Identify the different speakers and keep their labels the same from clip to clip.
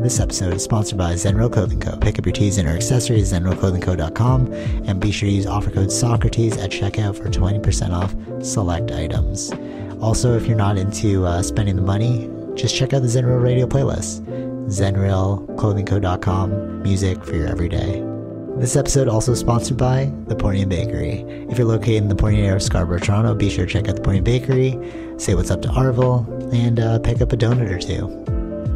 Speaker 1: This episode is sponsored by Zenro Clothing Co. Pick up your tees and or accessories at zenroclothingco.com and be sure to use offer code Socrates at checkout for 20% off select items. Also, if you're not into uh, spending the money, just check out the Zenro radio playlist. ZenRailClothingCo.com, music for your everyday. This episode also sponsored by The Pornian Bakery. If you're located in the Pornian area of Scarborough, Toronto, be sure to check out The Pornian Bakery, say what's up to Arvil, and uh, pick up a donut or two.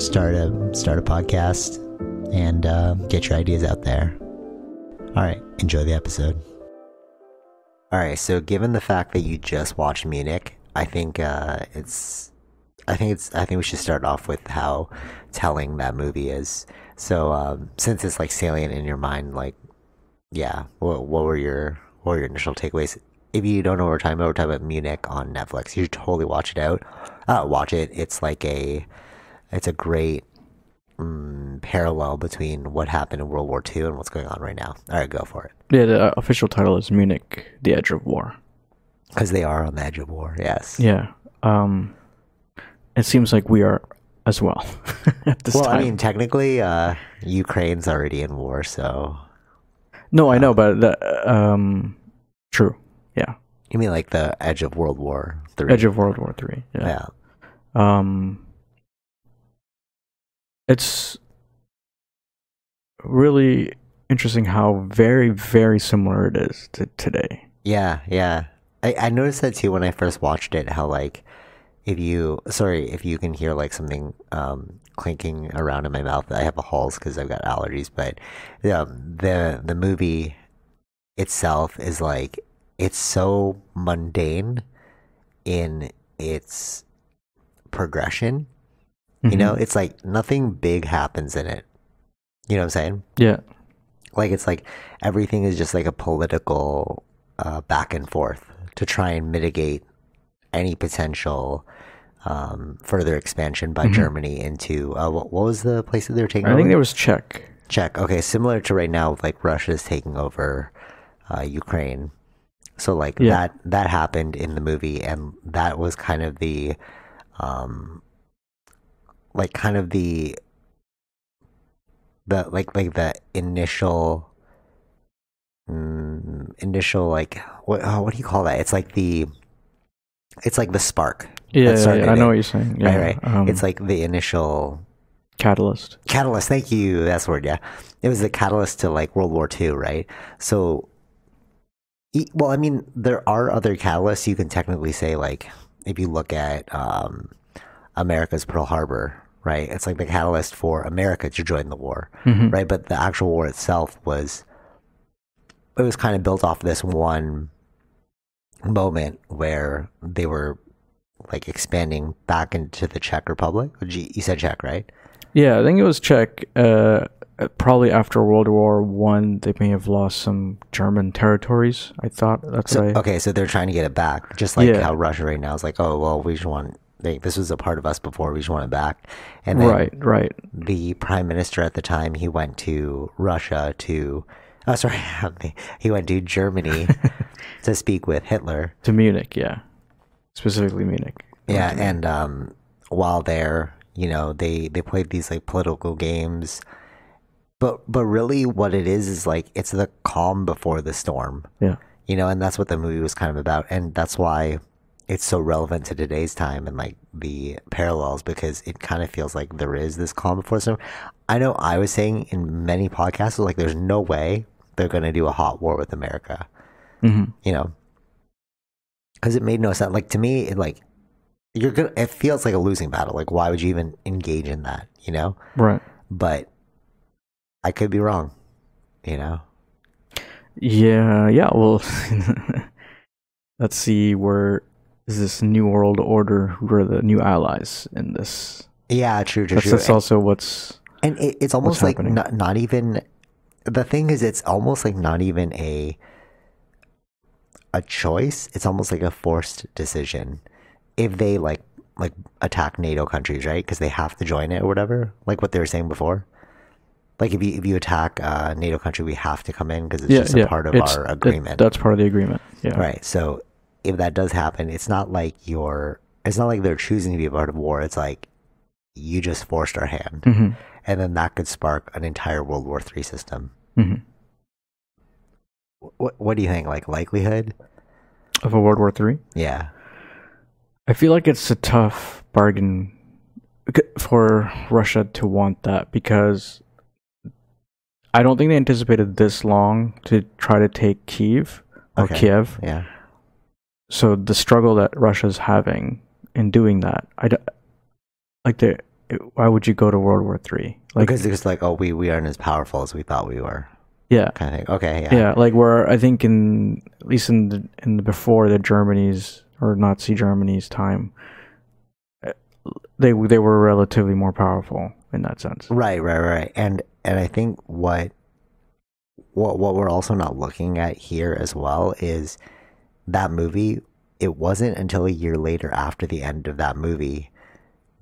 Speaker 1: start a start a podcast and uh, get your ideas out there. All right, enjoy the episode. All right, so given the fact that you just watched Munich, I think uh, it's, I think it's, I think we should start off with how telling that movie is. So um, since it's like salient in your mind, like, yeah, what what were your what were your initial takeaways? If you don't know what we're talking about, we're talking about Munich on Netflix. You should totally watch it out. Uh, watch it. It's like a, it's a great mm, parallel between what happened in World War II and what's going on right now. All right, go for it.
Speaker 2: Yeah, the uh, official title is Munich: The Edge of War.
Speaker 1: Because they are on the edge of war. Yes.
Speaker 2: Yeah. Um, it seems like we are as well at this
Speaker 1: well,
Speaker 2: time.
Speaker 1: I mean, technically, uh, Ukraine's already in war, so
Speaker 2: no, I
Speaker 1: uh,
Speaker 2: know, but the um, true. Yeah,
Speaker 1: you mean like the edge of World War Three?
Speaker 2: Edge of World War Three. Yeah.
Speaker 1: yeah.
Speaker 2: Um, it's really interesting how very very similar it is to today.
Speaker 1: Yeah, yeah. I, I noticed that too when I first watched it, how like if you sorry, if you can hear like something um clinking around in my mouth, I have a halls because I've got allergies, but um, the the movie itself is like it's so mundane in its progression.
Speaker 2: Mm-hmm.
Speaker 1: You know, it's like nothing big happens in it. You know what I'm saying?
Speaker 2: Yeah.
Speaker 1: like it's like everything is just like a political uh, back and forth to try and mitigate any potential um, further expansion by Germany into uh, what, what was the place that they were taking
Speaker 2: Mm-hmm. I
Speaker 1: over?
Speaker 2: think there was Czech.
Speaker 1: Czech. Okay, similar to right now, like Russia's taking over uh, Ukraine. So like
Speaker 2: Yeah.
Speaker 1: that that happened in the movie, and that was kind of the, um, like kind of the, the like like the initial, mm, initial like what oh, what do you call that? It's like the, it's like the spark. that
Speaker 2: Yeah, yeah,
Speaker 1: started
Speaker 2: I know what
Speaker 1: it.
Speaker 2: you're saying. Yeah,
Speaker 1: right, right.
Speaker 2: Um,
Speaker 1: it's like the initial
Speaker 2: catalyst.
Speaker 1: catalyst thank you that's the word yeah it was the catalyst to like world war ii right so e- well i mean there are other catalysts you can technically say like if you look at um, america's pearl harbor right it's like the catalyst for america to join the war
Speaker 2: Mm-hmm. Hmm.
Speaker 1: right but the actual war itself was it was kind of built off this one moment where they were like expanding back into the czech republic you you said czech right
Speaker 2: Yeah, I think it was Czech. Uh, probably after World War One, they may have lost some German territories. I thought that's
Speaker 1: So, uh,
Speaker 2: right.
Speaker 1: okay, so they're trying to get it back, just like
Speaker 2: Yeah.
Speaker 1: how Russia right now is like, oh well, we just want they, this was a part of us before, we just want it back. And then
Speaker 2: right, right.
Speaker 1: the prime minister at the time, he went to Russia to, oh sorry, he went to Germany to speak with Hitler.
Speaker 2: To Munich, yeah, specifically Munich.
Speaker 1: Yeah, and um, while there, you know, they they played these like political games, but but really, what it is is like it's the calm before the storm.
Speaker 2: Yeah,
Speaker 1: you know and that's what the movie was kind of about and that's why it's so relevant to today's time and like the parallels because it kind of feels like there is this calm before storm i know i was saying in many podcasts like there's no way they're going to do a hot war with america
Speaker 2: Mhm.
Speaker 1: you know because it made no sense like to me it like you're gonna it feels like a losing battle like why would you even engage in that you know
Speaker 2: right.
Speaker 1: but i could be wrong you know
Speaker 2: Yeah, yeah. Well, let's see. Where is this New World Order? Who are the new allies in this?
Speaker 1: Yeah, true, true,
Speaker 2: That's,
Speaker 1: true.
Speaker 2: that's
Speaker 1: And-
Speaker 2: also what's
Speaker 1: And it, it's almost like
Speaker 2: happening?
Speaker 1: not, not even. The thing is, it's almost like not even a a choice. It's almost like a forced decision. If they like like attack NATO countries, right? Because they have to join it or whatever. Like what they were saying before. Like if you if you attack a NATO country, we have to come in because it's
Speaker 2: yeah,
Speaker 1: just a
Speaker 2: yeah.
Speaker 1: part of
Speaker 2: it's-
Speaker 1: our
Speaker 2: it-
Speaker 1: agreement.
Speaker 2: that's part of the agreement. Yeah.
Speaker 1: Right. So if that does happen, it's not like you're it's not like they're choosing to be a part of war. It's like you just forced our hand.
Speaker 2: Mhm.
Speaker 1: And then that could spark an entire World War III system.
Speaker 2: Mhm.
Speaker 1: What what do you think? Like likelihood?
Speaker 2: Of a World War Three.
Speaker 1: Yeah.
Speaker 2: I feel like it's a tough bargain c- for Russia to want that because I don't think they anticipated this long to try to take Kiev or
Speaker 1: Okay.
Speaker 2: Kiev.
Speaker 1: Yeah.
Speaker 2: So the struggle that Russia's having in doing that, I d- like the why would you go to World War Three? Like
Speaker 1: because it's like, oh we, we aren't as powerful as we thought we were.
Speaker 2: yeah,
Speaker 1: Kind of thing. Okay, yeah.
Speaker 2: yeah, like where I think in at least in the, in the before the Germany's or Nazi Germany's time, eh, they they were relatively more powerful in that sense.
Speaker 1: Right, right, right. And and I think what what what we're also not looking at here as well is that movie it wasn't until a year later after the end of that movie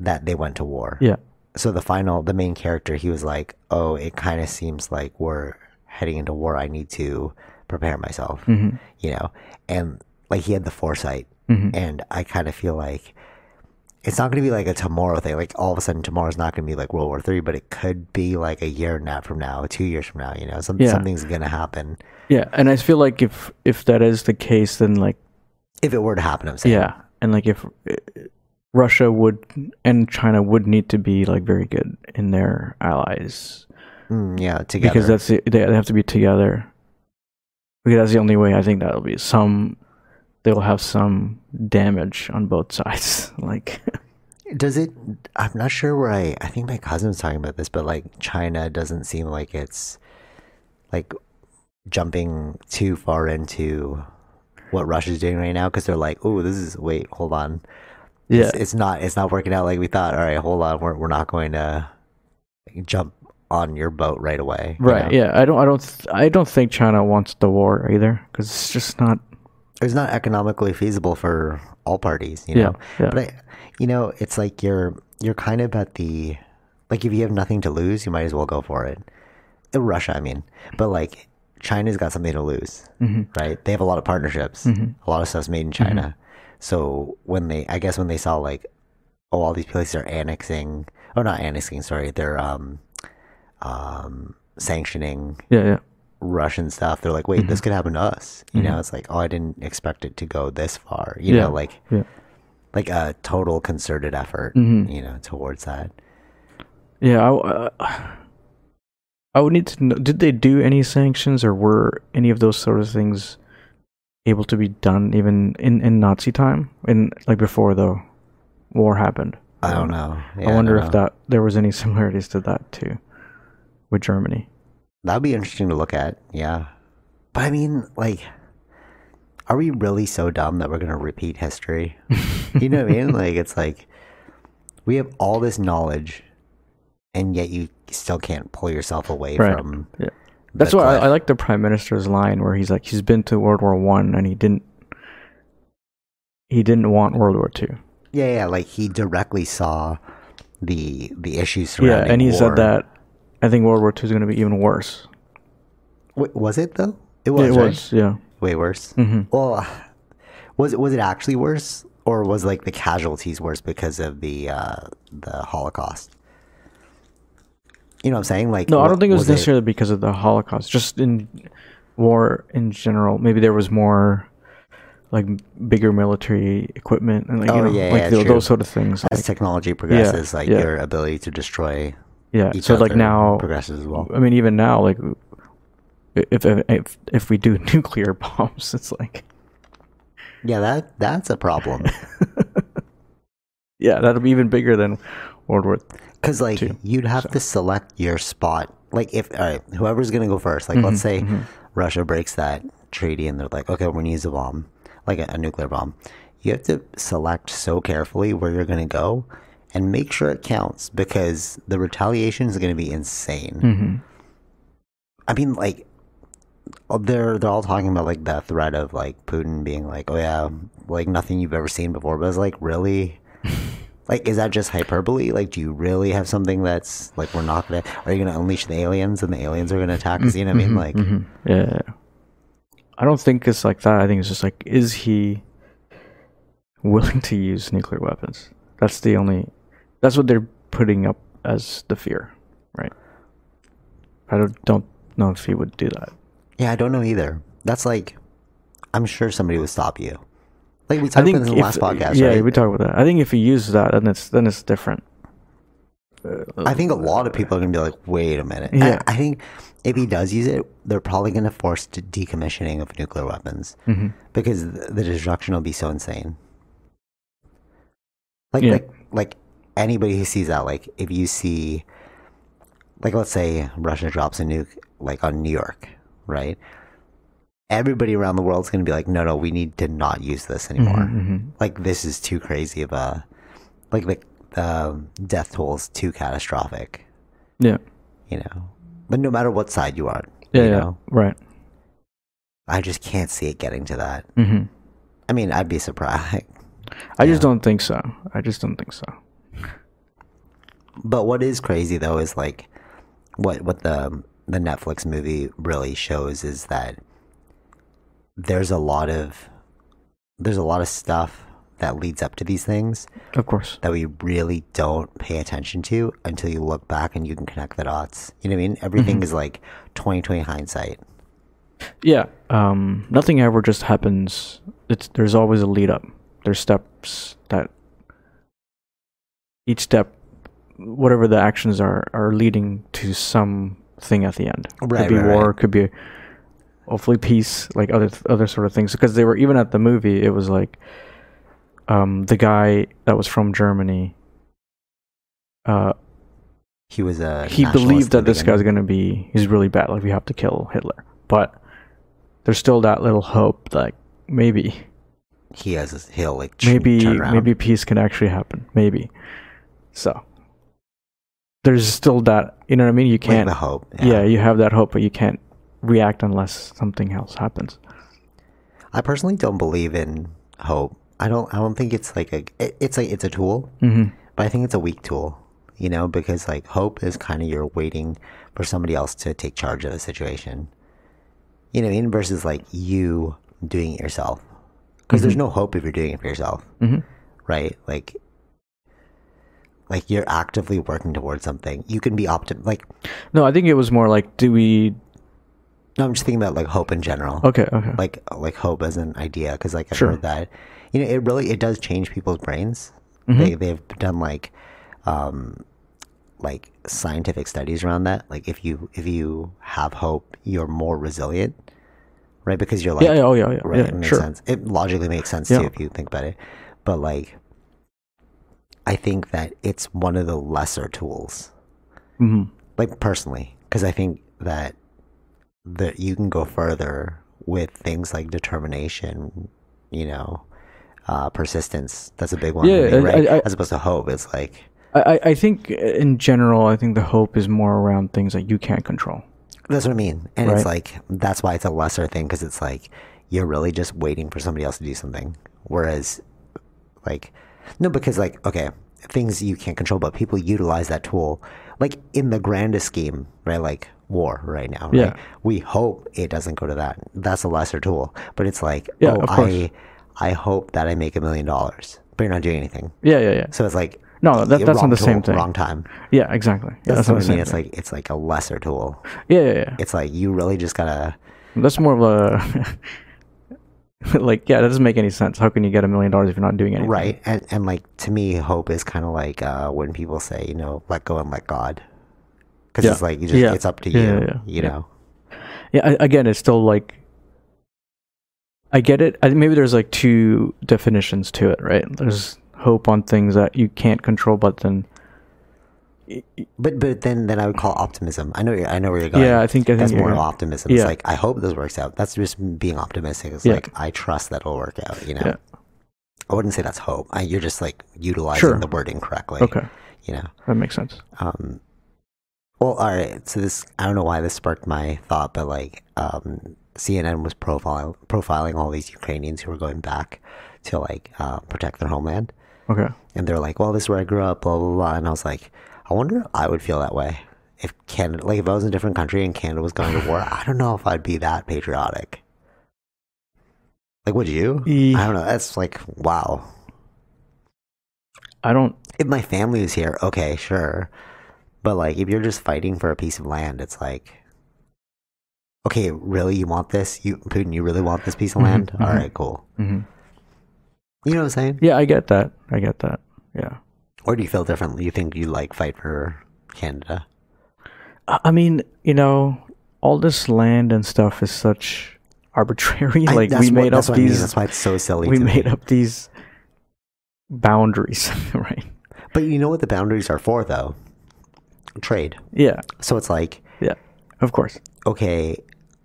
Speaker 1: that they went to war.
Speaker 2: Yeah,
Speaker 1: So the final the main character he was like, "Oh, it kind of seems like we're heading into war. I need to prepare myself."
Speaker 2: hmm
Speaker 1: You know. And like he had the foresight
Speaker 2: hmm
Speaker 1: and I kind of feel like it's not going to be like a tomorrow thing. Like all of a sudden, tomorrow's not going to be like World War Three, but it could be like a year and a half from now, two years from now. You know, Some,
Speaker 2: Yeah.
Speaker 1: something's going to happen
Speaker 2: yeah. And I feel like if if that is the case, then like
Speaker 1: if it were to happen. I'm saying,
Speaker 2: yeah, and like if eh, Russia would and China would need to be like very good in their allies
Speaker 1: Mm, yeah, together.
Speaker 2: because that's the, they they have to be together. Because that's the only way I think that'll be some. They'll have some damage on both sides. Like,
Speaker 1: Does it? I'm not sure where I. I think my cousin was talking about this, but like China doesn't seem like it's like jumping too far into what Russia's doing right now because they're like, oh, this is wait, hold on,
Speaker 2: yeah,
Speaker 1: it's, it's not it's not working out like we thought. All right, hold on, we're we're not going to jump on your boat right away. you
Speaker 2: right.
Speaker 1: know?
Speaker 2: Yeah, I don't. I don't. th- I don't think China wants the war either because it's just not.
Speaker 1: It's not economically feasible for all parties. You
Speaker 2: Yeah,
Speaker 1: know,
Speaker 2: yeah.
Speaker 1: but I, you know, it's like you're you're kind of at the like if you have nothing to lose, you might as well go for it. Uh, Russia, I mean, but like China's got something to lose, right? They have a lot of partnerships. A lot of stuff's made in China. So when they, I guess when they saw like, oh, all these places are annexing, or not annexing, sorry, they're um, um, sanctioning
Speaker 2: Yeah, yeah,
Speaker 1: Russian stuff. They're like, wait,
Speaker 2: Mm-hmm.
Speaker 1: this could happen to us. You know, it's like, oh, I didn't expect it to go this far. You
Speaker 2: Yeah.
Speaker 1: know, like
Speaker 2: yeah, Mm-hmm.
Speaker 1: like a total concerted effort. You know, towards that.
Speaker 2: yeah. I, w- uh, I would need to know. Did they do any sanctions, or were any of those sort of things able to be done even in in Nazi time, in like before the war happened?
Speaker 1: I don't know. Yeah,
Speaker 2: I wonder
Speaker 1: don't
Speaker 2: if
Speaker 1: know.
Speaker 2: that there was any similarities to that too, with Germany.
Speaker 1: that'd be interesting to look at. Yeah, but I mean, like, are we really so dumb that we're gonna repeat history? you know what I mean? Like, it's like we have all this knowledge, and yet you still can't pull yourself away
Speaker 2: Right.
Speaker 1: from.
Speaker 2: Yeah. That's
Speaker 1: the
Speaker 2: why
Speaker 1: cliff.
Speaker 2: I, I like the prime minister's line where he's like he's been to World War One and he didn't he didn't want World War Two.
Speaker 1: Yeah, yeah. Like he directly saw the the issues
Speaker 2: Yeah,
Speaker 1: surrounding.
Speaker 2: and he
Speaker 1: war.
Speaker 2: said that I think World War Two is going to be even worse.
Speaker 1: Wait, was it though? It was.
Speaker 2: it
Speaker 1: right?
Speaker 2: was, Mm-hmm. yeah.
Speaker 1: way worse. Well, was it was it actually worse, or was like the casualties worse because of the uh, the Holocaust? You know what I'm saying? Like,
Speaker 2: No, I
Speaker 1: wa-
Speaker 2: don't think it was,
Speaker 1: it-
Speaker 2: necessarily because of the Holocaust. Just in war in general, maybe there was more like bigger military equipment and like you
Speaker 1: Oh,
Speaker 2: know
Speaker 1: yeah,
Speaker 2: like
Speaker 1: yeah,
Speaker 2: tho-
Speaker 1: true.
Speaker 2: those sort of things.
Speaker 1: As technology progresses, like
Speaker 2: yeah.
Speaker 1: your ability to destroy
Speaker 2: Yeah.
Speaker 1: each
Speaker 2: So
Speaker 1: other
Speaker 2: like now,
Speaker 1: progresses as well.
Speaker 2: I mean, even now, like if if if, if we do nuclear bombs, it's like
Speaker 1: Yeah, that that's a problem
Speaker 2: yeah, that'll be even bigger than World War.
Speaker 1: because like you'd have to select your spot. Like, if all right, whoever's gonna go first. Like, let's say Russia breaks that treaty and they're like, okay, we're gonna use a bomb, like a, a nuclear bomb. You have to select so carefully where you're gonna go, and make sure it counts because the retaliation is going to be insane.
Speaker 2: Mm-hmm.
Speaker 1: I mean, like uh, they're they're all talking about like that threat of like Putin being like, oh yeah, like nothing you've ever seen before. But it's like, really? like, is that just hyperbole? Like, do you really have something that's like we're not gonna? Are you gonna unleash the aliens and the aliens are gonna attack us? You know what I mean? Like,
Speaker 2: Mhm. Yeah. I don't think it's like that. I think it's just like, is he willing to use nuclear weapons? That's the only. That's what they're putting up as the fear, right? I don't don't know if he would do that.
Speaker 1: yeah, I don't know either. That's like, I'm sure somebody would stop you. Like we talked about this in the
Speaker 2: if- uh,
Speaker 1: last podcast,
Speaker 2: yeah,
Speaker 1: right?
Speaker 2: we talked about that. I think if he uses that, then it's then it's different.
Speaker 1: I think a lot of people are gonna be like, wait a minute.
Speaker 2: Yeah.
Speaker 1: I, I think if he does use it, they're probably gonna force to decommissioning of nuclear weapons
Speaker 2: Mm-hmm.
Speaker 1: because th- the destruction will be so insane. Like,
Speaker 2: Yeah.
Speaker 1: like, like anybody who sees that, like if you see, like let's say Russia drops a nuke like on New York, right? Everybody around the world's gonna be like, no, no, we need to not use this
Speaker 2: Mm-hmm,
Speaker 1: anymore. Like this is too crazy of a, like the the death toll is too catastrophic
Speaker 2: Yeah,
Speaker 1: you know. But no matter what side you are, on,
Speaker 2: yeah,
Speaker 1: you
Speaker 2: yeah.
Speaker 1: know,
Speaker 2: right.
Speaker 1: I just can't see it getting to that.
Speaker 2: hmm
Speaker 1: I mean, I'd be surprised.
Speaker 2: I just don't think so. I just don't think so.
Speaker 1: But what is crazy though is like what what the the Netflix movie really shows is that there's a lot of there's a lot of stuff that leads up to these things
Speaker 2: Of course.
Speaker 1: that we really don't pay attention to until you look back and you can connect the dots. You know what I mean? Everything
Speaker 2: Mm-hmm.
Speaker 1: is like 2020 hindsight.
Speaker 2: Yeah. Um, nothing ever just happens. It's there's always a lead up. There's steps that each step, whatever the actions are, are leading to something at the end.
Speaker 1: Right,
Speaker 2: could be
Speaker 1: right,
Speaker 2: war.
Speaker 1: right.
Speaker 2: Could be hopefully peace. Like other other sort of things. Because they were even at the movie. It was like um, the guy that was from Germany. Uh,
Speaker 1: He was a
Speaker 2: he
Speaker 1: nationalist
Speaker 2: believed
Speaker 1: in
Speaker 2: that
Speaker 1: the
Speaker 2: this guy's gonna be he's really bad like we have to kill hitler but there's still that little hope like maybe
Speaker 1: he has he'll like ch-
Speaker 2: maybe
Speaker 1: turn around.
Speaker 2: maybe peace can actually happen maybe so there's still that you know what i mean you
Speaker 1: like
Speaker 2: can't
Speaker 1: the hope.
Speaker 2: yeah. you have that hope but you can't react unless something else happens
Speaker 1: I personally don't believe in hope. I don't. I don't think it's like a. it- It's like it's a tool,
Speaker 2: mm-hmm.
Speaker 1: but I think it's a weak tool. You know, because like hope is kind of you're waiting for somebody else to take charge of the situation. You know, what I mean, versus like you doing it yourself, because there's no hope if you're doing it for yourself,
Speaker 2: Mhm.
Speaker 1: right? Like, like you're actively working towards something. You can be optim. Like,
Speaker 2: no i think it was more like do we
Speaker 1: no, I'm just thinking about like hope in general.
Speaker 2: okay okay
Speaker 1: like like hope as an idea because like I've
Speaker 2: Sure.
Speaker 1: heard that you know it really it does change people's brains.
Speaker 2: Mm-hmm.
Speaker 1: They they've done like um like scientific studies around that. Like if you if you have hope, you're more resilient, right? Because you're like
Speaker 2: yeah, yeah oh yeah yeah,
Speaker 1: right.
Speaker 2: yeah
Speaker 1: it makes
Speaker 2: sure
Speaker 1: sense. It logically makes sense
Speaker 2: Yeah.
Speaker 1: too if you think about it. But like, I think that it's one of the lesser tools
Speaker 2: hmm
Speaker 1: like personally because i think that that you can go further with things like determination you know uh persistence that's a big one for
Speaker 2: Yeah,
Speaker 1: me,
Speaker 2: I-
Speaker 1: right
Speaker 2: I- I-
Speaker 1: as opposed to hope it's like
Speaker 2: I, I- I think in general i think the hope is more around things that you can't control
Speaker 1: that's what i mean and it's
Speaker 2: Right.
Speaker 1: like that's why it's a lesser thing because it's like you're really just waiting for somebody else to do something whereas like no because like okay things you can't control but people utilize that tool like in the grandest scheme right like war right now right
Speaker 2: Yeah.
Speaker 1: we hope it doesn't go to that that's a lesser tool but it's like
Speaker 2: Yeah,
Speaker 1: oh
Speaker 2: of course.
Speaker 1: i i hope that i make a million dollars but you're not doing anything
Speaker 2: yeah yeah yeah
Speaker 1: so it's like
Speaker 2: No, that-
Speaker 1: yeah,
Speaker 2: that's not
Speaker 1: wrong
Speaker 2: the same
Speaker 1: tool,
Speaker 2: thing.
Speaker 1: wrong time
Speaker 2: Yeah, exactly. Yeah,
Speaker 1: that's,
Speaker 2: not
Speaker 1: what i
Speaker 2: the
Speaker 1: mean
Speaker 2: same
Speaker 1: it's like it's like a lesser tool
Speaker 2: thing. yeah, yeah, yeah.
Speaker 1: it's like you really just gotta
Speaker 2: That's more of a like, yeah, that doesn't make any sense. How can you get a million dollars if you're not doing anything?
Speaker 1: right and, and like to me hope is kind of like uh when people say you know let go and let god because
Speaker 2: Yeah.
Speaker 1: it's like you just
Speaker 2: Yeah.
Speaker 1: it's up to
Speaker 2: Yeah,
Speaker 1: you
Speaker 2: yeah, yeah.
Speaker 1: you
Speaker 2: Yeah.
Speaker 1: know
Speaker 2: Yeah. I, again, it's still like I get it. I, maybe there's like two definitions to it, right? There's hope on things that you can't control, but then
Speaker 1: But but then then I would call optimism. I know you're, I know where you're going.
Speaker 2: Yeah, I think- I think
Speaker 1: that's
Speaker 2: you're
Speaker 1: more
Speaker 2: right.
Speaker 1: optimism. It's
Speaker 2: Yeah.
Speaker 1: like I hope this works out. That's just being optimistic. It's
Speaker 2: Yeah.
Speaker 1: like I trust that it'll work out. You know.
Speaker 2: Yeah.
Speaker 1: I wouldn't say that's hope. I, you're just like utilizing
Speaker 2: Sure.
Speaker 1: the word incorrectly.
Speaker 2: Okay,
Speaker 1: You know.
Speaker 2: that makes sense.
Speaker 1: Um, well, all right. So this, I don't know why this sparked my thought, but like, um, CNN was profile profiling all these Ukrainians who were going back to like uh, protect their homeland,
Speaker 2: Okay,
Speaker 1: and they're like, "Well, this is where I grew up," blah blah blah. And I was like, I wonder if I would feel that way if Canada, like, if I was in a different country and Canada was going to war. I don't know if I'd be that patriotic. Like, would you?
Speaker 2: E-
Speaker 1: I don't know. That's like, wow.
Speaker 2: I don't.
Speaker 1: If my family was here, okay, sure. But like if you're just fighting for a piece of land, it's like Okay, really you want this? You Putin, you really want this piece of
Speaker 2: Mhm,
Speaker 1: land?
Speaker 2: mhm.
Speaker 1: right, cool.
Speaker 2: mhm.
Speaker 1: You know what I'm saying?
Speaker 2: Yeah, I get that. I get that. Yeah.
Speaker 1: Or do you feel differently? You think you like fight for Canada?
Speaker 2: I I mean, you know, all this land and stuff is such arbitrary.
Speaker 1: I-
Speaker 2: like
Speaker 1: that's
Speaker 2: we
Speaker 1: what-
Speaker 2: made up
Speaker 1: that's what I mean,
Speaker 2: these,
Speaker 1: that's why it's so silly.
Speaker 2: we
Speaker 1: to me.
Speaker 2: made up these boundaries, right?
Speaker 1: But you know what the boundaries are for though? Trade.
Speaker 2: Yeah,
Speaker 1: So it's like
Speaker 2: yeah, of course.
Speaker 1: okay,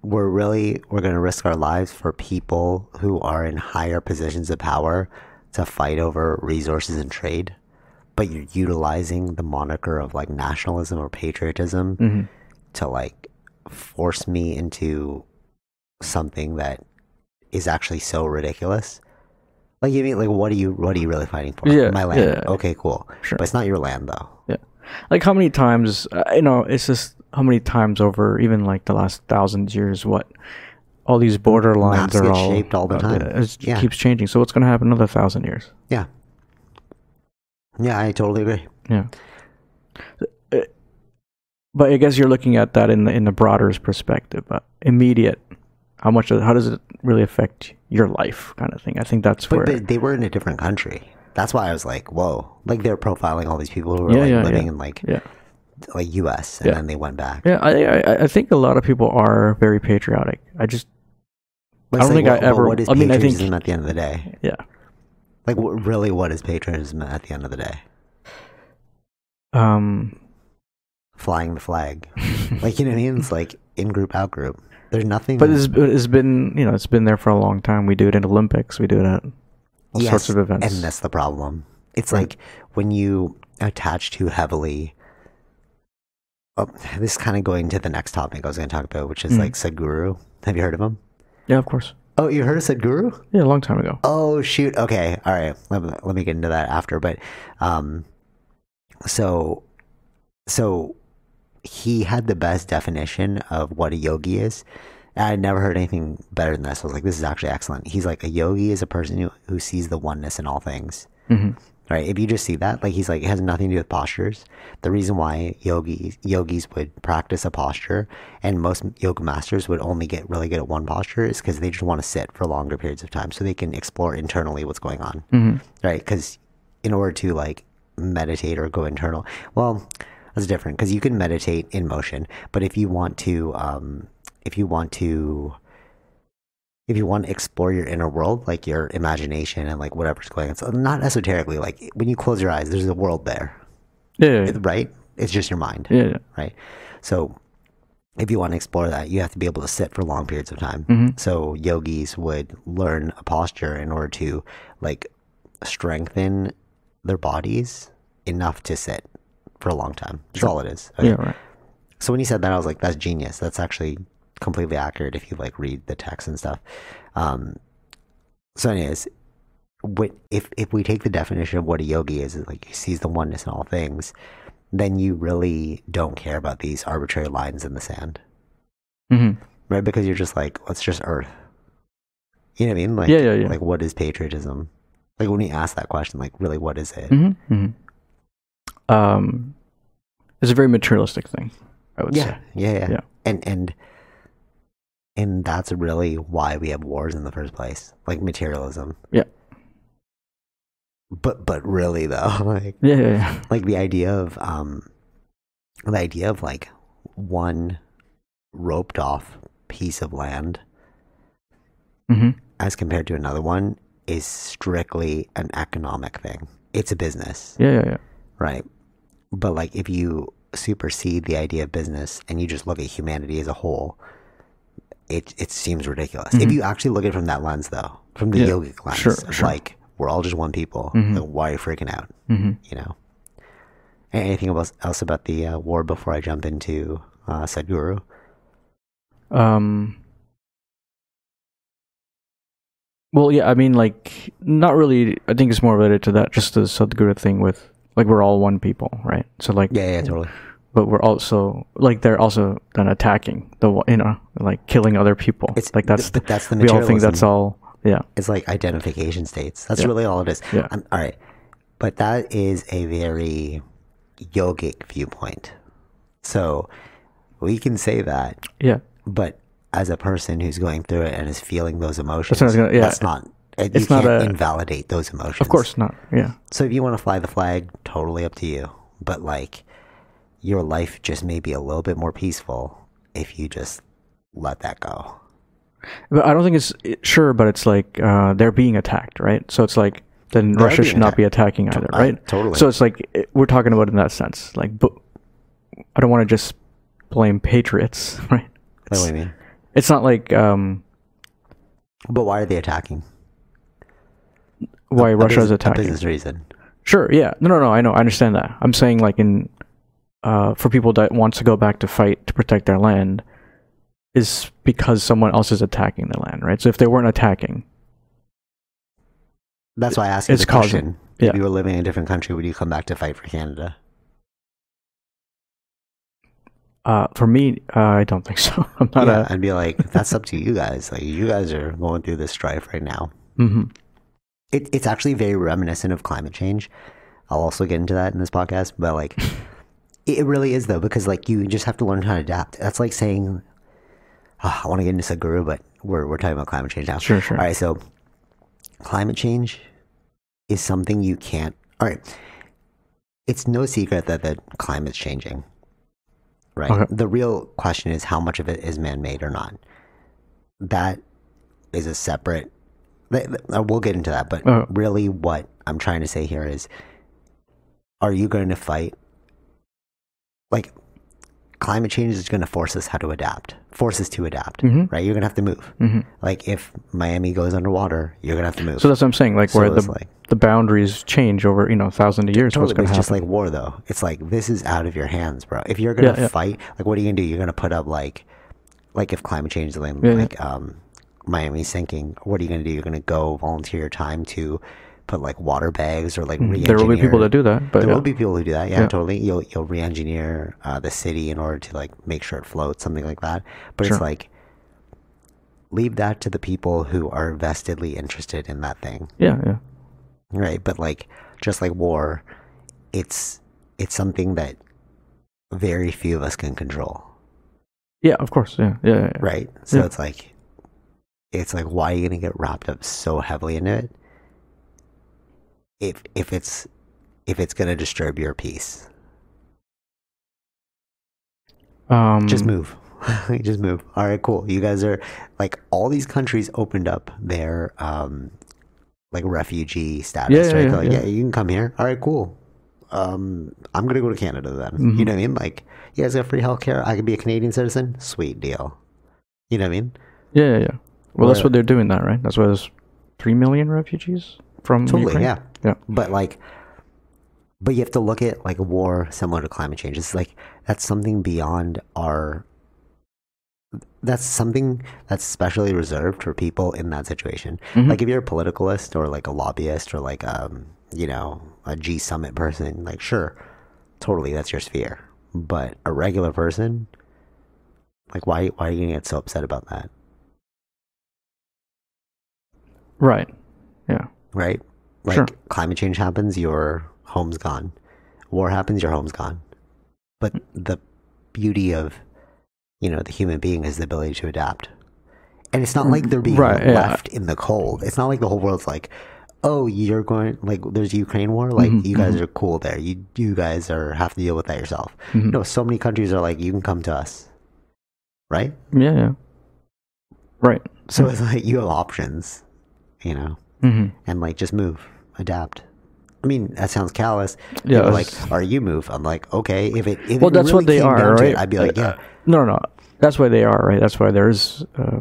Speaker 1: we're really we're going to risk our lives for people who are in higher positions of power to fight over resources and trade, but you're utilizing the moniker of like nationalism or patriotism
Speaker 2: Mhm.
Speaker 1: to like force me into something that is actually so ridiculous. Like you mean like what are you what are you really fighting for?
Speaker 2: Yeah,
Speaker 1: My land.
Speaker 2: yeah.
Speaker 1: Okay, cool.
Speaker 2: Sure.
Speaker 1: But it's not your land though.
Speaker 2: Yeah, like how many times? uh, You know, it's just how many times over, even like the last thousand years, what all these border lines
Speaker 1: Maps
Speaker 2: are
Speaker 1: get
Speaker 2: all
Speaker 1: shaped all the
Speaker 2: uh,
Speaker 1: time.
Speaker 2: It
Speaker 1: Yeah.
Speaker 2: keeps changing. So what's going to happen another thousand years?
Speaker 1: Yeah. Yeah, I totally agree.
Speaker 2: Yeah. Uh, But I guess you're looking at that in the in the broader perspective, uh, immediate. How much? How does it really affect your life, kind of thing? I think that's where.
Speaker 1: But, but they were in a different country. That's why I was like, whoa. Like they're profiling all these people who were
Speaker 2: Yeah,
Speaker 1: like
Speaker 2: yeah,
Speaker 1: living
Speaker 2: yeah.
Speaker 1: in like
Speaker 2: yeah,
Speaker 1: like US and
Speaker 2: Yeah.
Speaker 1: then they went back.
Speaker 2: yeah. I, I I think a lot of people are very patriotic. I just
Speaker 1: But
Speaker 2: I
Speaker 1: it's
Speaker 2: don't
Speaker 1: like,
Speaker 2: think I
Speaker 1: well- well,
Speaker 2: ever-
Speaker 1: what is
Speaker 2: I mean, I think-
Speaker 1: patriotism at the end of the day?
Speaker 2: yeah.
Speaker 1: Like wh- really what is patriotism at the end of the day?
Speaker 2: Um.
Speaker 1: Flying the flag. like you know what I mean? It's like in group, out group. There's nothing
Speaker 2: But it's
Speaker 1: Mm-hmm.
Speaker 2: it's been you know it's been there for a long time. We do it in Olympics. We do it at all
Speaker 1: Yes,
Speaker 2: sorts of events.
Speaker 1: And that's the problem. It's
Speaker 2: Right.
Speaker 1: like when you attach too heavily. Oh, this is kind of going to the next topic I was going to talk about, which is
Speaker 2: Mm.
Speaker 1: like Sadhguru. Have you heard of him?
Speaker 2: yeah, of course.
Speaker 1: Oh, you heard of Sadhguru?
Speaker 2: Yeah, a long time ago.
Speaker 1: Oh shoot. Okay. All right. Let me, let me get into that after. But um, so so he had the best definition of what a yogi is. And I'd never heard anything better than this. I was like, this is actually excellent. He's like, a yogi is a person who, who sees the oneness in all things.
Speaker 2: hmm
Speaker 1: Right? If you just see that, like he's like, it has nothing to do with postures. The reason why yogis yogis would practice a posture, and most yoga masters would only get really good at one posture, is because they just want to sit for longer periods of time so they can explore internally what's going on
Speaker 2: hmm
Speaker 1: right? Because in order to like meditate or go internal, well, that's different because you can meditate in motion, but if you want to, um, if you want to, if you want to explore your inner world, like your imagination and like whatever's going on, so not esoterically, like when you close your eyes, there's a world there,
Speaker 2: Yeah, yeah,
Speaker 1: right? It's just your mind,
Speaker 2: yeah, yeah.
Speaker 1: right? So if you want to explore that, you have to be able to sit for long periods of time.
Speaker 2: Mhm.
Speaker 1: So yogis would learn a posture in order to like strengthen their bodies enough to sit for a long time. That's all it is. Okay.
Speaker 2: yeah right.
Speaker 1: So when you said that, I was like, that's genius. That's actually completely accurate if you like read the text and stuff. Um, so, anyways, what if if we take the definition of what a yogi is, is like he sees the oneness in all things, then you really don't care about these arbitrary lines in the sand,
Speaker 2: hmm
Speaker 1: right? Because you're just like, let's just earth. You know what I mean? Like,
Speaker 2: Yeah, yeah, yeah.
Speaker 1: Like, what is patriotism? Like when you ask that question, like, really, what is it?
Speaker 2: hmm Um, it's a very materialistic thing, I would
Speaker 1: Yeah,
Speaker 2: say.
Speaker 1: yeah, yeah,
Speaker 2: uh, Yeah.
Speaker 1: And and and that's really why we have wars in the first place, like materialism.
Speaker 2: Yeah.
Speaker 1: But but really though, like
Speaker 2: Yeah, yeah, yeah.
Speaker 1: like the idea of um the idea of like one roped off piece of land
Speaker 2: hmm
Speaker 1: as compared to another one is strictly an economic thing. It's a business.
Speaker 2: yeah, yeah, yeah.
Speaker 1: Right. But like if you supersede the idea of business and you just look at humanity as a whole, it it seems ridiculous. If you actually look at it from that lens though, from the
Speaker 2: Mm-hmm. Yeah,
Speaker 1: yogic lens,
Speaker 2: sure,
Speaker 1: of,
Speaker 2: sure.
Speaker 1: like We're all just one people.
Speaker 2: Mhm.
Speaker 1: Like, why are you freaking out?
Speaker 2: Mm-hmm.
Speaker 1: You know. A- Anything else else about the uh, war before I jump into uh, Sadhguru?
Speaker 2: Um. Well, yeah, I mean, like, not really. I think it's more related to that, just the Sadhguru thing with, like, we're all one people, right? So, like,
Speaker 1: Yeah, yeah, totally.
Speaker 2: but we're also, like, ththey're also then attacking the, one- you know, like, killing other people.
Speaker 1: It's-
Speaker 2: like, that's,
Speaker 1: th- that's the
Speaker 2: we all think
Speaker 1: materialism.
Speaker 2: that's all, yeah.
Speaker 1: It's like identification states. That's
Speaker 2: Yeah.
Speaker 1: really all it is.
Speaker 2: Yeah.
Speaker 1: Um, all right. But that is a very yogic viewpoint. So we can say that,
Speaker 2: Yeah.
Speaker 1: but as a person who's going through it and is feeling those emotions,
Speaker 2: That's what I was gonna- yeah.
Speaker 1: that's not, it, you
Speaker 2: It's not
Speaker 1: can't
Speaker 2: a-
Speaker 1: invalidate those emotions.
Speaker 2: Of course not. Yeah.
Speaker 1: So if you want to fly the flag, totally up to you. But like, your life just may be a little bit more peaceful if you just let that go.
Speaker 2: But I don't think it's it- sure, but it's like uh, they're being attacked, right? So it's like then
Speaker 1: They're
Speaker 2: Russia
Speaker 1: being
Speaker 2: should not be
Speaker 1: attacked.
Speaker 2: attacking either,
Speaker 1: I-
Speaker 2: right?
Speaker 1: totally.
Speaker 2: So it's like it- we're talking about it in that sense. Like, but I don't want to just blame patriots, right?
Speaker 1: Wait,
Speaker 2: It's,
Speaker 1: what do you mean?
Speaker 2: it's not like um,
Speaker 1: But why are they attacking?
Speaker 2: why
Speaker 1: A
Speaker 2: Russia
Speaker 1: business-
Speaker 2: is
Speaker 1: A
Speaker 2: attacking.
Speaker 1: business reason.
Speaker 2: Sure. Yeah. No. No. No. I know. I understand that. I'm saying like in uh, for people that wants to go back to fight to protect their land is because someone else is attacking their land, right? So if they weren't attacking,
Speaker 1: That's why I asked you
Speaker 2: It's
Speaker 1: the question.
Speaker 2: causing- yeah.
Speaker 1: If you were living in a different country, would you come back to fight for Canada?
Speaker 2: uh, for me, uh, I don't think so. I'm not
Speaker 1: yeah,
Speaker 2: a
Speaker 1: I'd be like, that's up to you guys. Like, you guys are going through this strife right now.
Speaker 2: hmm
Speaker 1: It, it's actually very reminiscent of climate change. I'll also get into that in this podcast, but like, it it really is though, because like you just have to learn how to adapt. That's like saying, Ah, I want to get into Sadhguru, but we're we're talking about climate change now.
Speaker 2: Sure, sure.
Speaker 1: All right, so climate change is something you can't. All right, it's no secret that the climate's changing. Right.
Speaker 2: Okay.
Speaker 1: The real question is how much of it is man-made or not. That is a separate. th- th- uh, We'll get into that, but
Speaker 2: Uh-huh.
Speaker 1: really, what I'm trying to say here is: Are you going to fight? Like, climate change is going to force us how to adapt, force us to adapt, right? You're going to have to move. Like, if Miami goes underwater, you're going to have to move.
Speaker 2: So that's what I'm saying. Like where
Speaker 1: So
Speaker 2: the
Speaker 1: it's like-
Speaker 2: the boundaries change over you know a thousand of years. what's
Speaker 1: Totally,
Speaker 2: going
Speaker 1: but it's
Speaker 2: to
Speaker 1: just
Speaker 2: happen?
Speaker 1: like war, though. It's like this is out of your hands, bro. If you're gonna
Speaker 2: Yeah, yeah.
Speaker 1: fight, like, what are you gonna do? You're gonna put up like, like if climate change is like,
Speaker 2: Yeah, yeah.
Speaker 1: like um, Miami sinking, what are you gonna do? You're gonna go volunteer your time to put like water bags or like re-engineer.
Speaker 2: Mm, there will be people that do that, but
Speaker 1: There
Speaker 2: yeah.
Speaker 1: will be people who do that. Yeah, totally. You'll you'll re-engineer uh, the city in order to like make sure it floats, something like that. But it's like leave that to the people who are vestedly interested in that thing
Speaker 2: yeah, yeah,
Speaker 1: right but like just like war it's it's something that very few of us can control
Speaker 2: yeah. Of course, yeah, yeah, yeah. yeah.
Speaker 1: right so
Speaker 2: Yeah.
Speaker 1: it's like it's like why are you gonna get wrapped up so heavily in it if if it's if it's gonna disturb your peace
Speaker 2: Um,
Speaker 1: just move just move all right cool you guys are like all these countries opened up their um like refugee status
Speaker 2: Yeah, yeah,
Speaker 1: right They're
Speaker 2: yeah,
Speaker 1: like,
Speaker 2: yeah.
Speaker 1: yeah you can come here all right cool um i'm gonna go to canada then
Speaker 2: Mm-hmm.
Speaker 1: you know what i mean like you guys got free healthcare i could be a canadian citizen sweet deal you know what i mean
Speaker 2: Yeah, yeah, yeah. Well, that's
Speaker 1: Where-
Speaker 2: what they're doing. That right? That's why there's three million refugees from
Speaker 1: Totally,
Speaker 2: Ukraine.
Speaker 1: yeah.
Speaker 2: yeah.
Speaker 1: but like but you have to look at like war similar to climate change it's like that's something beyond our that's something that's specially reserved for people in that situation like if you're a politicalist or like a lobbyist or like um you know a g summit person like sure totally that's your sphere but a regular person like why why are you gonna get so upset about that
Speaker 2: Right. Yeah.
Speaker 1: right? Like
Speaker 2: Sure.
Speaker 1: climate change happens, your home's gone. War happens, your home's gone. But the beauty of you know the human being is the ability to adapt. And it's not like they're being
Speaker 2: Right, yeah.
Speaker 1: left in the cold. It's not like the whole world's like, oh, you're going like there's a Ukraine war. Like
Speaker 2: Mm-hmm,
Speaker 1: you guys are cool there. You you guys are have to deal with that yourself.
Speaker 2: Mm-hmm.
Speaker 1: No, so many countries are like you can come to us, right?
Speaker 2: Yeah. Yeah. Right.
Speaker 1: So it's like you have options, you know
Speaker 2: hmm
Speaker 1: and like just move, adapt. I mean, that sounds callous.
Speaker 2: Yeah,
Speaker 1: People are
Speaker 2: it's-
Speaker 1: like, are you move? I'm like, okay, if it if
Speaker 2: Well,
Speaker 1: it
Speaker 2: that's
Speaker 1: really
Speaker 2: what they
Speaker 1: came
Speaker 2: are,
Speaker 1: down to it,
Speaker 2: right? Uh,
Speaker 1: I'd be like, yeah,
Speaker 2: No, no, no. That's why they are right. That's why there is uh,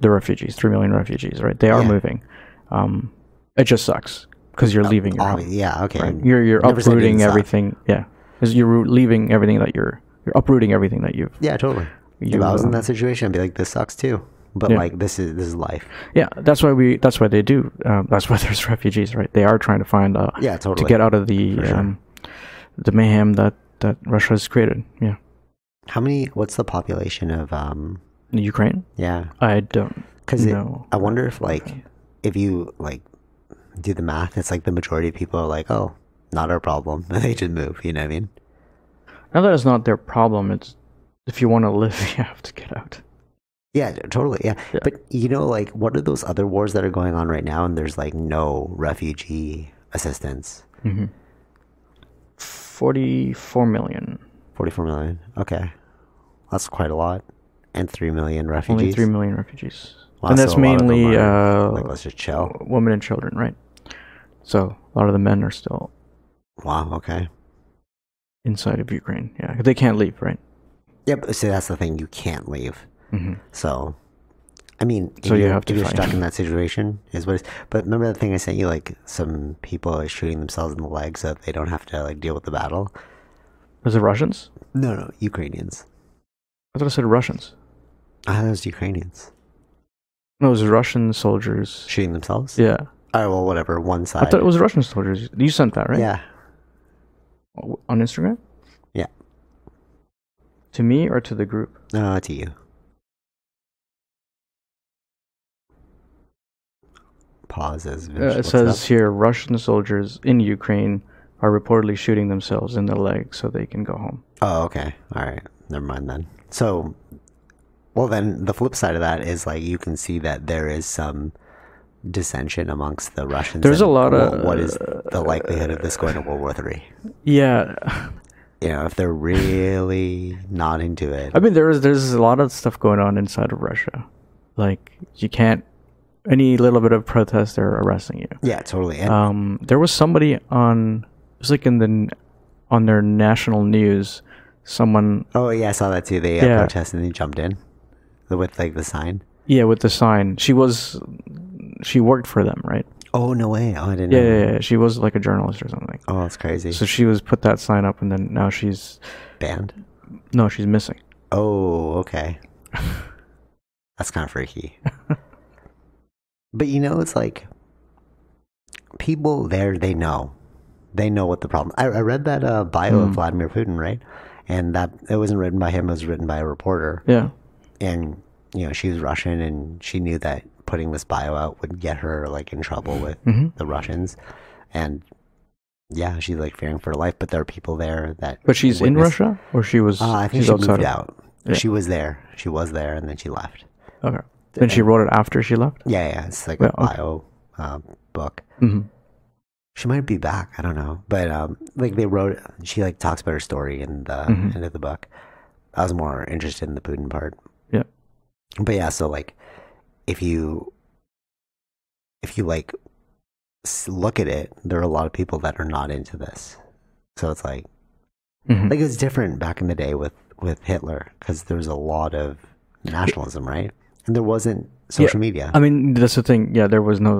Speaker 2: the refugees, three million refugees, right? They are
Speaker 1: Yeah.
Speaker 2: moving. Um, it just sucks because
Speaker 1: Uh,
Speaker 2: you're leaving your
Speaker 1: Obvi-
Speaker 2: home.
Speaker 1: yeah, okay.
Speaker 2: Right? You're you're
Speaker 1: Never said it
Speaker 2: uprooting
Speaker 1: didn't stop.
Speaker 2: everything. Yeah, because you're roo- leaving everything that you're you're uprooting everything that you've.
Speaker 1: Yeah, totally. if
Speaker 2: You,
Speaker 1: I was in
Speaker 2: uh,
Speaker 1: that situation, I'd be like, this sucks too. But
Speaker 2: Yeah.
Speaker 1: like, this is this is life.
Speaker 2: Yeah, that's why we. That's why they do. Um, that's why there's refugees, right? They are trying to find uh,
Speaker 1: Yeah, totally.
Speaker 2: to get out of the
Speaker 1: For sure.
Speaker 2: um, the mayhem that that Russia has created. Yeah,
Speaker 1: How many? What's the population of? um
Speaker 2: in Ukraine.
Speaker 1: Yeah,
Speaker 2: I don't
Speaker 1: because
Speaker 2: know.
Speaker 1: I wonder if like if you like do the math, it's like the majority of people are like, oh, not our problem, and they just move. You know what I mean?
Speaker 2: Now that it's not their problem. It's if you want to live, you have to get out.
Speaker 1: Yeah, t- totally. Yeah.
Speaker 2: Yeah.
Speaker 1: But you know, like, what are those other wars that are going on right now? And there's like no refugee assistance.
Speaker 2: Forty-four million.
Speaker 1: 44 million. Okay. That's quite a lot. And 3 million refugees.
Speaker 2: Only three million refugees,
Speaker 1: Wow,
Speaker 2: and
Speaker 1: so
Speaker 2: that's
Speaker 1: a lot of them
Speaker 2: mainly
Speaker 1: are,
Speaker 2: uh,
Speaker 1: like, let's just chill.
Speaker 2: women and children, right? So a lot of the men are still
Speaker 1: Wow. Okay.
Speaker 2: inside of Ukraine. Yeah, they can't leave, right?
Speaker 1: Yeah. But see, that's the thing. You can't leave.
Speaker 2: Mhm.
Speaker 1: So, I mean, if
Speaker 2: So you
Speaker 1: you're-
Speaker 2: have to
Speaker 1: if you're
Speaker 2: fight.
Speaker 1: stuck in that situation, is what it's. But remember that thing I sent you? Like, some people are shooting themselves in the leg so that they don't have to, like, deal with the battle?
Speaker 2: Was it Russians?
Speaker 1: No, no. Ukrainians.
Speaker 2: I thought I said Russians.
Speaker 1: I thought it was Ukrainians.
Speaker 2: No, it was Russian soldiers.
Speaker 1: Shooting themselves?
Speaker 2: Yeah,
Speaker 1: Oh well, whatever. One
Speaker 2: I
Speaker 1: side.
Speaker 2: thought it was Russian soldiers. You sent that right?
Speaker 1: Yeah,
Speaker 2: O- On Instagram?
Speaker 1: Yeah.
Speaker 2: To me or to the group?
Speaker 1: uh, to you. Pause as Vince
Speaker 2: Uh, it
Speaker 1: looks
Speaker 2: says
Speaker 1: up.
Speaker 2: here Russian soldiers in Ukraine are reportedly shooting themselves in the leg so they can go home.
Speaker 1: Oh, okay. All right. Never mind then. So, well, then the flip side of that is like you can see that there is some dissension amongst the Russians.
Speaker 2: There's a
Speaker 1: and
Speaker 2: lot
Speaker 1: what-
Speaker 2: of-
Speaker 1: what is the likelihood of this going to World War Three?
Speaker 2: Yeah,
Speaker 1: You know, if they're really not into it.
Speaker 2: I mean there is there's a lot of stuff going on inside of Russia. Like you can't any little bit of protest they're arresting you.
Speaker 1: Yeah, totally. And
Speaker 2: um, there was somebody on it was like in the on their national news someone
Speaker 1: oh yeah, I saw that too. They uh,
Speaker 2: Yeah.
Speaker 1: protested and they jumped in with like the sign.
Speaker 2: yeah with the sign she was she worked for them right
Speaker 1: Oh no way! Oh, I didn't.
Speaker 2: yeah
Speaker 1: know.
Speaker 2: yeah, yeah. she was like a journalist or something
Speaker 1: Oh, that's crazy.
Speaker 2: so she was put that sign up and then now she's
Speaker 1: Banned.
Speaker 2: no she's missing
Speaker 1: Oh, okay. that's kind of freaky. but you know, it's like people there. They know. They know what the problem. I, I read that uh, bio
Speaker 2: Hmm.
Speaker 1: of Vladimir Putin, right? And that it wasn't written by him. It was written by a reporter.
Speaker 2: yeah
Speaker 1: And you know, she was Russian, and she knew that putting this bio out would get her like in trouble with
Speaker 2: hmm
Speaker 1: the Russians. And yeah, she's like fearing for her life, but there are people there that.
Speaker 2: but she's in
Speaker 1: witnessed-
Speaker 2: russia or she was
Speaker 1: Uh, I think
Speaker 2: she's
Speaker 1: she
Speaker 2: outside
Speaker 1: moved
Speaker 2: of-
Speaker 1: out.
Speaker 2: Yeah.
Speaker 1: She was there. She was there, and then she left.
Speaker 2: okay then she wrote it after she left
Speaker 1: Yeah, yeah. It's like
Speaker 2: Yeah,
Speaker 1: a
Speaker 2: okay.
Speaker 1: bio uh, book.
Speaker 2: hmm
Speaker 1: She might be back. I don't know. But um, like they wrote, she like talks about her story in the
Speaker 2: Mhm.
Speaker 1: end of the book. I was more interested in the Putin part.
Speaker 2: yeah
Speaker 1: But yeah, so like, if you, if you like, s- look at it, there are a lot of people that are not into this. So it's like,
Speaker 2: hmm
Speaker 1: like it was different back in the day with with Hitler because there was a lot of nationalism, right? And there wasn't social media.
Speaker 2: i mean that's the thing yeah there was no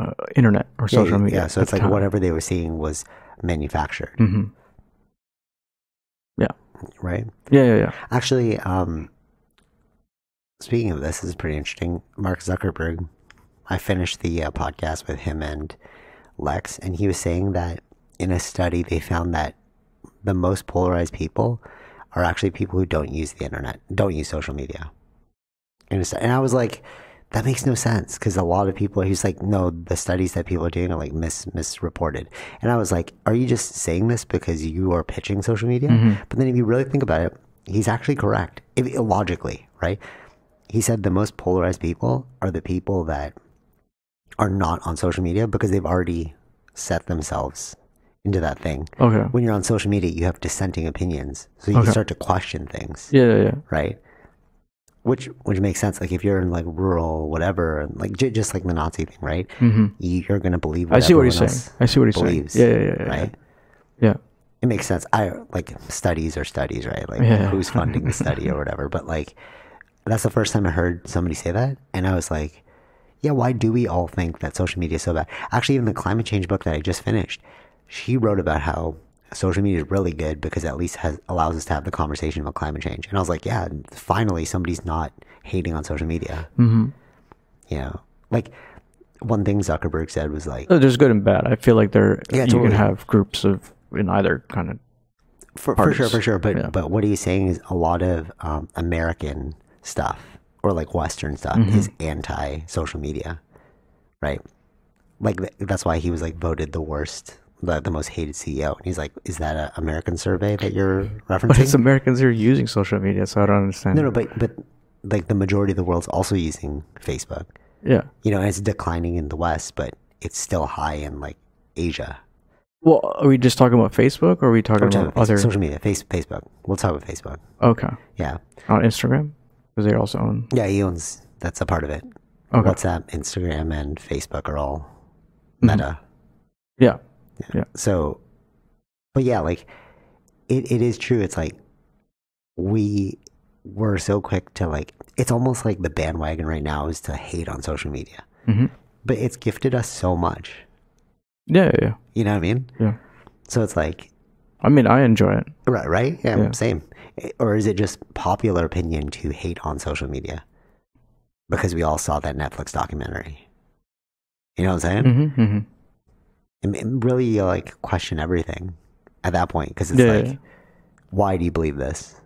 Speaker 2: uh, internet or
Speaker 1: Yeah,
Speaker 2: social media
Speaker 1: Yeah, so
Speaker 2: at
Speaker 1: it's
Speaker 2: the
Speaker 1: like
Speaker 2: time.
Speaker 1: whatever they were seeing was manufactured,
Speaker 2: Mhm.
Speaker 1: right?
Speaker 2: yeah yeah yeah
Speaker 1: Actually, um, speaking of this, this is pretty interesting. Mark Zuckerberg, I finished the uh, podcast with him and Lex, and he was saying that in a study they found that the most polarized people are actually people who don't use the internet, don't use social media. And, it's- and I was like, that makes no sense because a lot of people, he's like, no, the studies that people are doing are like mis misreported. And I was like, are you just saying this because you are pitching social media? But then if you really think about it, he's actually correct, if, logically, right? He said the most polarized people are the people that are not on social media because they've already set themselves into that thing.
Speaker 2: okay
Speaker 1: When you're on social media, you have dissenting opinions, so you
Speaker 2: Okay.
Speaker 1: can start to question things,
Speaker 2: yeah yeah yeah
Speaker 1: right? Which which makes sense. Like if you're in like rural whatever, like j- just like the Nazi thing, right?
Speaker 2: Mhm.
Speaker 1: You, you're gonna believe. What
Speaker 2: I see what
Speaker 1: everyone
Speaker 2: he's
Speaker 1: else
Speaker 2: saying. I see what he's
Speaker 1: believes,
Speaker 2: saying. Yeah, yeah, yeah, yeah,
Speaker 1: right?
Speaker 2: yeah.
Speaker 1: it makes sense. I like studies are studies, right? Like
Speaker 2: Yeah.
Speaker 1: who's funding the study or whatever. But like that's the first time I heard somebody say that, and I was like, yeah, why do we all think that social media is so bad? Actually, even the climate change book that I just finished, she wrote about how social media is really good because at least has, allows us to have the conversation about climate change. And I was like, yeah, finally somebody's not hating on social media.
Speaker 2: Mm-hmm.
Speaker 1: You know, like one thing Zuckerberg said was like,
Speaker 2: No, There's good and bad. I feel like there
Speaker 1: Yeah,
Speaker 2: you
Speaker 1: totally.
Speaker 2: can have groups of in either kind of.
Speaker 1: for, for sure,
Speaker 2: parties.
Speaker 1: for sure. But
Speaker 2: Yeah.
Speaker 1: but what he's saying is a lot of um, American stuff or like Western stuff is
Speaker 2: Mm-hmm.
Speaker 1: anti social media, right? Like th- that's why he was like voted the worst, the, the most hated CEO. And he's like, is that an American survey that you're
Speaker 2: But it's
Speaker 1: referencing?
Speaker 2: Americans who are using social media, so I don't understand.
Speaker 1: no, no, but but like the majority of the world's also using Facebook.
Speaker 2: yeah.
Speaker 1: You know, and it's declining in the West, but it's still high in like Asia.
Speaker 2: Well, are we just talking about Facebook, or are we talking
Speaker 1: We're talking
Speaker 2: about
Speaker 1: about
Speaker 2: other?
Speaker 1: face- social media, face, Facebook. We'll talk about Facebook.
Speaker 2: Okay,
Speaker 1: Yeah.
Speaker 2: on Instagram, because they also own.
Speaker 1: Yeah, he owns. That's a part of it.
Speaker 2: Okay.
Speaker 1: WhatsApp, Instagram, and Facebook are all Meta.
Speaker 2: Yeah.
Speaker 1: So, but yeah, like it, it is true. It's like we were so quick to like. It's almost like the bandwagon right now is to hate on social media,
Speaker 2: Mhm.
Speaker 1: but it's gifted us so much.
Speaker 2: Yeah. Yeah. Yeah.
Speaker 1: You know what I mean?
Speaker 2: yeah.
Speaker 1: So it's like
Speaker 2: I mean, I enjoy it.
Speaker 1: right, right, yeah,
Speaker 2: Yeah.
Speaker 1: same. Eh, Or is it just popular opinion to hate on social media because we all saw that Netflix documentary? You know what I'm saying?
Speaker 2: hmm hmm
Speaker 1: I mean, really you like question everything at that point because it's
Speaker 2: Yeah.
Speaker 1: like why do you believe this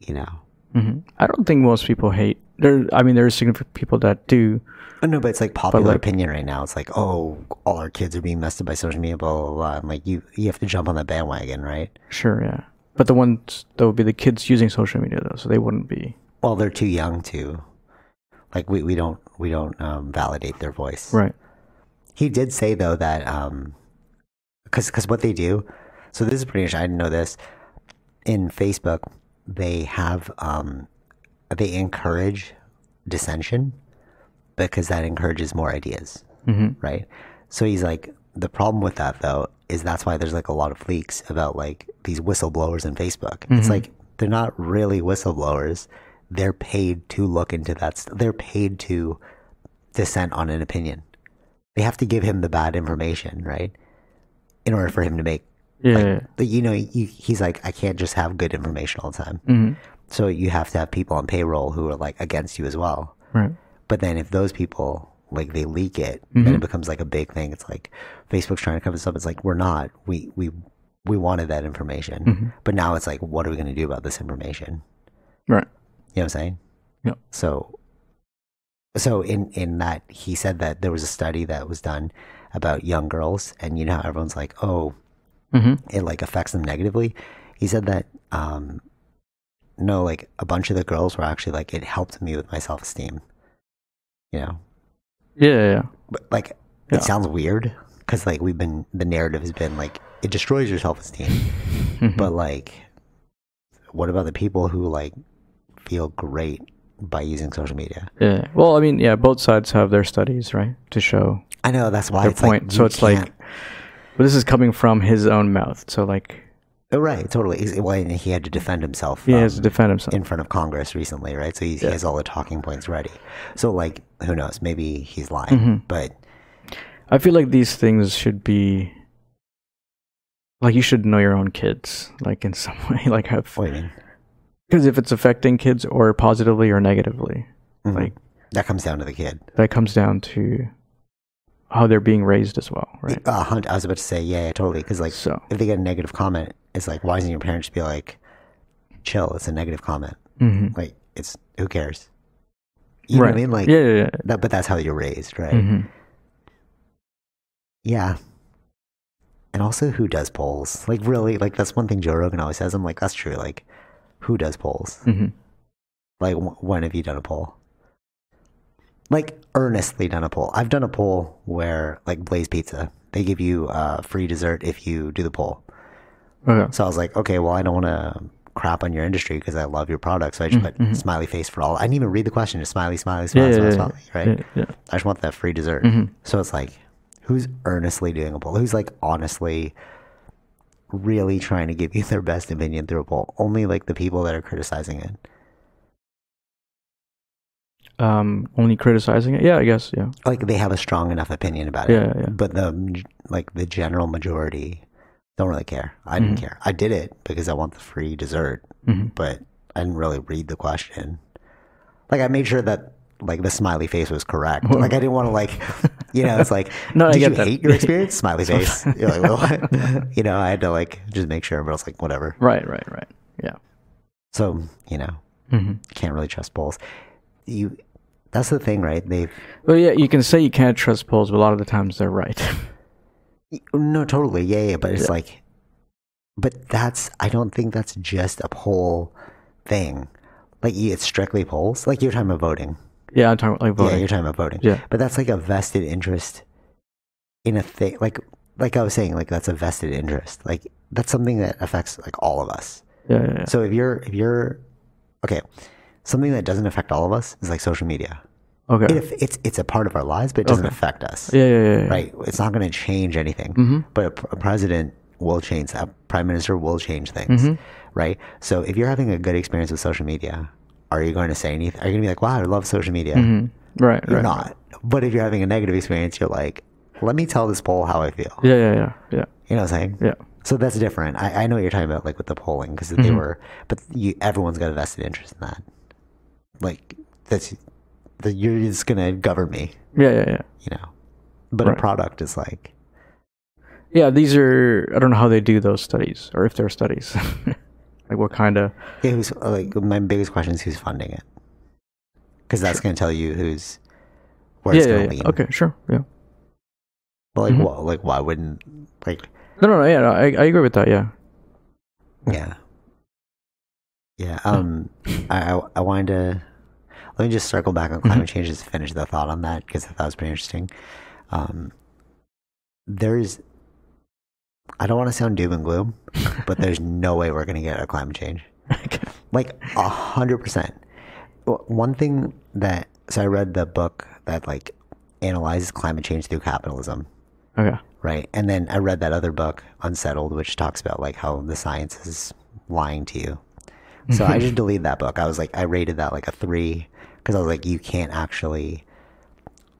Speaker 1: you know
Speaker 2: hmm I don't think most people hate. There, I mean, there are significant people that do.
Speaker 1: oh no but it's like popular
Speaker 2: like-
Speaker 1: opinion right now it's like oh all our kids are being messed up by social media blah blah blah and like you you have to jump on that bandwagon right
Speaker 2: Sure. Yeah. But the ones that would be the kids using social media, though, so they wouldn't be.
Speaker 1: well they're too young to like we, we don't we don't um, validate their voice
Speaker 2: Right.
Speaker 1: He did say though that um, because because what they do, so this is pretty much I didn't know this. In Facebook, they have um, they encourage dissension because that encourages more ideas,
Speaker 2: Mhm.
Speaker 1: right? So he's like, the problem with that though is that's why there's like a lot of leaks about like these whistleblowers in Facebook. It's like they're not really whistleblowers; they're paid to look into that. St- they're paid to dissent on an opinion they have to give him the bad information, right? In order for him to make,
Speaker 2: Yeah. yeah,
Speaker 1: but, you know, you, he's like, I can't just have good information all the time.
Speaker 2: Mhm.
Speaker 1: So you have to have people on payroll who are like against you as well.
Speaker 2: Right.
Speaker 1: But then if those people like they leak it, then it becomes like a big thing. It's like Facebook's trying to cover this up. It's like we're not. We we we wanted that information,
Speaker 2: Mm-hmm.
Speaker 1: but now it's like, what are we going to do about this information?
Speaker 2: Right.
Speaker 1: You know what I'm saying?
Speaker 2: Yeah.
Speaker 1: So, so in in that he said that there was a study that was done about young girls, and you know how everyone's like, oh,
Speaker 2: Mhm.
Speaker 1: it like affects them negatively. He said that um, no, like a bunch of the girls were actually like it helped me with my self esteem. You know,
Speaker 2: Yeah. Yeah. yeah.
Speaker 1: but like it
Speaker 2: Yeah.
Speaker 1: sounds weird because like we've been the narrative has been like it destroys your self esteem,
Speaker 2: Mm-hmm.
Speaker 1: but like, what about the people who like feel great by using social media?
Speaker 2: Yeah. Well, I mean, yeah, both sides have their studies, right, to show
Speaker 1: I know that's why
Speaker 2: their
Speaker 1: it's
Speaker 2: point.
Speaker 1: Like,
Speaker 2: so
Speaker 1: you
Speaker 2: it's like,
Speaker 1: can't-
Speaker 2: but this is coming from his own mouth. So like,
Speaker 1: Oh, right, totally. Is- Well, and he had to defend himself
Speaker 2: he
Speaker 1: um,
Speaker 2: has to defend himself.
Speaker 1: in front of Congress recently, right? So he's, he has all the talking points ready. So like, who knows? Maybe he's lying,
Speaker 2: Mm-hmm.
Speaker 1: but
Speaker 2: I feel like these things should be like you should know your own kids, like in some way, like have
Speaker 1: what do you mean?
Speaker 2: because if it's affecting kids or positively or negatively,
Speaker 1: Mhm.
Speaker 2: like
Speaker 1: That comes down to the kid.
Speaker 2: that comes down to how they're being raised as well, right?
Speaker 1: Uh, Hunt, I was about to say, yeah, yeah totally. Because like,
Speaker 2: So
Speaker 1: if they get a negative comment, it's like, why doesn't your parents be like, chill? It's a negative comment.
Speaker 2: hmm
Speaker 1: Like, it's who cares? You know
Speaker 2: right.
Speaker 1: what I mean? Like,
Speaker 2: yeah, yeah, yeah.
Speaker 1: that, but that's how you're raised, right?
Speaker 2: Mhm.
Speaker 1: Yeah. And also, who does polls? Like, really? Like, that's one thing Joe Rogan always says. I'm like, that's true. Like, who does polls?
Speaker 2: Mhm.
Speaker 1: Like, wh- when have you done a poll? Like, earnestly done a poll. I've done a poll where, like, Blaze Pizza, they give you uh, free dessert if you do the poll.
Speaker 2: Okay.
Speaker 1: So I was like, okay, well, I don't want to crap on your industry because I love your product. So I just put smiley face for all. I didn't even read the question. Just smiley, smiley, smiley,
Speaker 2: Mm, mm-hmm. Yeah,
Speaker 1: smiley,
Speaker 2: yeah,
Speaker 1: smiley, right?
Speaker 2: yeah, Mm. yeah. Mm-hmm.
Speaker 1: I just want that free dessert. So it's like, who's earnestly doing a poll? Who's like honestly really trying to give you their best opinion through a poll? Only like the people that are criticizing it.
Speaker 2: um, only criticizing it. Yeah, I guess. Yeah.
Speaker 1: Like they have a strong enough opinion about
Speaker 2: Yeah,
Speaker 1: it.
Speaker 2: yeah.
Speaker 1: But the like the general majority don't really care. I didn't
Speaker 2: Mm-hmm.
Speaker 1: care. I did it because I want the free dessert,
Speaker 2: Mhm.
Speaker 1: but I didn't really read the question. Like I made sure that like the smiley face was correct. like I didn't want to like you know, it's like
Speaker 2: No, I
Speaker 1: did
Speaker 2: get
Speaker 1: you
Speaker 2: that.
Speaker 1: hate your experience? Smiley face. You're like, well, what? you know, I had to like just make sure everyone was like, whatever.
Speaker 2: Right. Right. Right. Yeah.
Speaker 1: So, you know,
Speaker 2: hmm
Speaker 1: can't really trust polls. You that's the thing, right? They've
Speaker 2: Well, yeah, you can say you can't trust polls, but a lot of the times they're right.
Speaker 1: No, totally. Yeah, yeah. But it's like, but that's, I don't think that's just a poll thing. Like, you- it's strictly polls. Like, you're talking about voting.
Speaker 2: yeah, I'm talking about like
Speaker 1: Yeah,
Speaker 2: voting.
Speaker 1: you're talking about voting.
Speaker 2: Yeah.
Speaker 1: But that's like a vested interest in a thing. Like, like I was saying, like, that's a vested interest. Like, that's something that affects, like, all of us.
Speaker 2: Yeah, yeah, yeah.
Speaker 1: So if you're, if you're, okay, something that doesn't affect all of us is like social media.
Speaker 2: Okay.
Speaker 1: It, aff- it's, it's a part of our lives, but it doesn't affect us
Speaker 2: Yeah, yeah, yeah. Mm-hmm. yeah.
Speaker 1: right? It's not going to change anything, but a, pr- a president will change that. Prime minister will change things,
Speaker 2: Mm-hmm.
Speaker 1: right? So if you're having a good experience with social media, are you going to say anything? Are you going to be like, "Wow, I love social media"?
Speaker 2: Mm-hmm. Right,
Speaker 1: You're
Speaker 2: right.
Speaker 1: not. But if you're having a negative experience, you're like, "Let me tell this poll how I feel."
Speaker 2: Yeah, yeah, yeah, yeah,
Speaker 1: You know what I'm saying?
Speaker 2: yeah.
Speaker 1: So that's different. I, I know what you're talking about, like with the polling, because they
Speaker 2: Mm-hmm.
Speaker 1: were, but you, everyone's got a vested interest in that. Like that's, that you're just gonna govern me,
Speaker 2: Yeah, yeah, yeah.
Speaker 1: you know. But
Speaker 2: Right.
Speaker 1: a product is like,
Speaker 2: Yeah, these are I don't know how they do those studies or if there are studies. like what kind of
Speaker 1: Yeah, who's uh, like my biggest question is who's funding it? Because that's going to tell you who's where
Speaker 2: Yeah,
Speaker 1: it's
Speaker 2: yeah,
Speaker 1: going
Speaker 2: yeah.
Speaker 1: to lead.
Speaker 2: Okay, Mm-hmm. sure. Yeah.
Speaker 1: But like, wha- like why wouldn't like
Speaker 2: No, no, no. Yeah, no, I I agree with that. Yeah.
Speaker 1: yeah, yeah. Um, I I, I wanted to let me just circle back on climate change just to finish the thought on that because I thought it was pretty interesting. Um, there's I don't want to sound doom and gloom, but there's no way we're going to get out of climate change. Like a hundred percent. W- One thing that so I read the book that like analyzes climate change through capitalism,
Speaker 2: okay.
Speaker 1: right? And then I read that other book, Unsettled, which talks about like how the science is lying to you. So I just deleted that book. I was like, I rated that like a three because I was like, you can't actually,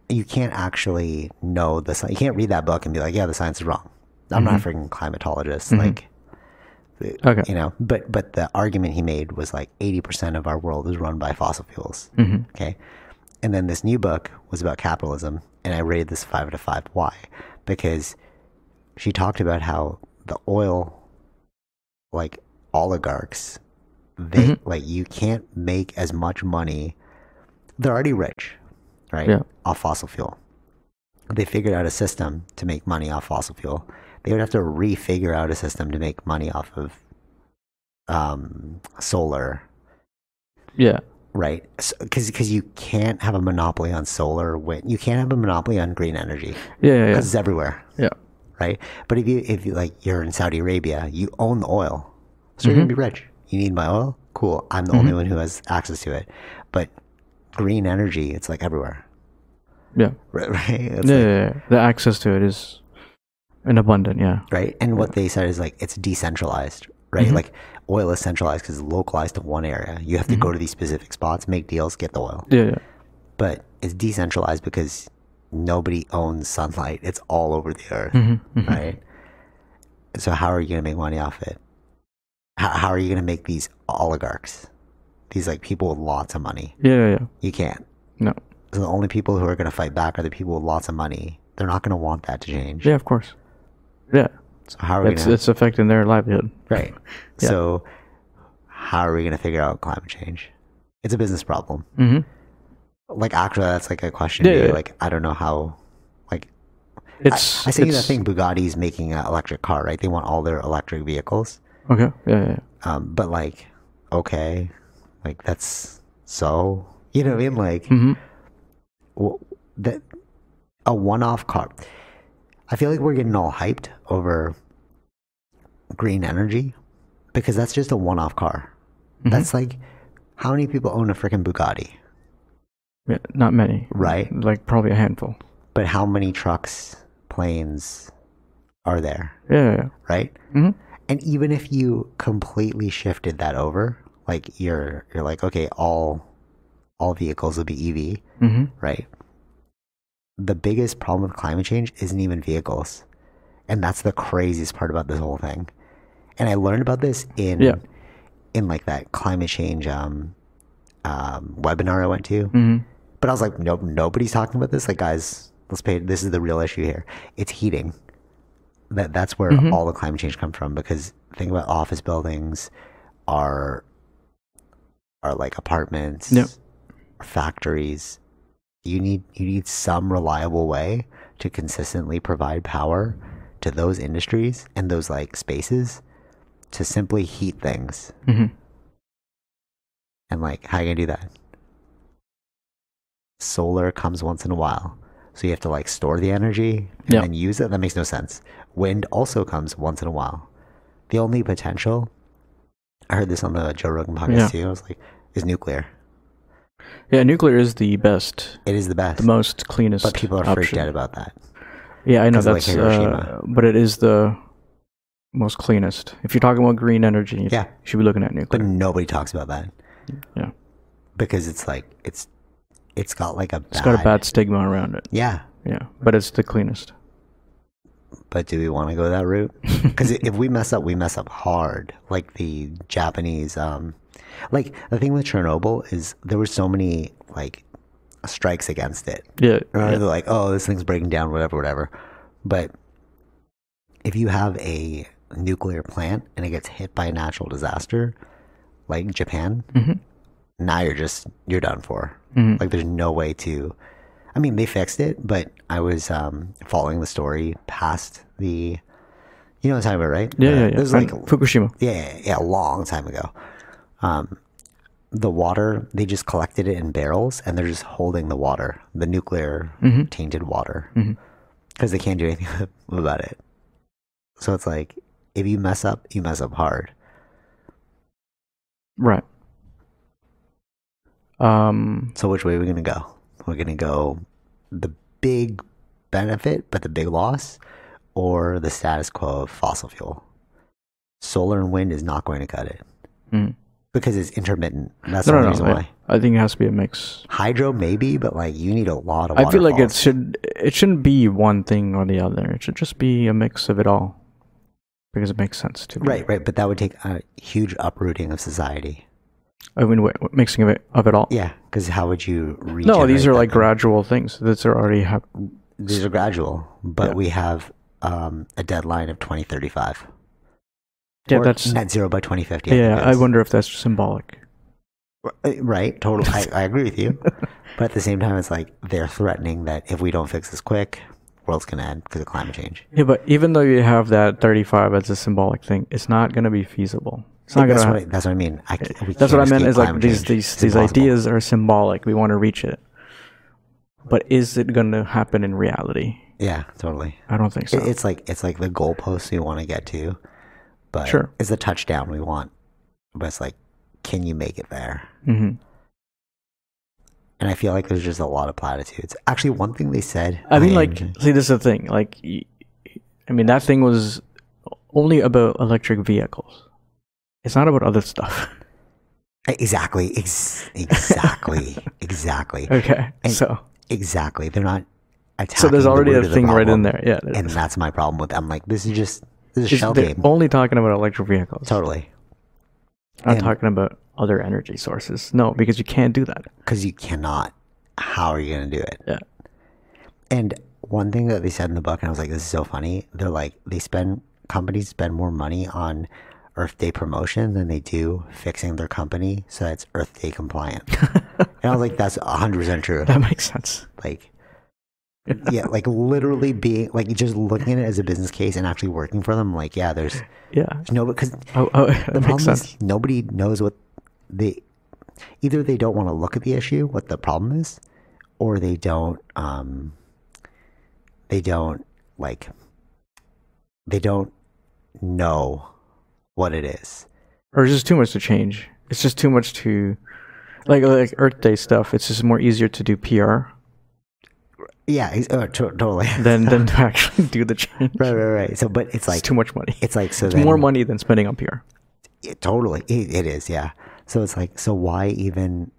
Speaker 1: you can't actually know the science. You can't read that book and be like, yeah, the science is wrong. I'm not a freaking climatologist. Like,
Speaker 2: Okay.
Speaker 1: you know but but the argument he made was like 80% of our world is run by fossil fuels
Speaker 2: Mm-hmm.
Speaker 1: okay and then this new book was about capitalism and i rated this five out of five why because she talked about how the oil like oligarchs they
Speaker 2: Mm-hmm.
Speaker 1: like you can't make as much money they're already rich right
Speaker 2: Yeah.
Speaker 1: off fossil fuel they figured out a system to make money off fossil fuel they would have to refigure out a system to make money off of um, solar,
Speaker 2: Yeah.
Speaker 1: right? Because because you can't have a monopoly on solar. Wind. You can't have a monopoly on green energy
Speaker 2: Yeah, yeah, yeah.
Speaker 1: because it's everywhere,
Speaker 2: Yeah.
Speaker 1: right? But if you if you like you're in Saudi Arabia, you own the oil, so you're
Speaker 2: Mm-hmm.
Speaker 1: gonna be rich. You need my oil, cool. I'm the only one who has access to it. But green energy, it's like everywhere,
Speaker 2: Yeah.
Speaker 1: right? right? It's
Speaker 2: Yeah,
Speaker 1: like-
Speaker 2: yeah, yeah. The access to it is in abundant, yeah. Mm-hmm.
Speaker 1: right? And what they said is like it's decentralized, right? Like oil is centralized because it's localized to one area. You have to
Speaker 2: Mm-hmm.
Speaker 1: go to these specific spots, make deals, get the oil.
Speaker 2: Yeah, yeah.
Speaker 1: but it's decentralized because nobody owns sunlight. It's all over the earth,
Speaker 2: Mm-hmm. Hmm.
Speaker 1: right? So how are you going to make money off it? How, how are you going to make these oligarchs, these like people with lots of money?
Speaker 2: Yeah, yeah, yeah.
Speaker 1: You can't.
Speaker 2: No.
Speaker 1: So the only people who are going to fight back are the people with lots of money. They're not going to want that to change.
Speaker 2: Yeah, of course. Yeah.
Speaker 1: So how are we
Speaker 2: It's
Speaker 1: going to?
Speaker 2: it's affecting their livelihood.
Speaker 1: Right. So how are we going to figure out climate change? It's a business problem.
Speaker 2: Mhm.
Speaker 1: Like actually, that's like a question.
Speaker 2: Yeah,
Speaker 1: to you.
Speaker 2: yeah.
Speaker 1: Like I don't know how. Like
Speaker 2: It's
Speaker 1: I see that
Speaker 2: it's-
Speaker 1: thing Bugatti's making an electric car, right? They want all their electric vehicles.
Speaker 2: Okay. Yeah, yeah, yeah.
Speaker 1: Um, but like, okay, like that's so you know what I mean? Like
Speaker 2: Hmm. Mm-hmm.
Speaker 1: w- that a one-off car. I feel like we're getting all hyped over green energy because that's just a one-off car. That's like how many people own a freaking Bugatti,
Speaker 2: Yeah, not many.
Speaker 1: right?
Speaker 2: Like probably a handful.
Speaker 1: But how many trucks, planes are there?
Speaker 2: Yeah, yeah, yeah.
Speaker 1: right? And even if you completely shifted that over, like you're you're like okay, all all vehicles will be EV,
Speaker 2: hmm
Speaker 1: right? The biggest problem with climate change isn't even vehicles. And that's the craziest part about this whole thing. And I learned about this in
Speaker 2: Yeah.
Speaker 1: in like that climate change um, um, webinar I went to.
Speaker 2: hmm
Speaker 1: But I was like, nope, nobody's talking about this. Like, guys, let's pay. This is the real issue here. It's heating. That that's where all the climate change come from. Because think about office buildings, our our like apartments,
Speaker 2: Yep.
Speaker 1: factories. You need you need some reliable way to consistently provide power to those industries and those like spaces to simply heat things.
Speaker 2: hmm
Speaker 1: And like, how you gonna do that? Solar comes once in a while, so you have to like store the energy and
Speaker 2: Yeah.
Speaker 1: then use it. That makes no sense. Wind also comes once in a while. The only potential, I heard this on the Joe Rogan podcast
Speaker 2: Yeah.
Speaker 1: too. I was like, is nuclear.
Speaker 2: Yeah, nuclear is the best,
Speaker 1: It is the best,
Speaker 2: the most cleanest.
Speaker 1: but people are freaked
Speaker 2: option.
Speaker 1: out about that.
Speaker 2: Yeah, I know
Speaker 1: 'Cause of, like,
Speaker 2: that's, uh,
Speaker 1: Hiroshima.
Speaker 2: but it is the most cleanest. If you're talking about green energy, you
Speaker 1: Yeah.
Speaker 2: should be looking at
Speaker 1: But
Speaker 2: nuclear.
Speaker 1: nobody talks about that
Speaker 2: yeah,
Speaker 1: because it's like it's it's got like a bad,
Speaker 2: it's got a bad stigma around it.
Speaker 1: yeah.
Speaker 2: Yeah, but it's the cleanest.
Speaker 1: But do we want to go that route? Because if we mess up, we mess up hard. Like the Japanese, um, like the thing with Chernobyl is there were so many like strikes against it.
Speaker 2: Yeah,
Speaker 1: Remember,
Speaker 2: yeah.
Speaker 1: they're like, oh, this thing's breaking down, whatever, whatever. But if you have a nuclear plant and it gets hit by a natural disaster, like Japan,
Speaker 2: Mm-hmm.
Speaker 1: now you're just you're done for. Like there's no way to. I mean, they fixed it, but I was um, following the story past the. You know what I'm talking about, right?
Speaker 2: yeah,
Speaker 1: Uh,
Speaker 2: yeah, yeah.
Speaker 1: There's
Speaker 2: And
Speaker 1: like
Speaker 2: Fukushima.
Speaker 1: yeah, yeah, yeah, a long time ago. Um, the water they just collected it in barrels and they're just holding the water, the nuclear
Speaker 2: Mm-hmm.
Speaker 1: tainted water, because they can't do anything about it. So it's like if you mess up, you mess up hard.
Speaker 2: Right. Um.
Speaker 1: So which way are we gonna go? We're gonna go the big benefit but the big loss, or the status quo of fossil fuel. Solar and wind is not going to cut it
Speaker 2: mm.
Speaker 1: because it's intermittent. That's the
Speaker 2: No,
Speaker 1: only
Speaker 2: no,
Speaker 1: reason
Speaker 2: no.
Speaker 1: why.
Speaker 2: I, I think it has to be a mix.
Speaker 1: Hydro maybe, but like you need a lot of.
Speaker 2: I feel like it
Speaker 1: waterfalls.
Speaker 2: should. It shouldn't be one thing or the other. It should just be a mix of it all, because it makes sense to. me.
Speaker 1: right, right, but that would take a huge uprooting of society.
Speaker 2: I mean, wait, mixing of it of it all.
Speaker 1: Yeah, because how would you?
Speaker 2: No,
Speaker 1: regenerate
Speaker 2: these are
Speaker 1: that
Speaker 2: like
Speaker 1: thing?
Speaker 2: gradual things that are already happening.
Speaker 1: these are gradual, but we have um, a deadline of twenty thirty five.
Speaker 2: Yeah, that's
Speaker 1: net zero by twenty fifty.
Speaker 2: yeah. I wonder if that's symbolic.
Speaker 1: Uh, Right, totally. I, I agree with you. But at the same time, it's like they're threatening that if we don't fix this quick, world's gonna end because of climate change.
Speaker 2: Yeah, but even though you have that 35 as a symbolic thing, it's not going to be feasible. It's not going
Speaker 1: that's,
Speaker 2: to.
Speaker 1: what I, that's what I mean. I, ca- we
Speaker 2: That's what I
Speaker 1: can't
Speaker 2: meant.
Speaker 1: escape
Speaker 2: Is like
Speaker 1: climate
Speaker 2: these
Speaker 1: change.
Speaker 2: these
Speaker 1: It's
Speaker 2: these
Speaker 1: impossible.
Speaker 2: ideas are symbolic. We want to reach it, but is it going to happen in reality?
Speaker 1: Yeah, totally.
Speaker 2: I don't think so.
Speaker 1: It, it's like it's like the goalposts we want to get to, but
Speaker 2: Sure.
Speaker 1: it's the touchdown we want. But it's like, can you make it there?
Speaker 2: hmm
Speaker 1: And I feel like there's just a lot of platitudes. Actually, one thing they said.
Speaker 2: I mean, like,
Speaker 1: enjoy-
Speaker 2: see, this is the thing. Like, y- I mean, that thing was only about electric vehicles. It's not about other stuff.
Speaker 1: exactly, ex- exactly, exactly,
Speaker 2: okay,
Speaker 1: And-
Speaker 2: so
Speaker 1: exactly. They're not. Attacking
Speaker 2: so there's
Speaker 1: the
Speaker 2: already
Speaker 1: root
Speaker 2: a
Speaker 1: of the
Speaker 2: thing right in
Speaker 1: problem.
Speaker 2: there. Yeah, there
Speaker 1: and
Speaker 2: is.
Speaker 1: that's my problem with. I'm like, this is just this is
Speaker 2: It's-
Speaker 1: shell
Speaker 2: they're
Speaker 1: game.
Speaker 2: only talking about electric vehicles.
Speaker 1: Totally,
Speaker 2: Not
Speaker 1: and-
Speaker 2: talking about other energy sources. No, because you can't do that.
Speaker 1: because you cannot. How are you going to do it?
Speaker 2: Yeah.
Speaker 1: And one thing that they said in the book, and I was like, this is so funny. They're like, they spend companies spend more money on Earth Day promotion than they do fixing their company so that's Earth Day compliant. and I was like, that's hundred percent true.
Speaker 2: That makes sense.
Speaker 1: Like. yeah, like literally being like just looking at it as a business case and actually working for them. Like, yeah, there's
Speaker 2: Yeah.
Speaker 1: no because
Speaker 2: Oh, oh
Speaker 1: the
Speaker 2: that makes
Speaker 1: problem
Speaker 2: sense.
Speaker 1: is nobody knows what they either they don't want to look at the issue what the problem is or they don't um they don't like they don't know what it is
Speaker 2: or it's just too much to change. It's just too much to like like Earth Day stuff. It's just more easier to do PR
Speaker 1: yeah ex- uh, to- totally
Speaker 2: than than to actually do the change.
Speaker 1: right right right so but it's
Speaker 2: It's
Speaker 1: like
Speaker 2: too much money.
Speaker 1: it's like so
Speaker 2: It's
Speaker 1: then,
Speaker 2: more money than spending on PR.
Speaker 1: Yeah, totally it, it is yeah so it's like so why even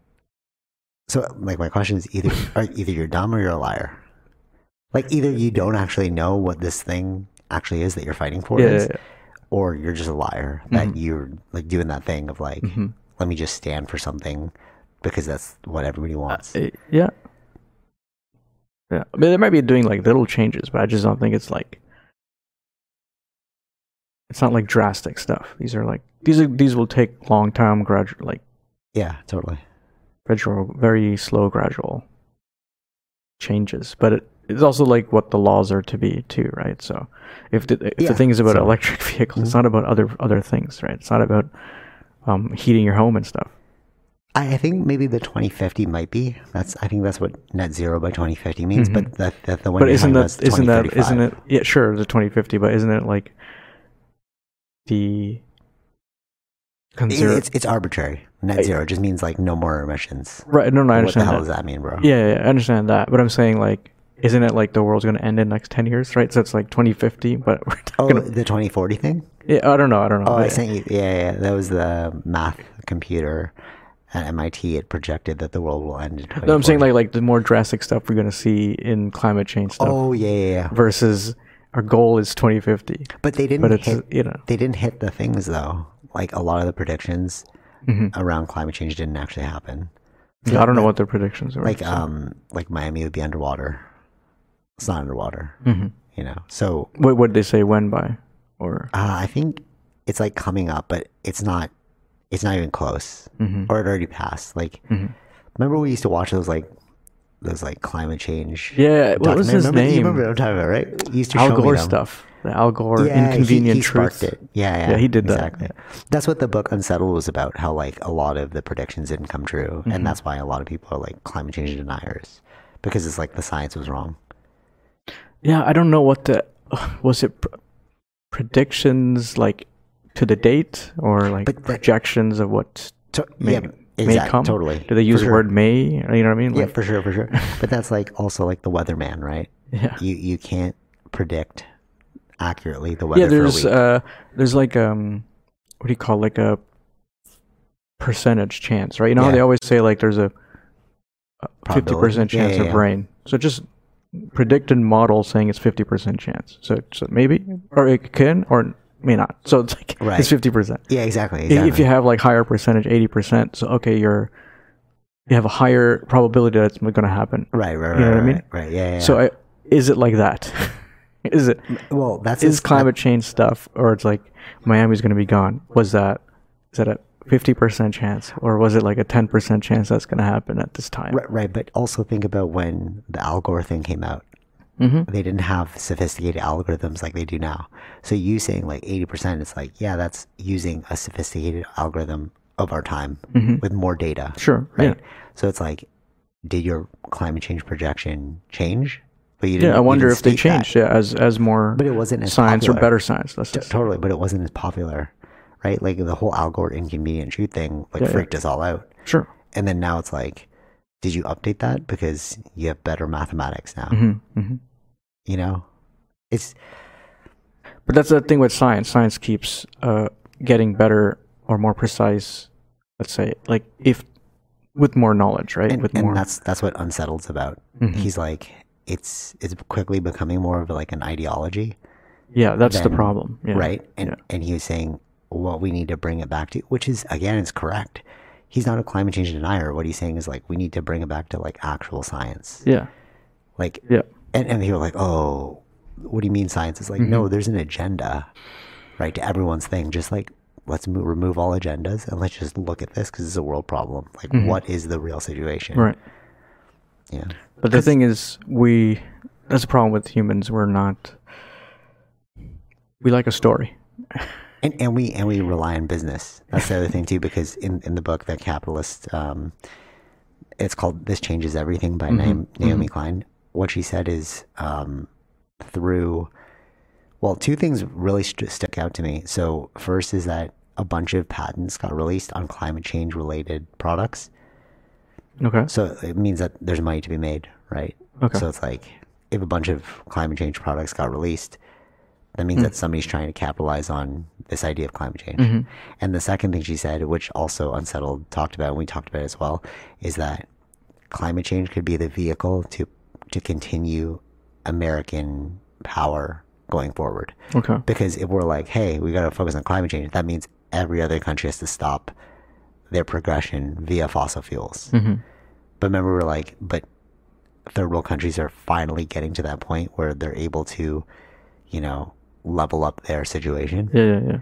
Speaker 1: so like my question is either are either you're dumb or you're a liar. Like either you don't actually know what this thing actually is that you're fighting for
Speaker 2: Yeah, Mm-hmm.
Speaker 1: is,
Speaker 2: yeah, yeah.
Speaker 1: or you're just a liar that you're like doing that thing of like
Speaker 2: Mm-hmm.
Speaker 1: let me just stand for something because that's what everybody wants.
Speaker 2: Eh, yeah. Yeah. I mean, they might be doing like little changes, but I just don't think it's like it's not like drastic stuff. These are like these are these will take long time, gradual, like
Speaker 1: yeah, totally.
Speaker 2: gradual, very slow, gradual changes. But it, it's also like what the laws are to be too, right? So if the, if
Speaker 1: Yeah,
Speaker 2: the thing is about
Speaker 1: so- Mm-hmm.
Speaker 2: electric vehicles, it's not about other other things, right? It's not about um, heating your home and stuff.
Speaker 1: I, I think maybe the 2050 might be. That's I think that's what net zero by 2050 means. But that, that the one.
Speaker 2: Mm-hmm. but
Speaker 1: you're talking
Speaker 2: isn't that
Speaker 1: about is
Speaker 2: isn't that
Speaker 1: 2035.
Speaker 2: isn't it yeah sure the 2050 but isn't it like the
Speaker 1: It-
Speaker 2: consider
Speaker 1: It's it's arbitrary. Net zero just means like no more emissions.
Speaker 2: right no no I
Speaker 1: What the
Speaker 2: understand
Speaker 1: hell
Speaker 2: that.
Speaker 1: does that mean, bro?
Speaker 2: yeah, yeah yeah, I understand that but I'm saying like isn't it like the world's gonna end in next 10 years right so it's like 2050 but we're
Speaker 1: Oh,
Speaker 2: talking
Speaker 1: the 2040 thing.
Speaker 2: yeah I don't know I don't know
Speaker 1: Oh,
Speaker 2: I,
Speaker 1: I sent you. Yeah, yeah, that was the math computer at MIT. It projected that the world will end. In
Speaker 2: no I'm saying
Speaker 1: 2040.
Speaker 2: like like the more drastic stuff we're gonna see in climate change stuff
Speaker 1: Oh yeah, yeah, yeah.
Speaker 2: versus our goal is 2050
Speaker 1: But they didn't.
Speaker 2: but it's
Speaker 1: hit,
Speaker 2: you know
Speaker 1: they didn't hit the things though. Like a lot of the predictions
Speaker 2: Mm-hmm.
Speaker 1: around climate change didn't actually happen.
Speaker 2: I don't know what their predictions were
Speaker 1: Like um, like Miami would be underwater. It's not underwater.
Speaker 2: Mm-hmm.
Speaker 1: You know. So
Speaker 2: what would they say when by or
Speaker 1: uh, I think it's like coming up, but it's not. It's not even close,
Speaker 2: Mm-hmm.
Speaker 1: or it already passed. Like, remember we used to watch those like those like climate change.
Speaker 2: yeah what was
Speaker 1: document-
Speaker 2: his
Speaker 1: remember, You
Speaker 2: name
Speaker 1: remember what I'm talking about, right? You used to show
Speaker 2: Al
Speaker 1: me
Speaker 2: Gore
Speaker 1: them.
Speaker 2: stuff. The Al Gore
Speaker 1: Yeah, he-
Speaker 2: inconvenient
Speaker 1: he
Speaker 2: truth.
Speaker 1: sparked it. Yeah, yeah,
Speaker 2: Yeah, he did that,
Speaker 1: exactly. That's what the book Unsettled was about. How like a lot of the predictions didn't come true,
Speaker 2: Mm-hmm.
Speaker 1: and that's why a lot of people are like climate change deniers because it's like the science was wrong.
Speaker 2: Yeah, I don't know what the was it pr- predictions like to the date or like
Speaker 1: But that-
Speaker 2: projections of what
Speaker 1: To-
Speaker 2: may,
Speaker 1: yeah,
Speaker 2: may
Speaker 1: exactly,
Speaker 2: come.
Speaker 1: totally.
Speaker 2: Do they use the word may? You know what I mean?
Speaker 1: Yeah,
Speaker 2: Like,
Speaker 1: for sure, for sure. But that's like also like the weatherman, right?
Speaker 2: yeah.
Speaker 1: You you can't predict accurately the weather.
Speaker 2: Yeah,
Speaker 1: for a
Speaker 2: there's
Speaker 1: week.
Speaker 2: uh there's like um what do you call like a percentage chance, right? You know how
Speaker 1: Yeah.
Speaker 2: they always say like there's a fifty percent
Speaker 1: Probability. Yeah,
Speaker 2: chance
Speaker 1: yeah,
Speaker 2: of
Speaker 1: yeah.
Speaker 2: rain. So just predict and model saying it's fifty percent chance. So, so maybe or it can or may not. So it's like
Speaker 1: Right.
Speaker 2: it's fifty percent.
Speaker 1: Yeah, exactly. exactly.
Speaker 2: If you have like higher percentage, eighty percent, so okay, you're you have a higher probability that it's going to happen.
Speaker 1: right, right, right,
Speaker 2: know what I
Speaker 1: right,
Speaker 2: mean?
Speaker 1: right, right. Yeah, yeah.
Speaker 2: So I, is it like that? is it
Speaker 1: yeah. well, that's
Speaker 2: is
Speaker 1: his-
Speaker 2: climate change stuff or it's like Miami's going to be gone? Was that is that a 50% chance or was it like a 10% chance that's going to happen at this time?
Speaker 1: Right, right, but also think about when the Al Gore thing came out.
Speaker 2: Mm-hmm.
Speaker 1: They didn't have sophisticated algorithms like they do now. So you saying like eighty percent, it's like yeah, that's using a sophisticated algorithm of our time
Speaker 2: Mm-hmm.
Speaker 1: with more data.
Speaker 2: Sure.
Speaker 1: Right.
Speaker 2: Yeah.
Speaker 1: So it's like, did your climate change projection change? But you didn't.
Speaker 2: Yeah, I
Speaker 1: you
Speaker 2: wonder
Speaker 1: didn't
Speaker 2: if they
Speaker 1: state that.
Speaker 2: changed yeah, as as more
Speaker 1: But it wasn't as
Speaker 2: science or
Speaker 1: popular.
Speaker 2: better science. Let's just,
Speaker 1: Totally, but it wasn't as popular, right? Like the whole Al Gore inconvenient truth thing like
Speaker 2: Yeah, yeah.
Speaker 1: freaked us all out.
Speaker 2: sure.
Speaker 1: And then now it's like, did you update that because you have better mathematics now?
Speaker 2: mhm.
Speaker 1: You know, it's
Speaker 2: But that's the thing with science. Science keeps uh, getting better or more precise. Let's say, like if with more knowledge, right?
Speaker 1: and,
Speaker 2: with
Speaker 1: and
Speaker 2: more, Mm-hmm.
Speaker 1: that's that's what unsettled's about. He's like, it's it's quickly becoming more of like an ideology,
Speaker 2: yeah, that's the problem, yeah.
Speaker 1: right? And and he was saying what we need to bring it back to, which is again, is correct. He's not a climate change denier. What he's saying is like we need to bring it back to like actual science,
Speaker 2: Yeah,
Speaker 1: like
Speaker 2: yeah,
Speaker 1: And, and people are like, oh, what do you mean science? It's like,
Speaker 2: Mm-hmm.
Speaker 1: no, there's an agenda, right, to everyone's thing. Just like, let's mo- remove all agendas and let's just look at this because it's a world problem. Like, what is the real situation?
Speaker 2: Mm-hmm. right.
Speaker 1: Yeah.
Speaker 2: But the thing is, we that's the problem with humans. We're not. We like a story.
Speaker 1: And, and we and we rely on business. That's the other thing too, because in, in the book, the capitalist, um, it's called "This Changes Everything" by Naomi, Naomi Klein. What she said is um, through, well, two things really st- stuck out to me. So first is that a bunch of patents got released on climate change related products.
Speaker 2: Okay.
Speaker 1: So it means that there's money to be made, right?
Speaker 2: Okay.
Speaker 1: So it's like if a bunch of climate change products got released, that means that somebody's trying to capitalize on this idea of climate change. And the second thing she said, which also Unsettled talked about, and we talked about it as well, is that climate change could be the vehicle to to continue American power going forward.
Speaker 2: Okay.
Speaker 1: Because if we're like, hey, we got to focus on climate change, that means every other country has to stop their progression via fossil fuels.
Speaker 2: Mhm.
Speaker 1: But remember, we're like, but third world countries are finally getting to that point where they're able to, you know, level up their situation.
Speaker 2: Yeah, yeah, yeah.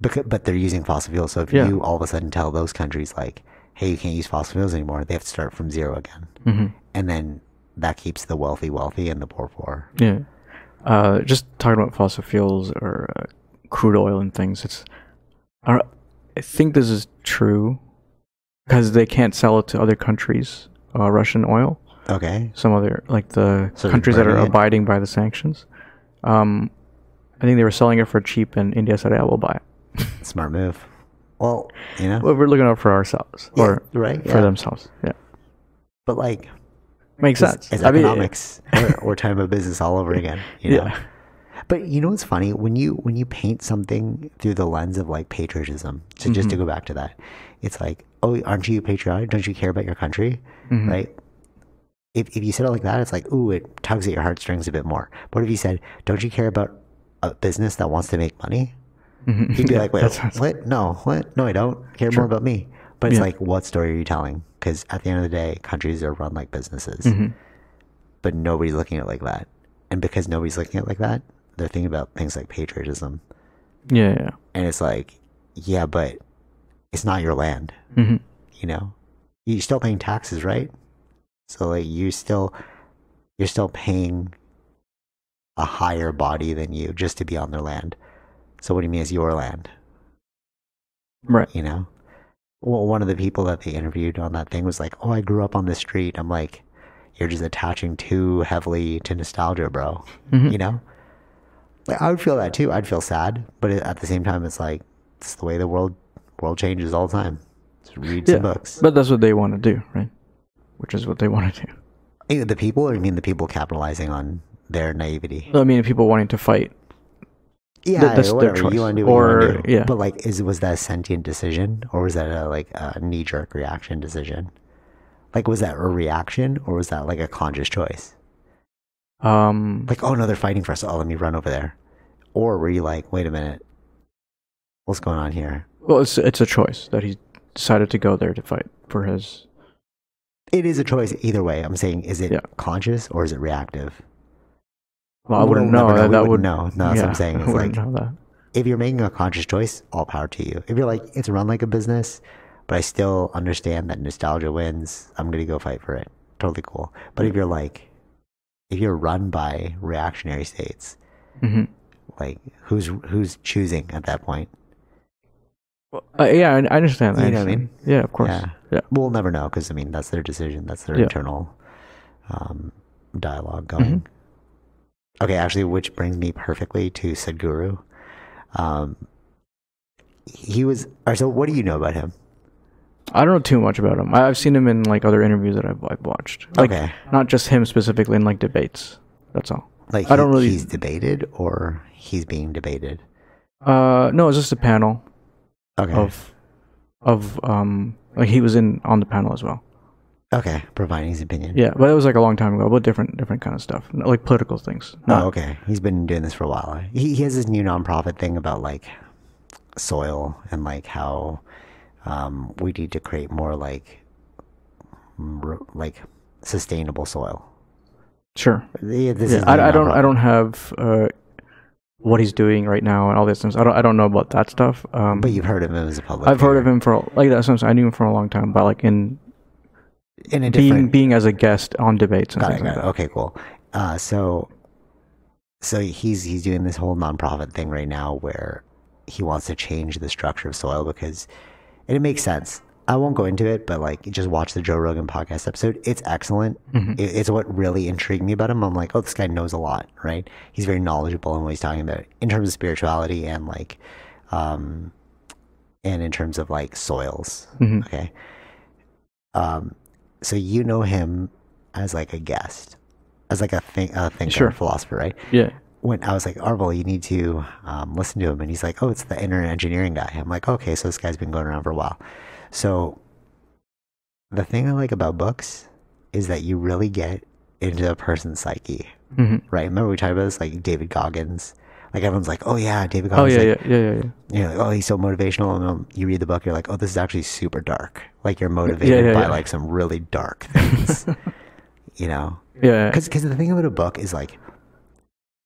Speaker 1: Because, but they're using fossil fuels. So if
Speaker 2: Yeah.
Speaker 1: you all of a sudden tell those countries, like, hey, you can't use fossil fuels anymore, they have to start from zero again.
Speaker 2: hmm
Speaker 1: And then that keeps the wealthy wealthy and the poor poor.
Speaker 2: Yeah. Uh, just talking about fossil fuels or uh, crude oil and things. It's, I I think this is true because they can't sell it to other countries. Uh, Russian oil,
Speaker 1: Okay.
Speaker 2: some other like the
Speaker 1: So they're
Speaker 2: countries that are
Speaker 1: burning it?
Speaker 2: abiding by the sanctions. Um, I think they were selling it for cheap, and India said, "Yeah, we'll buy it."
Speaker 1: Smart move. Well, you know,
Speaker 2: Well, we're looking out for ourselves
Speaker 1: Yeah,
Speaker 2: or
Speaker 1: right,
Speaker 2: for
Speaker 1: yeah.
Speaker 2: themselves. Yeah,
Speaker 1: but like,
Speaker 2: makes
Speaker 1: it's,
Speaker 2: sense.
Speaker 1: it's
Speaker 2: I mean,
Speaker 1: economics. we're, we're talking about business all over again. You know?
Speaker 2: Yeah.
Speaker 1: But you know what's funny when you when you paint something through the lens of like patriotism. So just
Speaker 2: Mm-hmm.
Speaker 1: to go back to that, it's like, oh, aren't you patriotic? Don't you care about your country?
Speaker 2: Mm-hmm.
Speaker 1: Right. If if you said it like that, it's like, ooh, it tugs at your heartstrings a bit more. But if you said, don't you care about a business that wants to make money? You'd be like, wait,
Speaker 2: Mm-hmm. that sounds-
Speaker 1: what? No, what? No, I don't care more about me. But it's
Speaker 2: Yeah.
Speaker 1: like, what story are you telling? Because at the end of the day, countries are run like businesses
Speaker 2: Mhm.
Speaker 1: but nobody's looking at it like that. And because nobody's looking at it like that, they're thinking about things like patriotism.
Speaker 2: yeah, yeah.
Speaker 1: And it's like, yeah, but it's not your land,
Speaker 2: Mhm.
Speaker 1: you know? You're still paying taxes, right? So like you still you're still paying a higher body than you just to be on their land. So what do you mean it's your land?
Speaker 2: right.
Speaker 1: you know well, one of the people that they interviewed on that thing was like oh i grew up on the street i'm like you're just attaching too heavily to nostalgia bro you know like i would feel that too i'd feel sad but it, at the same time it's like it's the way the world world changes all the time just read some
Speaker 2: Yeah.
Speaker 1: books
Speaker 2: But that's what they want to do, right? Which is what they want to do.
Speaker 1: You know, the people or you mean the people capitalizing on their naivety
Speaker 2: I mean, people wanting to fight.
Speaker 1: yeah
Speaker 2: that's their
Speaker 1: whatever
Speaker 2: choice.
Speaker 1: you want to do what you wanna
Speaker 2: Or-
Speaker 1: do.
Speaker 2: yeah.
Speaker 1: but like is was that a sentient decision or was that a like a knee-jerk reaction decision like was that a reaction or was that like a conscious choice
Speaker 2: Um,
Speaker 1: like, oh no, they're fighting for us. Oh, let me run over there. Or were you like, wait a minute, what's going on here?
Speaker 2: well, it's it's a choice that he decided to go there to fight for his.
Speaker 1: It is a choice either way. I'm saying, is it
Speaker 2: Yeah.
Speaker 1: conscious or is it reactive?
Speaker 2: Well, I
Speaker 1: We'll
Speaker 2: wouldn't know.
Speaker 1: never know.
Speaker 2: That,
Speaker 1: We
Speaker 2: that
Speaker 1: wouldn't
Speaker 2: would
Speaker 1: know. No, that's what I'm saying.
Speaker 2: I
Speaker 1: It's
Speaker 2: wouldn't
Speaker 1: like-
Speaker 2: know that.
Speaker 1: If you're making a conscious choice, all power to you. If you're like, it's run like a business, but I still understand that nostalgia wins, I'm going to go fight for it. Totally cool. But if you're like, if you're run by reactionary states,
Speaker 2: Mhm.
Speaker 1: like who's who's choosing at that point?
Speaker 2: Uh, yeah, I, I understand that.
Speaker 1: You know what I
Speaker 2: understand. Yeah, of course.
Speaker 1: Yeah.
Speaker 2: yeah.
Speaker 1: we'll never know because I mean that's their decision. That's their
Speaker 2: Yeah. Mm-hmm.
Speaker 1: internal um, dialogue going. Okay, actually, which brings me perfectly to Sadhguru. Um, he was. Or so, what do you know about him?
Speaker 2: I don't know too much about him. I, I've seen him in like other interviews that I've, I've watched. Like,
Speaker 1: Okay.
Speaker 2: Not just him specifically in like debates. That's all.
Speaker 1: Like,
Speaker 2: I don't really-
Speaker 1: He's debated, or he's being debated.
Speaker 2: Uh, no, it's just a panel
Speaker 1: Okay.
Speaker 2: of, of um, like he was in on the panel as well.
Speaker 1: Okay. Providing his opinion.
Speaker 2: Yeah, but it was like a long time ago. But different, different kind of stuff, like political things. Not,
Speaker 1: Oh, okay. He's been doing this for a while. He, he has this new nonprofit thing about like soil and like how um, we need to create more like r- like sustainable soil.
Speaker 2: Sure.
Speaker 1: Yeah, this
Speaker 2: Yeah,
Speaker 1: is new
Speaker 2: I, I don't. I
Speaker 1: nonprofit.
Speaker 2: don't have uh, what he's doing right now and all these things. I don't. I don't know about that stuff. Um,
Speaker 1: But you've heard of him as a public.
Speaker 2: I've heard of him for like that's what I'm saying. I knew him for a long time, but like in
Speaker 1: in a
Speaker 2: being
Speaker 1: different.
Speaker 2: being as a guest on debates and
Speaker 1: Got it,
Speaker 2: things like
Speaker 1: got it.
Speaker 2: that.
Speaker 1: Okay, cool. Uh, so, so he's he's doing this whole nonprofit thing right now where he wants to change the structure of soil because and it makes sense. I won't go into it, but like just watch the Joe Rogan podcast episode. It's excellent.
Speaker 2: Mm-hmm.
Speaker 1: It- it's what really intrigued me about him. I'm like, oh, this guy knows a lot, right? He's very knowledgeable in what he's talking about in terms of spirituality and like, um, and in terms of like soils.
Speaker 2: Mm-hmm.
Speaker 1: Okay. Um, so you know him as like a guest, as like a think a thinker,
Speaker 2: Sure.
Speaker 1: philosopher, right?
Speaker 2: Yeah.
Speaker 1: When I was like, Arvel, you need to um, listen to him, and he's like, oh, it's the inner engineering guy. I'm like, okay, so this guy's been going around for a while. So the thing I like about books is that you really get into a person's psyche,
Speaker 2: Mhm.
Speaker 1: right? Remember we talked about this, like David Goggins. Like everyone's like, oh yeah, David
Speaker 2: Oh
Speaker 1: Goggins.
Speaker 2: yeah,
Speaker 1: like,
Speaker 2: yeah, yeah, yeah, yeah.
Speaker 1: you know, like, oh, he's so motivational. And um, you read the book, you're like, oh, this is actually super dark. Like you're motivated
Speaker 2: yeah,
Speaker 1: by
Speaker 2: yeah.
Speaker 1: like some really dark things, you know?
Speaker 2: Yeah,
Speaker 1: Because the thing about a book is like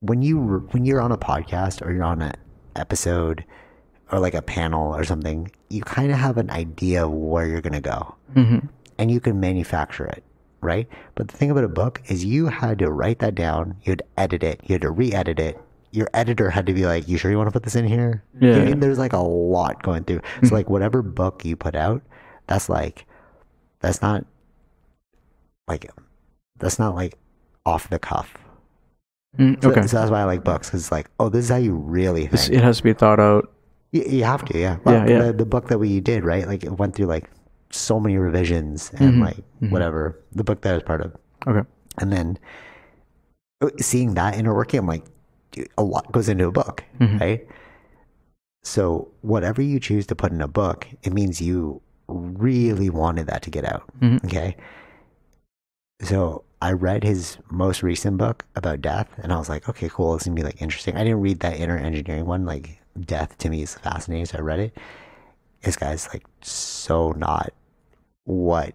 Speaker 1: when you re- when you're on a podcast or you're on an episode or like a panel or something, you kind of have an idea of where you're gonna go,
Speaker 2: Mhm.
Speaker 1: and you can manufacture it, right? But the thing about a book is you had to write that down, you had to edit it, you had to re-edit it. Your editor had to be like, "You sure you want to put this in here?" You know what I
Speaker 2: Yeah. Mm-hmm.
Speaker 1: mean? there's like a lot going through. So like whatever book you put out, that's like that's not like that's not like off the cuff.
Speaker 2: Mm,
Speaker 1: So,
Speaker 2: okay.
Speaker 1: so that's why I like books because it's like, oh, this is how you really
Speaker 2: It's-
Speaker 1: think.
Speaker 2: it has to be thought out.
Speaker 1: You, you have to, yeah. Well,
Speaker 2: Yeah, yeah.
Speaker 1: The, the book that we did, right? Like it went through like so many revisions and like whatever the book that I was part of,
Speaker 2: Okay.
Speaker 1: and then uh, seeing that in a working, I'm like, dude, a lot goes into a book, right? So whatever you choose to put in a book, it means you really wanted that to get out. Okay. So I read his most recent book about death, and I was like, okay, cool. It's gonna be like interesting. I didn't read that inner engineering one. Like death to me is fascinating, so I read it. This guy's like so not what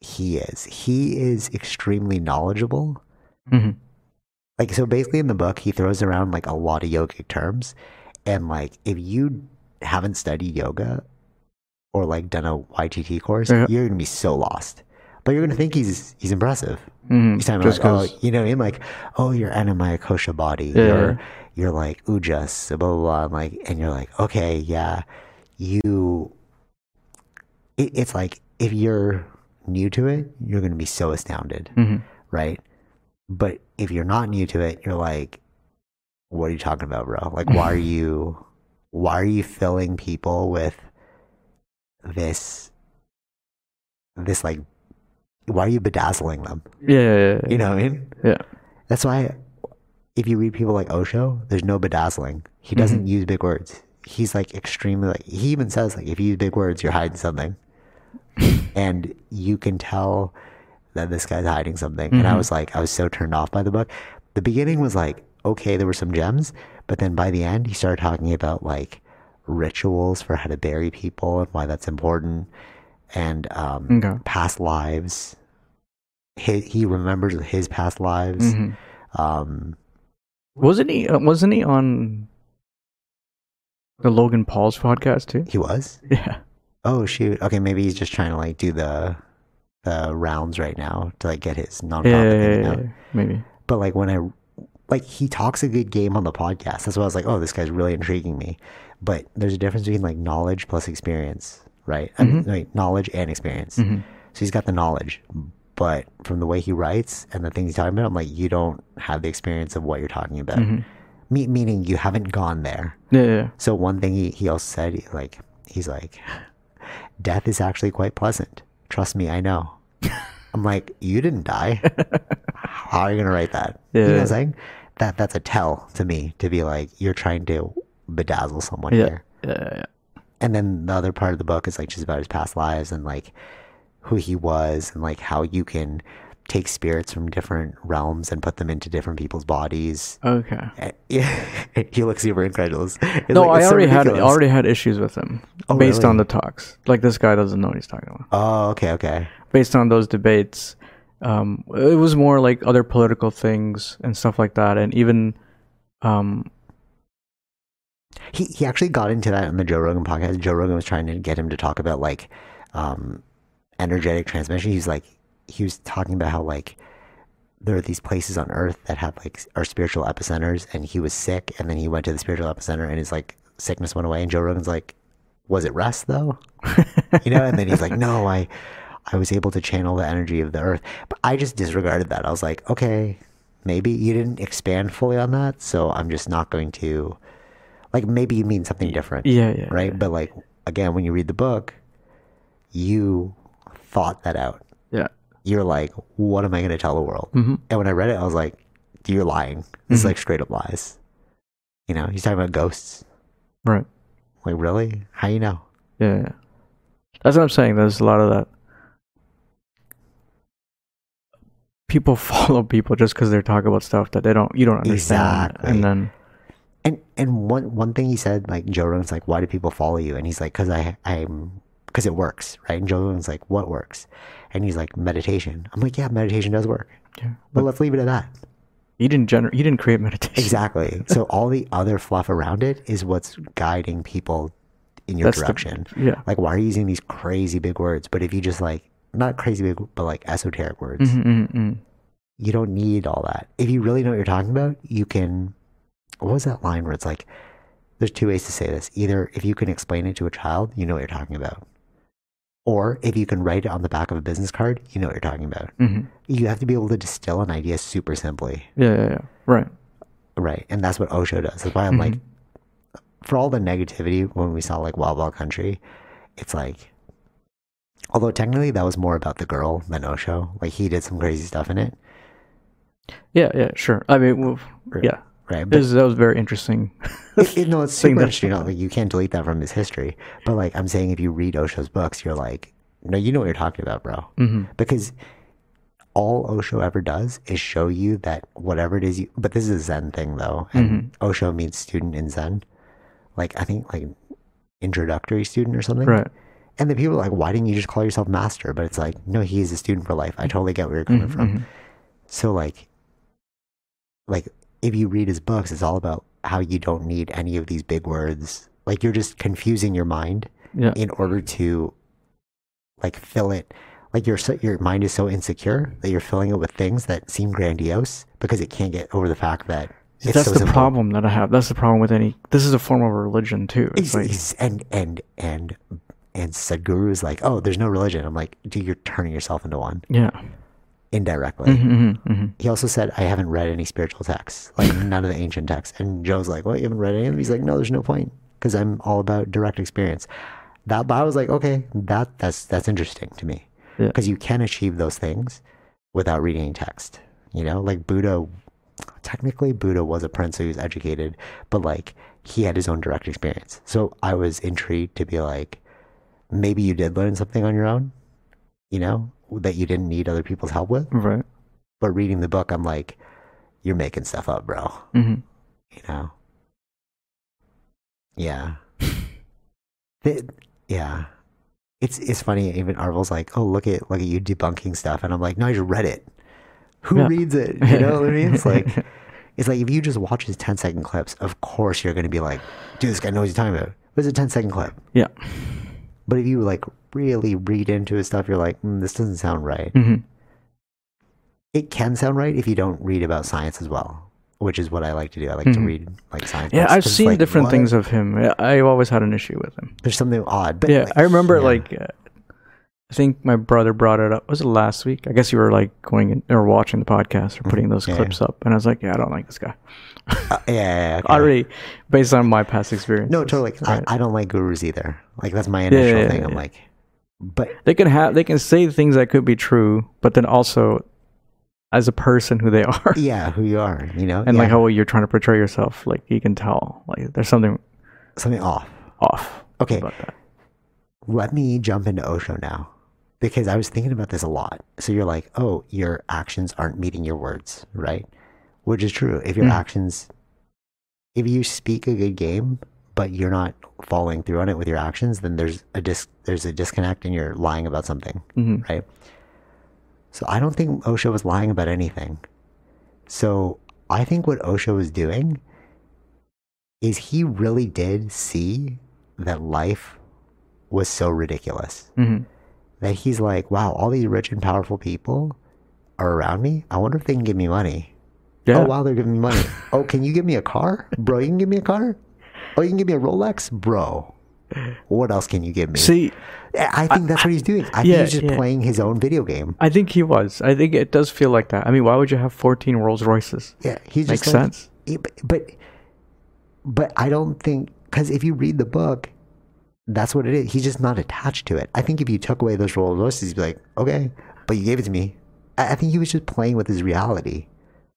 Speaker 1: he is. He is extremely knowledgeable.
Speaker 2: Mhm.
Speaker 1: Like so, basically in the book, he throws around like a lot of yogic terms, and like if you haven't studied yoga or like done a YTT course,
Speaker 2: Yeah.
Speaker 1: you're gonna be so lost. But you're gonna think he's he's impressive.
Speaker 2: Mhm.
Speaker 1: He's talking
Speaker 2: Just
Speaker 1: about, like,
Speaker 2: 'cause-
Speaker 1: oh, you know, what I mean, like, oh, you're anamaya kosha body,
Speaker 2: Yeah.
Speaker 1: you're you're like ujas, blah blah blah. And like, and you're like, okay, yeah, you. It, it's like if you're new to it, you're gonna be so astounded,
Speaker 2: Mhm.
Speaker 1: right? But if you're not new to it, you're like, what are you talking about, bro? Like, why are you, why are you filling people with this, this like, why are you bedazzling them?
Speaker 2: yeah, yeah, yeah,
Speaker 1: You know what I mean?
Speaker 2: yeah.
Speaker 1: That's why if you read people like Osho, there's no bedazzling. He doesn't
Speaker 2: Mm-hmm.
Speaker 1: use big words. He's like extremely like he even says like if you use big words, you're hiding something. and you can tell that this guy's hiding something. And
Speaker 2: Mm-hmm.
Speaker 1: I was like, I was so turned off by the book. The beginning was like, okay, there were some gems, but then by the end he started talking about like rituals for how to bury people and why that's important and um
Speaker 2: Okay.
Speaker 1: past lives. He, he remembers his past lives.
Speaker 2: Mhm.
Speaker 1: Um,
Speaker 2: Wasn't he? Uh, wasn't he on the Logan Paul's podcast too?
Speaker 1: he was.
Speaker 2: Yeah.
Speaker 1: Oh shoot. Okay, maybe he's just trying to like do the the rounds right now to like get his nonprofit
Speaker 2: Yeah, yeah,
Speaker 1: thing
Speaker 2: yeah,
Speaker 1: out.
Speaker 2: yeah. maybe.
Speaker 1: But like when I like he talks a good game on the podcast. That's why I was like, oh, this guy's really intriguing me. But there's a difference between like knowledge plus experience, right? I mean, like knowledge and experience. So he's got the knowledge, but from the way he writes and the things he's talking about, I'm like, you don't have the experience of what you're talking about. Me- meaning you haven't gone there.
Speaker 2: Yeah, yeah, yeah.
Speaker 1: So one thing he, he also said, he, like he's like, death is actually quite pleasant. Trust me, I know. I'm like, you didn't die. How are you gonna write that? You know what
Speaker 2: Yeah.
Speaker 1: I'm saying? That that's a tell to me to be like, you're trying to bedazzle someone
Speaker 2: Yeah.
Speaker 1: here.
Speaker 2: Yeah, yeah,
Speaker 1: And then the other part of the book is like just about his past lives and like who he was and like how you can take spirits from different realms and put them into different people's bodies.
Speaker 2: yeah. Okay.
Speaker 1: Eh, Yeah, he looks super incredulous. It's
Speaker 2: No,
Speaker 1: like,
Speaker 2: I
Speaker 1: it's so
Speaker 2: already had I
Speaker 1: ridiculous.
Speaker 2: already had issues with him
Speaker 1: Oh,
Speaker 2: based on
Speaker 1: really?
Speaker 2: the talks. Like this guy doesn't know what he's talking about.
Speaker 1: Oh, okay, okay.
Speaker 2: Based on those debates, um, it was more like other political things and stuff like that, and even, um,
Speaker 1: He he actually got into that on the Joe Rogan podcast. Joe Rogan was trying to get him to talk about like um energetic transmission. He's like he was talking about how like there are these places on earth that have like s- are spiritual epicenters and he was sick and then he went to the spiritual epicenter and his like sickness went away and Joe Rogan's like was it rest though? you know, and then he's like, "No, I, I was able to channel the energy of the earth." But I just disregarded that. I was like, "Okay, maybe you didn't expand fully on that, so I'm just not going to." Like, maybe you mean something different,
Speaker 2: yeah, yeah,
Speaker 1: right? But like, again, when you read the book, you thought that out.
Speaker 2: yeah,
Speaker 1: You're like, "What am I going to tell the world?"
Speaker 2: Mm-hmm.
Speaker 1: And when I read it, I was like, "You're lying. This is like straight up lies." You know, he's talking about ghosts.
Speaker 2: right,
Speaker 1: Like, really? How you know?
Speaker 2: yeah, yeah. That's what I'm saying. There's a lot of that. people follow people just because they're talking about stuff that they don't you don't understand.
Speaker 1: Exactly.
Speaker 2: And then
Speaker 1: And and one one thing he said, like Joe Rogan's like, why do people follow you? And he's like, because I I'm because it works, right? And Joe Rogan's like, what works? And he's like, meditation. I'm like, yeah, meditation does work.
Speaker 2: yeah,
Speaker 1: But let's leave it at that.
Speaker 2: you didn't generate you didn't create meditation.
Speaker 1: Exactly. so all the other fluff around it is what's guiding people in your
Speaker 2: That's the-
Speaker 1: direction.
Speaker 2: yeah.
Speaker 1: Like, why are you using these crazy big words? But if you just like not crazy big, but like esoteric words,
Speaker 2: Mm, mm, mm.
Speaker 1: you don't need all that. If you really know what you're talking about, you can. What was that line where it's like, there's two ways to say this. Either if you can explain it to a child, you know what you're talking about. Or if you can write it on the back of a business card, you know what you're talking about.
Speaker 2: Mhm.
Speaker 1: You have to be able to distill an idea super simply.
Speaker 2: Yeah, yeah, yeah. Right.
Speaker 1: Right. And that's what Osho does. That's why I'm like, for all the negativity when we saw like Wild Wild Country, it's like, although technically that was more about the girl than Osho. Like he did some crazy stuff in it.
Speaker 2: Yeah, yeah, sure. I mean, well, yeah.
Speaker 1: Right.
Speaker 2: This, that was very interesting.
Speaker 1: It- it- no, it's super
Speaker 2: that-
Speaker 1: interesting. Not, like you can't delete that from his history. But like I'm saying, if you read Osho's books, you're like, no, you know what you're talking about, bro. Because all Osho ever does is show you that whatever it is you. But this is a Zen thing though, and Osho means student in Zen. Like I think like introductory student or something.
Speaker 2: Right.
Speaker 1: And the people are like, why didn't you just call yourself master? But it's like, no, he's a student for life. I totally get where you're
Speaker 2: Mm-hmm,
Speaker 1: coming from. So like, like if you read his books, it's all about how you don't need any of these big words. Like you're just confusing your mind
Speaker 2: Yeah.
Speaker 1: in order to like fill it. Like your so- your mind is so insecure that you're filling it with things that seem grandiose because it can't get over the fact that it's
Speaker 2: That's
Speaker 1: so
Speaker 2: the
Speaker 1: simple.
Speaker 2: problem that I have. That's the problem with any. This is a form of religion too.
Speaker 1: Ex-
Speaker 2: It's like
Speaker 1: ex- and and and and Sadhguru is like, oh, there's no religion. I'm like, dude, you're turning yourself into one
Speaker 2: yeah.
Speaker 1: indirectly. He also said, I haven't read any spiritual texts, like none of the ancient texts. And Joe's like, well, you haven't read any of them? He's like, no, there's no point because I'm all about direct experience. That, but I was like, okay, that that's that's interesting to me
Speaker 2: Yeah.
Speaker 1: because you can achieve those things without reading any text. You know, like Buddha. Technically, Buddha was a prince who was educated, but like he had his own direct experience. So I was intrigued to be like, maybe you did learn something on your own, you know, that you didn't need other people's help with
Speaker 2: Right.
Speaker 1: but reading the book, I'm like, you're making stuff up, bro.
Speaker 2: hmm
Speaker 1: You know? Yeah. Th- yeah. It's it's funny. Even Arvel's like, oh look at look at you debunking stuff, and I'm like, no, I just read it. Who
Speaker 2: Yeah.
Speaker 1: reads it? You know what I mean? It's like it's like if you just watch his 10 second clips, of course you're gonna be like, dude, this guy knows what he's talking about. But it's a 10 second clip.
Speaker 2: Yeah.
Speaker 1: But if you like really read into his stuff, you're like, mm, this doesn't sound right.
Speaker 2: Mhm.
Speaker 1: It can sound right if you don't read about science as well, which is what I like to do. I like to read like science.
Speaker 2: Mm-hmm. Yeah,
Speaker 1: books
Speaker 2: I've
Speaker 1: 'cause it's
Speaker 2: seen
Speaker 1: like,
Speaker 2: different
Speaker 1: what?
Speaker 2: things of him. I- I've always had an issue with him.
Speaker 1: There's something odd, but
Speaker 2: Yeah,
Speaker 1: like,
Speaker 2: I remember
Speaker 1: yeah.
Speaker 2: like uh, I think my brother brought it up. Was it last week? I guess you were like going in, or watching the podcast or putting those
Speaker 1: Mm-hmm. yeah.
Speaker 2: clips up, and I was like, yeah, I don't like this guy.
Speaker 1: Uh, yeah, yeah, yeah, okay.
Speaker 2: Already, based on my past experience.
Speaker 1: No, totally. I, I don't like gurus either. Like that's my
Speaker 2: yeah,
Speaker 1: initial
Speaker 2: yeah,
Speaker 1: thing. I'm
Speaker 2: yeah.
Speaker 1: like, but
Speaker 2: they can have they can say things that could be true, but then also as a person who they are
Speaker 1: yeah, who you are, you know,
Speaker 2: and
Speaker 1: yeah,
Speaker 2: like how you're trying to portray yourself, like you can tell like there's something
Speaker 1: something off.
Speaker 2: off
Speaker 1: Okay,
Speaker 2: about that.
Speaker 1: let me jump into Osho now because I was thinking about this a lot. So you're like, oh, your actions aren't meeting your words, right? Which is true. If
Speaker 2: Hmm.
Speaker 1: your actions, if you speak a good game, but you're not following through on it with your actions, then there's a dis- there's a disconnect and you're lying about something,
Speaker 2: Mm-hmm.
Speaker 1: right? So I don't think Osho was lying about anything. So I think what Osho was doing is he really did see that life was so ridiculous
Speaker 2: Mm-hmm.
Speaker 1: that he's like, wow, all these rich and powerful people are around me. I wonder if they can give me money.
Speaker 2: Yeah.
Speaker 1: Oh, wow, they're giving me money. oh, can you give me a car? Bro, you can give me a car? Oh, you can give me a Rolex? Bro, what else can you give me?
Speaker 2: See,
Speaker 1: I I think that's what he's doing. I
Speaker 2: Yeah,
Speaker 1: think he's just
Speaker 2: yeah.
Speaker 1: playing his own video game.
Speaker 2: I think he was. I think it does feel like that. I mean, why would you have 14 Rolls Royces?
Speaker 1: Yeah, he's
Speaker 2: Makes
Speaker 1: just like,
Speaker 2: sense.
Speaker 1: Yeah, but, but but I don't think because if you read the book, that's what it is. He's just not attached to it. I think if you took away those Rolls Royces, you'd be like, okay, but you gave it to me. I, I think he was just playing with his reality.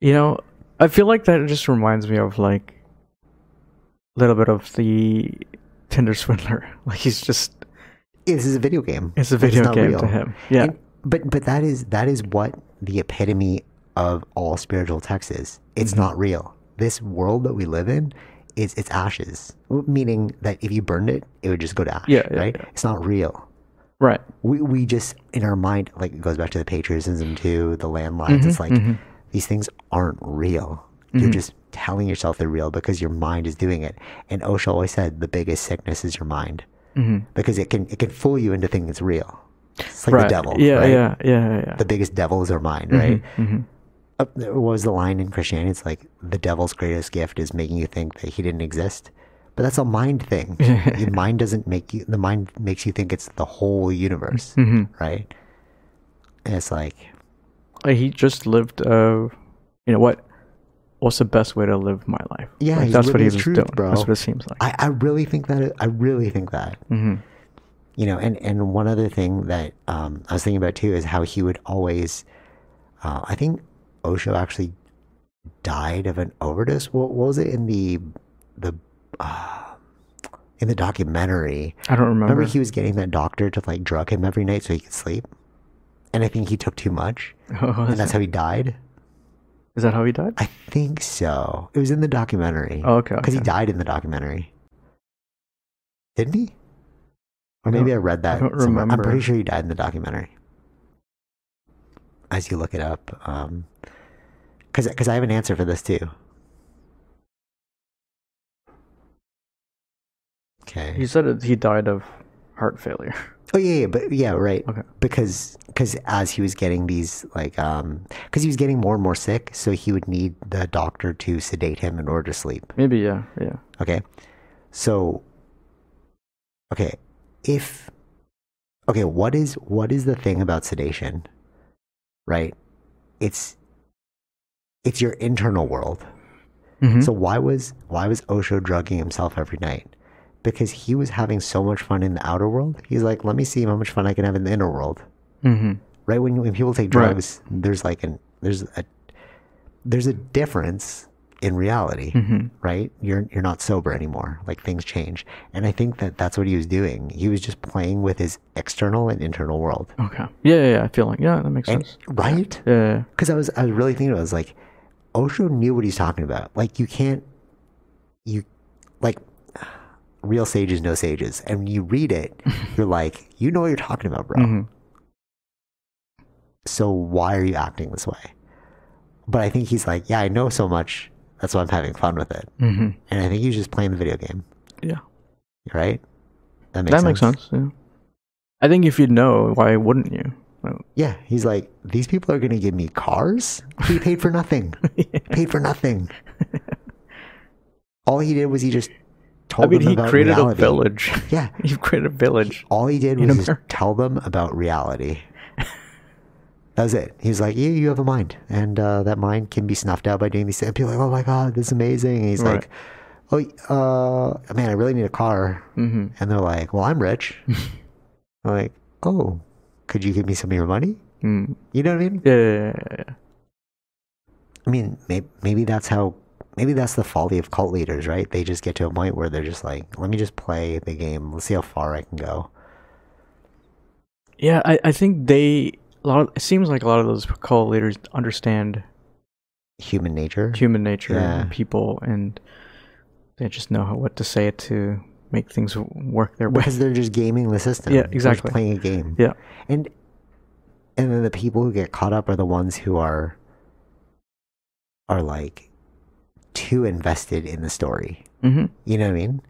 Speaker 2: You know, I feel like that just reminds me of like a little bit of the Tinder swindler. Like he's just
Speaker 1: This is a video game.
Speaker 2: it's a
Speaker 1: Like,
Speaker 2: video
Speaker 1: not
Speaker 2: game
Speaker 1: real.
Speaker 2: to him. Yeah.
Speaker 1: And- but but that is that is what the epitome of all spiritual texts is. It's not real. This world that we live in is it's ashes, meaning that if you burned it, it would just go to ash.
Speaker 2: Yeah, yeah,
Speaker 1: right. It's not real.
Speaker 2: Right.
Speaker 1: We we just in our mind like it goes back to the patriotism too, the landlines.
Speaker 2: Mm-hmm,
Speaker 1: It's like these things aren't real. You're just telling yourself they're real because your mind is doing it. And Osho always said the biggest sickness is your mind
Speaker 2: Mm-hmm.
Speaker 1: because it can it can fool you into thinking it's real. It's like
Speaker 2: right.
Speaker 1: the devil.
Speaker 2: Yeah,
Speaker 1: right?
Speaker 2: yeah, yeah, yeah, yeah.
Speaker 1: the biggest devil is our mind, right? Uh, what was the line in Christianity? It's like the devil's greatest gift is making you think that he didn't exist. But that's a mind thing. the mind doesn't make you. The mind makes you think it's the whole universe, right? And it's like,
Speaker 2: Uh, he just lived. Uh, you know what? What's the best way to live my life?
Speaker 1: Yeah,
Speaker 2: Like,
Speaker 1: he's
Speaker 2: that's what
Speaker 1: living
Speaker 2: he
Speaker 1: his
Speaker 2: was
Speaker 1: truth,
Speaker 2: doing.
Speaker 1: bro.
Speaker 2: That's what it seems like.
Speaker 1: I, I really think that. it- I really think that. You know, and and one other thing that um, I was thinking about too is how he would always. Uh, I think Osho actually died of an overdose. What, what was it in the the uh, in the documentary?
Speaker 2: I don't remember.
Speaker 1: Remember, he was getting that doctor to like drug him every night so he could sleep, and I think he took too much,
Speaker 2: Oh,
Speaker 1: and
Speaker 2: is,
Speaker 1: that's how he died.
Speaker 2: is that how he died?
Speaker 1: I think so. It was in the documentary.
Speaker 2: Oh, okay,
Speaker 1: Because he
Speaker 2: okay.
Speaker 1: died in the documentary. Didn't he? Or
Speaker 2: I
Speaker 1: maybe I,
Speaker 2: don't-
Speaker 1: read that.
Speaker 2: don't
Speaker 1: somewhere. I'm
Speaker 2: remember.
Speaker 1: pretty sure he died in the documentary. As you look it up, because because I have an answer for this too. Okay.
Speaker 2: He said that he died of heart failure.
Speaker 1: Oh yeah, yeah, but yeah, right.
Speaker 2: Okay.
Speaker 1: Because because as he was getting these like um because he was getting more and more sick, so he would need the doctor to sedate him in order to sleep.
Speaker 2: Maybe yeah, yeah.
Speaker 1: Okay. So okay, if okay, what is what is the thing about sedation? Right? It's it's your internal world.
Speaker 2: Mhm.
Speaker 1: So why was why was Osho drugging himself every night? Because he was having so much fun in the outer world. He's like, let me see how much fun I can have in the inner world.
Speaker 2: Mm-hmm.
Speaker 1: Right when when people take
Speaker 2: Right.
Speaker 1: drugs, there's like an there's a there's a difference in reality,
Speaker 2: Mm-hmm.
Speaker 1: right? You're you're not sober anymore. Like things change, and I think that that's what he was doing. He was just playing with his external and internal world,
Speaker 2: Okay. Yeah, yeah, yeah. I feel like yeah, that makes
Speaker 1: and
Speaker 2: sense.
Speaker 1: right?
Speaker 2: Yeah, yeah,
Speaker 1: because I was I was really thinking about it, I was like Osho knew what he's talking about. Like you can't you like real sages no sages. And when you read it, you're like, you know what you're talking about, bro.
Speaker 2: Mm-hmm.
Speaker 1: So why are you acting this way? But I think he's like, Yeah, I know so much, that's why I'm having fun with it.
Speaker 2: yeah. Mm-hmm.
Speaker 1: And I think he's just playing the video game,
Speaker 2: yeah.
Speaker 1: right?
Speaker 2: that makes sense. Yeah. I think if you know, why wouldn't you? Like,
Speaker 1: Yeah, he's like, these people are going to give me cars. He paid for nothing. Paid for nothing. All he did was he just told
Speaker 2: I mean,
Speaker 1: them
Speaker 2: he
Speaker 1: about
Speaker 2: created
Speaker 1: reality.
Speaker 2: a village.
Speaker 1: Yeah,
Speaker 2: he created a village.
Speaker 1: all he did
Speaker 2: In
Speaker 1: was just
Speaker 2: America.
Speaker 1: tell them about reality. That was it. He's like, you, you have a mind, and uh, that mind can be snuffed out by doing these things. People are like, oh my god, this is amazing. And he's
Speaker 2: Right.
Speaker 1: like, oh, uh, man, I really need a car.
Speaker 2: Mm-hmm.
Speaker 1: And they're like, well, I'm rich. I'm like, oh, could you give me some of your money?
Speaker 2: Mm.
Speaker 1: You know what I mean?
Speaker 2: Yeah, yeah, yeah, yeah.
Speaker 1: I mean, maybe, maybe that's how, maybe that's the folly of cult leaders, right? They just get to a point where they're just like, let me just play the game. Let's see how far I can go.
Speaker 2: Yeah, I, I think they a lot. it seems like a lot of those cult leaders understand
Speaker 1: Human nature.
Speaker 2: human nature
Speaker 1: Yeah.
Speaker 2: and people, and they just know how, what to say to make things w- work their way.
Speaker 1: Because they're just gaming the system.
Speaker 2: Yeah,
Speaker 1: They're just
Speaker 2: exactly.
Speaker 1: playing a game.
Speaker 2: Yeah,
Speaker 1: And, and then the people who get caught up are the ones who are, are like too invested in the story.
Speaker 2: hmm
Speaker 1: You know what I mean?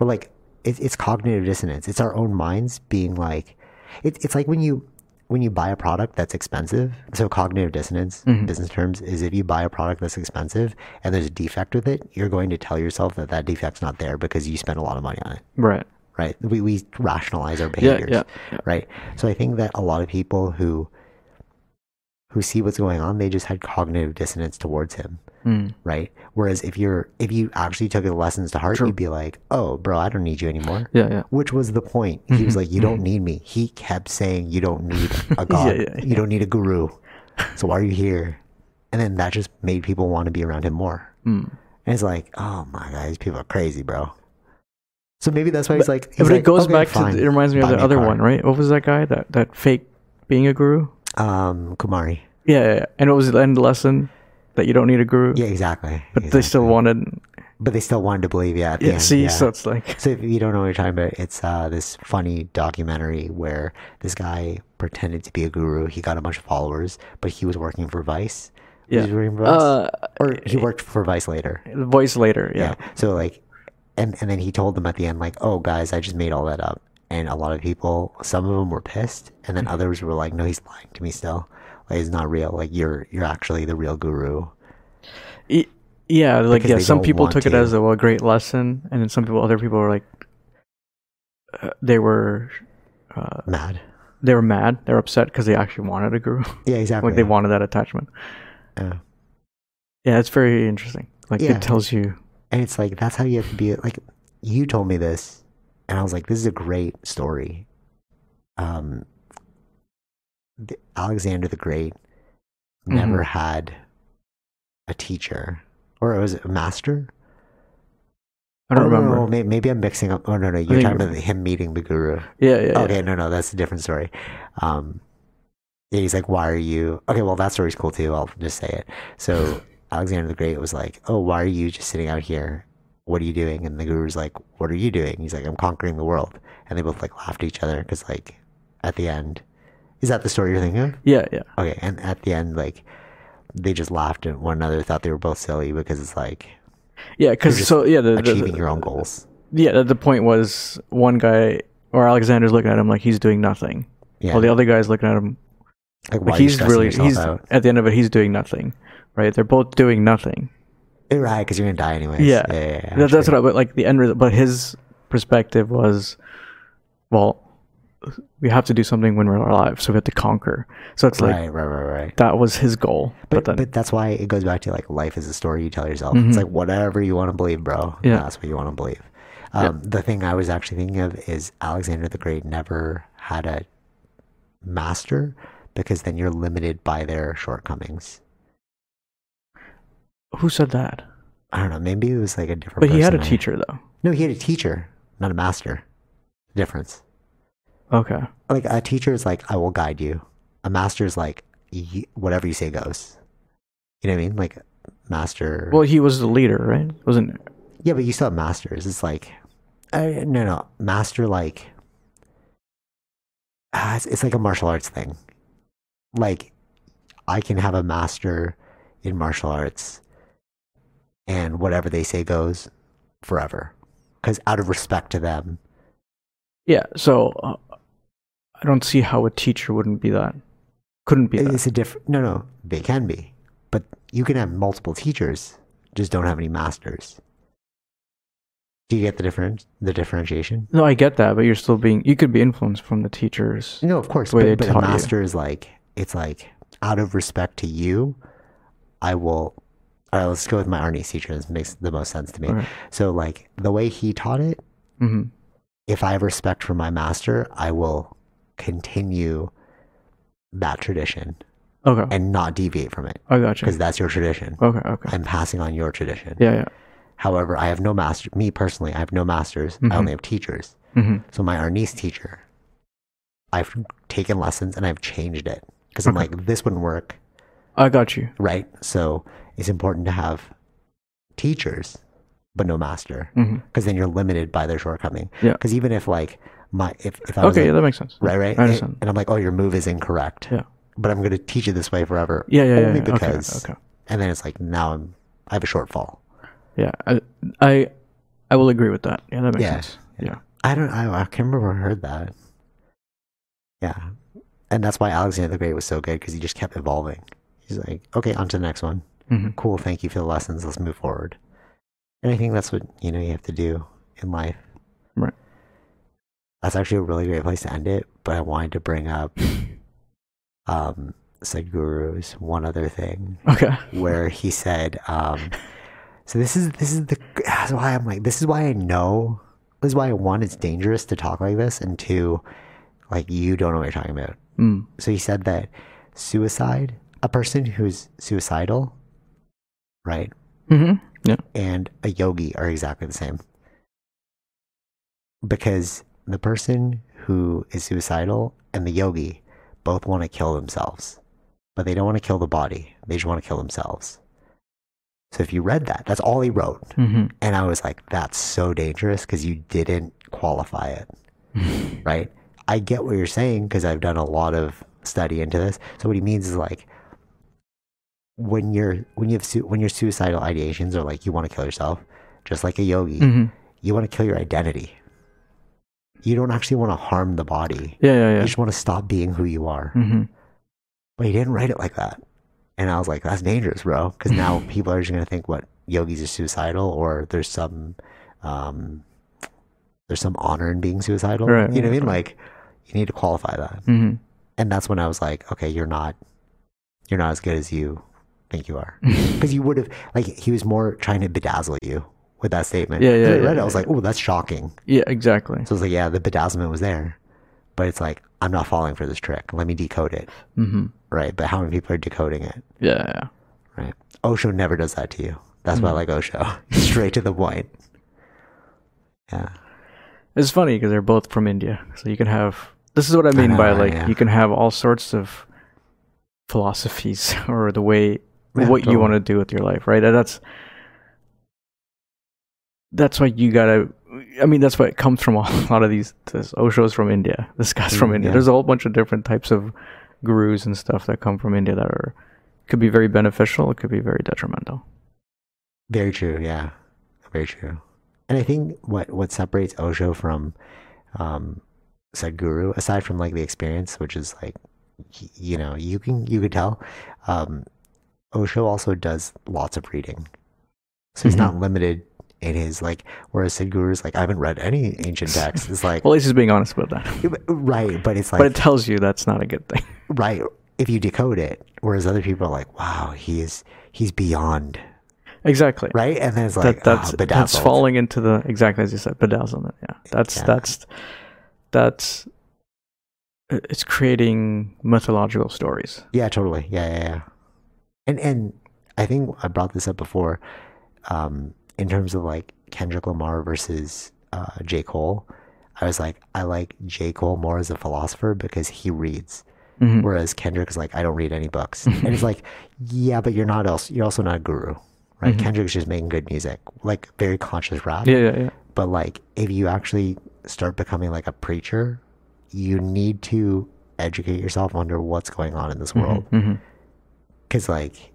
Speaker 1: Or like it, it's cognitive dissonance. It's our own minds being like, it, it's like when you when you buy a product that's expensive. So cognitive dissonance,
Speaker 2: Mm-hmm.
Speaker 1: business terms, is if you buy a product that's expensive and there's a defect with it, you're going to tell yourself that that defect's not there because you spent a lot of money on it.
Speaker 2: right.
Speaker 1: Right? We we rationalize our behaviors.
Speaker 2: yeah, yeah.
Speaker 1: Right. So I think that a lot of people who who see what's going on, they just had cognitive dissonance towards him
Speaker 2: Mm.
Speaker 1: right? Whereas if you're if you actually took the lessons to heart,
Speaker 2: True.
Speaker 1: you'd be like, "Oh, bro, I don't need you anymore."
Speaker 2: Yeah, yeah.
Speaker 1: Which was the point. He
Speaker 2: Mm-hmm.
Speaker 1: was like, "You don't need me." He kept saying, "You don't need a god.
Speaker 2: yeah,
Speaker 1: You don't need a guru. So why are you here?" And then that just made people want to be around him more.
Speaker 2: Mm.
Speaker 1: And it's like, "Oh my god, these people are crazy, bro." So maybe that's why he's like. He's
Speaker 2: but
Speaker 1: like,
Speaker 2: it goes
Speaker 1: "Okay,
Speaker 2: back
Speaker 1: fine,
Speaker 2: to. It reminds me
Speaker 1: buy
Speaker 2: of the
Speaker 1: a
Speaker 2: other
Speaker 1: car."
Speaker 2: one, right? What was that guy? That that fake being a guru.
Speaker 1: Um, Kumari.
Speaker 2: Yeah, yeah, yeah. And what was the end lesson? That you don't need a guru.
Speaker 1: Yeah, exactly.
Speaker 2: But
Speaker 1: exactly.
Speaker 2: they still wanted.
Speaker 1: but they still wanted to believe. Yeah. At the
Speaker 2: Yeah,
Speaker 1: end,
Speaker 2: see,
Speaker 1: yeah.
Speaker 2: so it's like.
Speaker 1: So if you don't know what you're talking about, it's uh, this funny documentary where this guy pretended to be a guru. He got a bunch of followers, but he was working for Vice.
Speaker 2: Yeah.
Speaker 1: He was working for Vice.
Speaker 2: Uh,
Speaker 1: or he worked for Vice later.
Speaker 2: voice later. Yeah.
Speaker 1: So like, and and then he told them at the end like, "Oh guys, I just made all that up." And a lot of people, some of them were pissed, and
Speaker 2: Mm-hmm.
Speaker 1: then others were like, "No, he's lying to me still. Like it's not real. Like you're you're actually the real guru."
Speaker 2: Y- yeah, like
Speaker 1: Because
Speaker 2: yeah,
Speaker 1: they
Speaker 2: some
Speaker 1: don't
Speaker 2: people
Speaker 1: want
Speaker 2: took it
Speaker 1: to.
Speaker 2: as a, well, great lesson, and then some people, other people were like, uh, they were, uh,
Speaker 1: Mad.
Speaker 2: they were mad, they were upset because they actually wanted a guru,
Speaker 1: Yeah, exactly.
Speaker 2: like they wanted that attachment.
Speaker 1: Yeah.
Speaker 2: Yeah, it's very interesting. Like
Speaker 1: Yeah.
Speaker 2: it tells you,
Speaker 1: And it's like that's how you have to be. Like you told me this, and I was like, "This is a great story." Um, the, Alexander the Great never
Speaker 2: Mm-hmm.
Speaker 1: had a teacher, or it was a master.
Speaker 2: I don't
Speaker 1: Oh, no, no,
Speaker 2: remember.
Speaker 1: no, may- maybe I'm mixing up. Oh no, no, you're
Speaker 2: think-
Speaker 1: talking about him meeting the guru.
Speaker 2: Yeah, yeah, yeah.
Speaker 1: Okay, no, no, that's a different story. Um, yeah, he's like, "Why are you?" Okay, well, that story's cool too. I'll just say it. So Alexander the Great was like, "Oh, why are you just sitting out here? What are you doing?" And the guru's like, "What are you doing?" He's like, "I'm conquering the world." And they both like laughed at each other because, like, at the end, is that the story you're thinking of?
Speaker 2: yeah, yeah.
Speaker 1: Okay, and at the end, like, they just laughed at one another, thought they were both silly because it's like
Speaker 2: Yeah, because
Speaker 1: just
Speaker 2: so yeah, the, the-
Speaker 1: achieving
Speaker 2: the-
Speaker 1: your own goals.
Speaker 2: yeah. the- The point was one guy or Alexander's looking at him like he's doing nothing,
Speaker 1: Yeah.
Speaker 2: while the other guy's looking at him
Speaker 1: Like, why
Speaker 2: like
Speaker 1: are you
Speaker 2: he's
Speaker 1: stressing
Speaker 2: really
Speaker 1: yourself
Speaker 2: he's
Speaker 1: out?
Speaker 2: at the end of it he's doing nothing, right? They're both doing nothing.
Speaker 1: Eh, Right, because you're gonna die anyways.
Speaker 2: Yeah.
Speaker 1: yeah, yeah,
Speaker 2: That, that's what I but like the end result. But his perspective was, well, we have to do something when we're alive, so we have to conquer. So it's like
Speaker 1: right, right, right, right.
Speaker 2: that was his goal. But,
Speaker 1: But,
Speaker 2: then, Mm-hmm.
Speaker 1: but that's why it goes back to like life is a story you tell yourself. It's like whatever you want to believe, bro.
Speaker 2: Yeah.
Speaker 1: that's what you want to believe. Um, The thing I was actually thinking of is Alexander the Great never had a master because then you're limited by their shortcomings.
Speaker 2: who said that?
Speaker 1: I don't know. Maybe it was like a different.
Speaker 2: But he had a
Speaker 1: person I-
Speaker 2: teacher though.
Speaker 1: No, he had a teacher, not a master. Difference.
Speaker 2: Okay.
Speaker 1: Like a teacher is like, I will guide you. A master is like, y whatever you say goes. You know what I mean? Like master.
Speaker 2: Well, he was the leader, right? Wasn't?
Speaker 1: yeah, but you still have masters. It's like, I, no, no, master like. ah, it's, it's like a martial arts thing. Like, I can have a master in martial arts, and whatever they say goes, forever. Because out of respect to them,
Speaker 2: Yeah. So uh, I don't see how a teacher wouldn't be that. Couldn't be
Speaker 1: It-
Speaker 2: that.
Speaker 1: It's a different. No, no, they can be, but you can have multiple teachers, just don't have any masters. Do you get the difference? The differentiation?
Speaker 2: No, I get that, but you're still being. You could be influenced from the teachers.
Speaker 1: No, of course.
Speaker 2: The way they
Speaker 1: But, but a
Speaker 2: taught you.
Speaker 1: master is like it's like out of respect to you, I will. All right, let's go with my Arnie's teacher. This makes the most sense to me.
Speaker 2: Alright.
Speaker 1: So, like the way he taught it,
Speaker 2: hmm
Speaker 1: if I have respect for my master, I will continue that tradition
Speaker 2: Okay.
Speaker 1: and not deviate from it
Speaker 2: I got you.
Speaker 1: because that's your tradition.
Speaker 2: Okay. Okay.
Speaker 1: I'm passing on your tradition.
Speaker 2: Yeah. Yeah.
Speaker 1: However, I have no master. Me personally, I have no masters.
Speaker 2: Mm-hmm.
Speaker 1: I only have teachers.
Speaker 2: hmm
Speaker 1: So my Arnis teacher, I've taken lessons and I've changed it because I'm like, this wouldn't work,
Speaker 2: I got you.
Speaker 1: right? So it's important to have teachers, but no master, because
Speaker 2: Mhm.
Speaker 1: then you're limited by their shortcoming.
Speaker 2: Yeah.
Speaker 1: Because even if like my if if I was
Speaker 2: Okay.
Speaker 1: like,
Speaker 2: yeah, that makes sense.
Speaker 1: right right
Speaker 2: I
Speaker 1: and-
Speaker 2: understand.
Speaker 1: and I'm like, oh, your move is incorrect.
Speaker 2: Yeah.
Speaker 1: But I'm going to teach it this way forever.
Speaker 2: Yeah, yeah, yeah.
Speaker 1: Only
Speaker 2: yeah. Okay,
Speaker 1: because.
Speaker 2: Okay,
Speaker 1: And then it's like now I'm I have a shortfall.
Speaker 2: Yeah, I, I, I will agree with that. Yeah, that makes
Speaker 1: Yeah,
Speaker 2: sense. Yeah.
Speaker 1: I don't. I, I can't remember. where I heard that. Yeah, and that's why Alexander the Great was so good because he just kept evolving. He's like, okay, on to the next one.
Speaker 2: hmm
Speaker 1: Cool. Thank you for the lessons. Let's move forward. And I think that's what you know you have to do in life.
Speaker 2: Right.
Speaker 1: That's actually a really great place to end it. But I wanted to bring up, um, Sadhguru's one other thing
Speaker 2: Okay.
Speaker 1: where he said, um, "So this is this is the that's why I'm like this is why I know this is why one it's dangerous to talk like this and two, like you don't know what you're talking about."
Speaker 2: Mm.
Speaker 1: So he said that suicide, a person who's suicidal, right,
Speaker 2: hmm Yeah.
Speaker 1: and a yogi are exactly the same because the person who is suicidal and the yogi both want to kill themselves but they don't want to kill the body. They just want to kill themselves. So if you read that, that's all he wrote.
Speaker 2: Mhm.
Speaker 1: And I was like, that's so dangerous because you didn't qualify it. right? I get what you're saying because I've done a lot of study into this. So what he means is like when you're when you have su- when your suicidal ideations are like you want to kill yourself, just like a yogi,
Speaker 2: Mhm.
Speaker 1: you want to kill your identity. You don't actually want to harm the body.
Speaker 2: Yeah, yeah,
Speaker 1: You
Speaker 2: yeah.
Speaker 1: just want to stop being who you are.
Speaker 2: hmm
Speaker 1: But he didn't write it like that. And I was like, that's dangerous, bro. Because now people are just going to think, what, yogis are suicidal or there's some, um, there's some honor in being suicidal.
Speaker 2: Right,
Speaker 1: you know what I
Speaker 2: right,
Speaker 1: mean? Like, you need to qualify that.
Speaker 2: hmm
Speaker 1: And that's when I was like, okay, you're not, you're not as good as you think you are. Because you would have, like, he was more trying to bedazzle you with that statement.
Speaker 2: Yeah, yeah,
Speaker 1: As I
Speaker 2: yeah,
Speaker 1: read it,
Speaker 2: yeah,
Speaker 1: I was like, oh, that's shocking.
Speaker 2: Yeah, exactly.
Speaker 1: So I was like, yeah, the bedazzlement was there. But it's like, I'm not falling for this trick. Let me decode it.
Speaker 2: hmm
Speaker 1: Right. But how many people are decoding it?
Speaker 2: Yeah, yeah.
Speaker 1: Right. Osho never does that to you. That's why I like Osho. Straight to the point. Yeah.
Speaker 2: It's funny because they're both from India, so you can have. This is what I mean
Speaker 1: know,
Speaker 2: by
Speaker 1: right,
Speaker 2: like
Speaker 1: yeah.
Speaker 2: you can have all sorts of philosophies or the way
Speaker 1: Yeah,
Speaker 2: what
Speaker 1: totally.
Speaker 2: you want to do with your life, right? And that's that's why you gotta. I mean, that's why it comes from. all- A lot of these, this Osho's from India. This guy's from
Speaker 1: Mm,
Speaker 2: India.
Speaker 1: yeah.
Speaker 2: There's a whole bunch of different types of gurus and stuff that come from India that are could be very beneficial. It could be very detrimental.
Speaker 1: Very true. Yeah. Very true. And I think what, what separates Osho from um, Sadhguru, aside from like the experience, which is like, y- you know, you can you could tell, um, Osho also does lots of reading, so he's not limited in his like. Whereas Sadhguru is like, I haven't read any ancient texts. It's like
Speaker 2: Well, at least he's being honest about that.
Speaker 1: right, but it's like
Speaker 2: But it tells you that's not a good thing.
Speaker 1: right if you decode it whereas other people are like wow he is he's beyond
Speaker 2: Exactly.
Speaker 1: right and then it's like
Speaker 2: that that's
Speaker 1: ah,
Speaker 2: that's
Speaker 1: bedazzled.
Speaker 2: falling into the exactly as you said bedazzlement yeah that's
Speaker 1: Yeah.
Speaker 2: that's that's i- it's creating mythological stories
Speaker 1: yeah totally yeah yeah yeah and and i think i brought this up before um in terms of like kendrick lamar versus uh j cole i was like i like j cole more as a philosopher because he reads
Speaker 2: Mhm.
Speaker 1: whereas kendrick is like i don't read any books
Speaker 2: Mm-hmm.
Speaker 1: and it's like yeah but you're not also you're also not a guru right
Speaker 2: Mm-hmm.
Speaker 1: kendrick's just making good music like very conscious rap
Speaker 2: yeah yeah yeah
Speaker 1: but like if you actually start becoming like a preacher you need to educate yourself under what's going on in this world
Speaker 2: Mhm.
Speaker 1: because like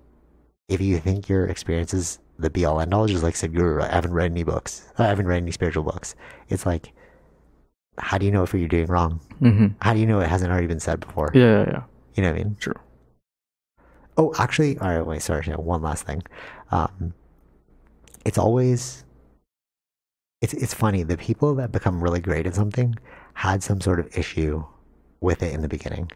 Speaker 1: if you think your experience is the be all end all just like Sadhguru, i haven't read any books i haven't read any spiritual books it's like how do you know if you're doing wrong
Speaker 2: Mhm.
Speaker 1: how do you know it hasn't already been said before
Speaker 2: yeah yeah yeah
Speaker 1: you know what i mean
Speaker 2: true
Speaker 1: Oh, actually, all right. Wait, sorry. no, One last thing. Um, it's always it's it's funny the people that become really great at something had some sort of issue with it in the beginning.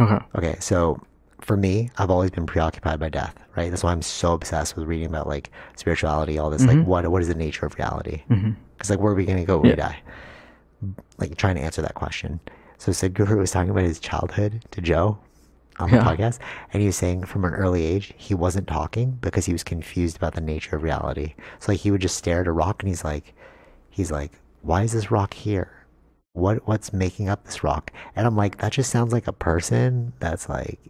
Speaker 2: okay
Speaker 1: Okay, so for me, I've always been preoccupied by death. Right, that's why I'm so obsessed with reading about like spirituality, all this
Speaker 2: Mhm.
Speaker 1: like what what is the nature of reality?
Speaker 2: hmm
Speaker 1: Because like, where are we gonna go when
Speaker 2: Yeah.
Speaker 1: we die? Like trying to answer that question. So Sadhguru was talking about his childhood to Joe on the
Speaker 2: Yeah.
Speaker 1: podcast, and he was saying from an early age he wasn't talking because he was confused about the nature of reality. So like he would just stare at a rock, and he's like, he's like, why is this rock here? What what's making up this rock? And I'm like, that just sounds like a person that's like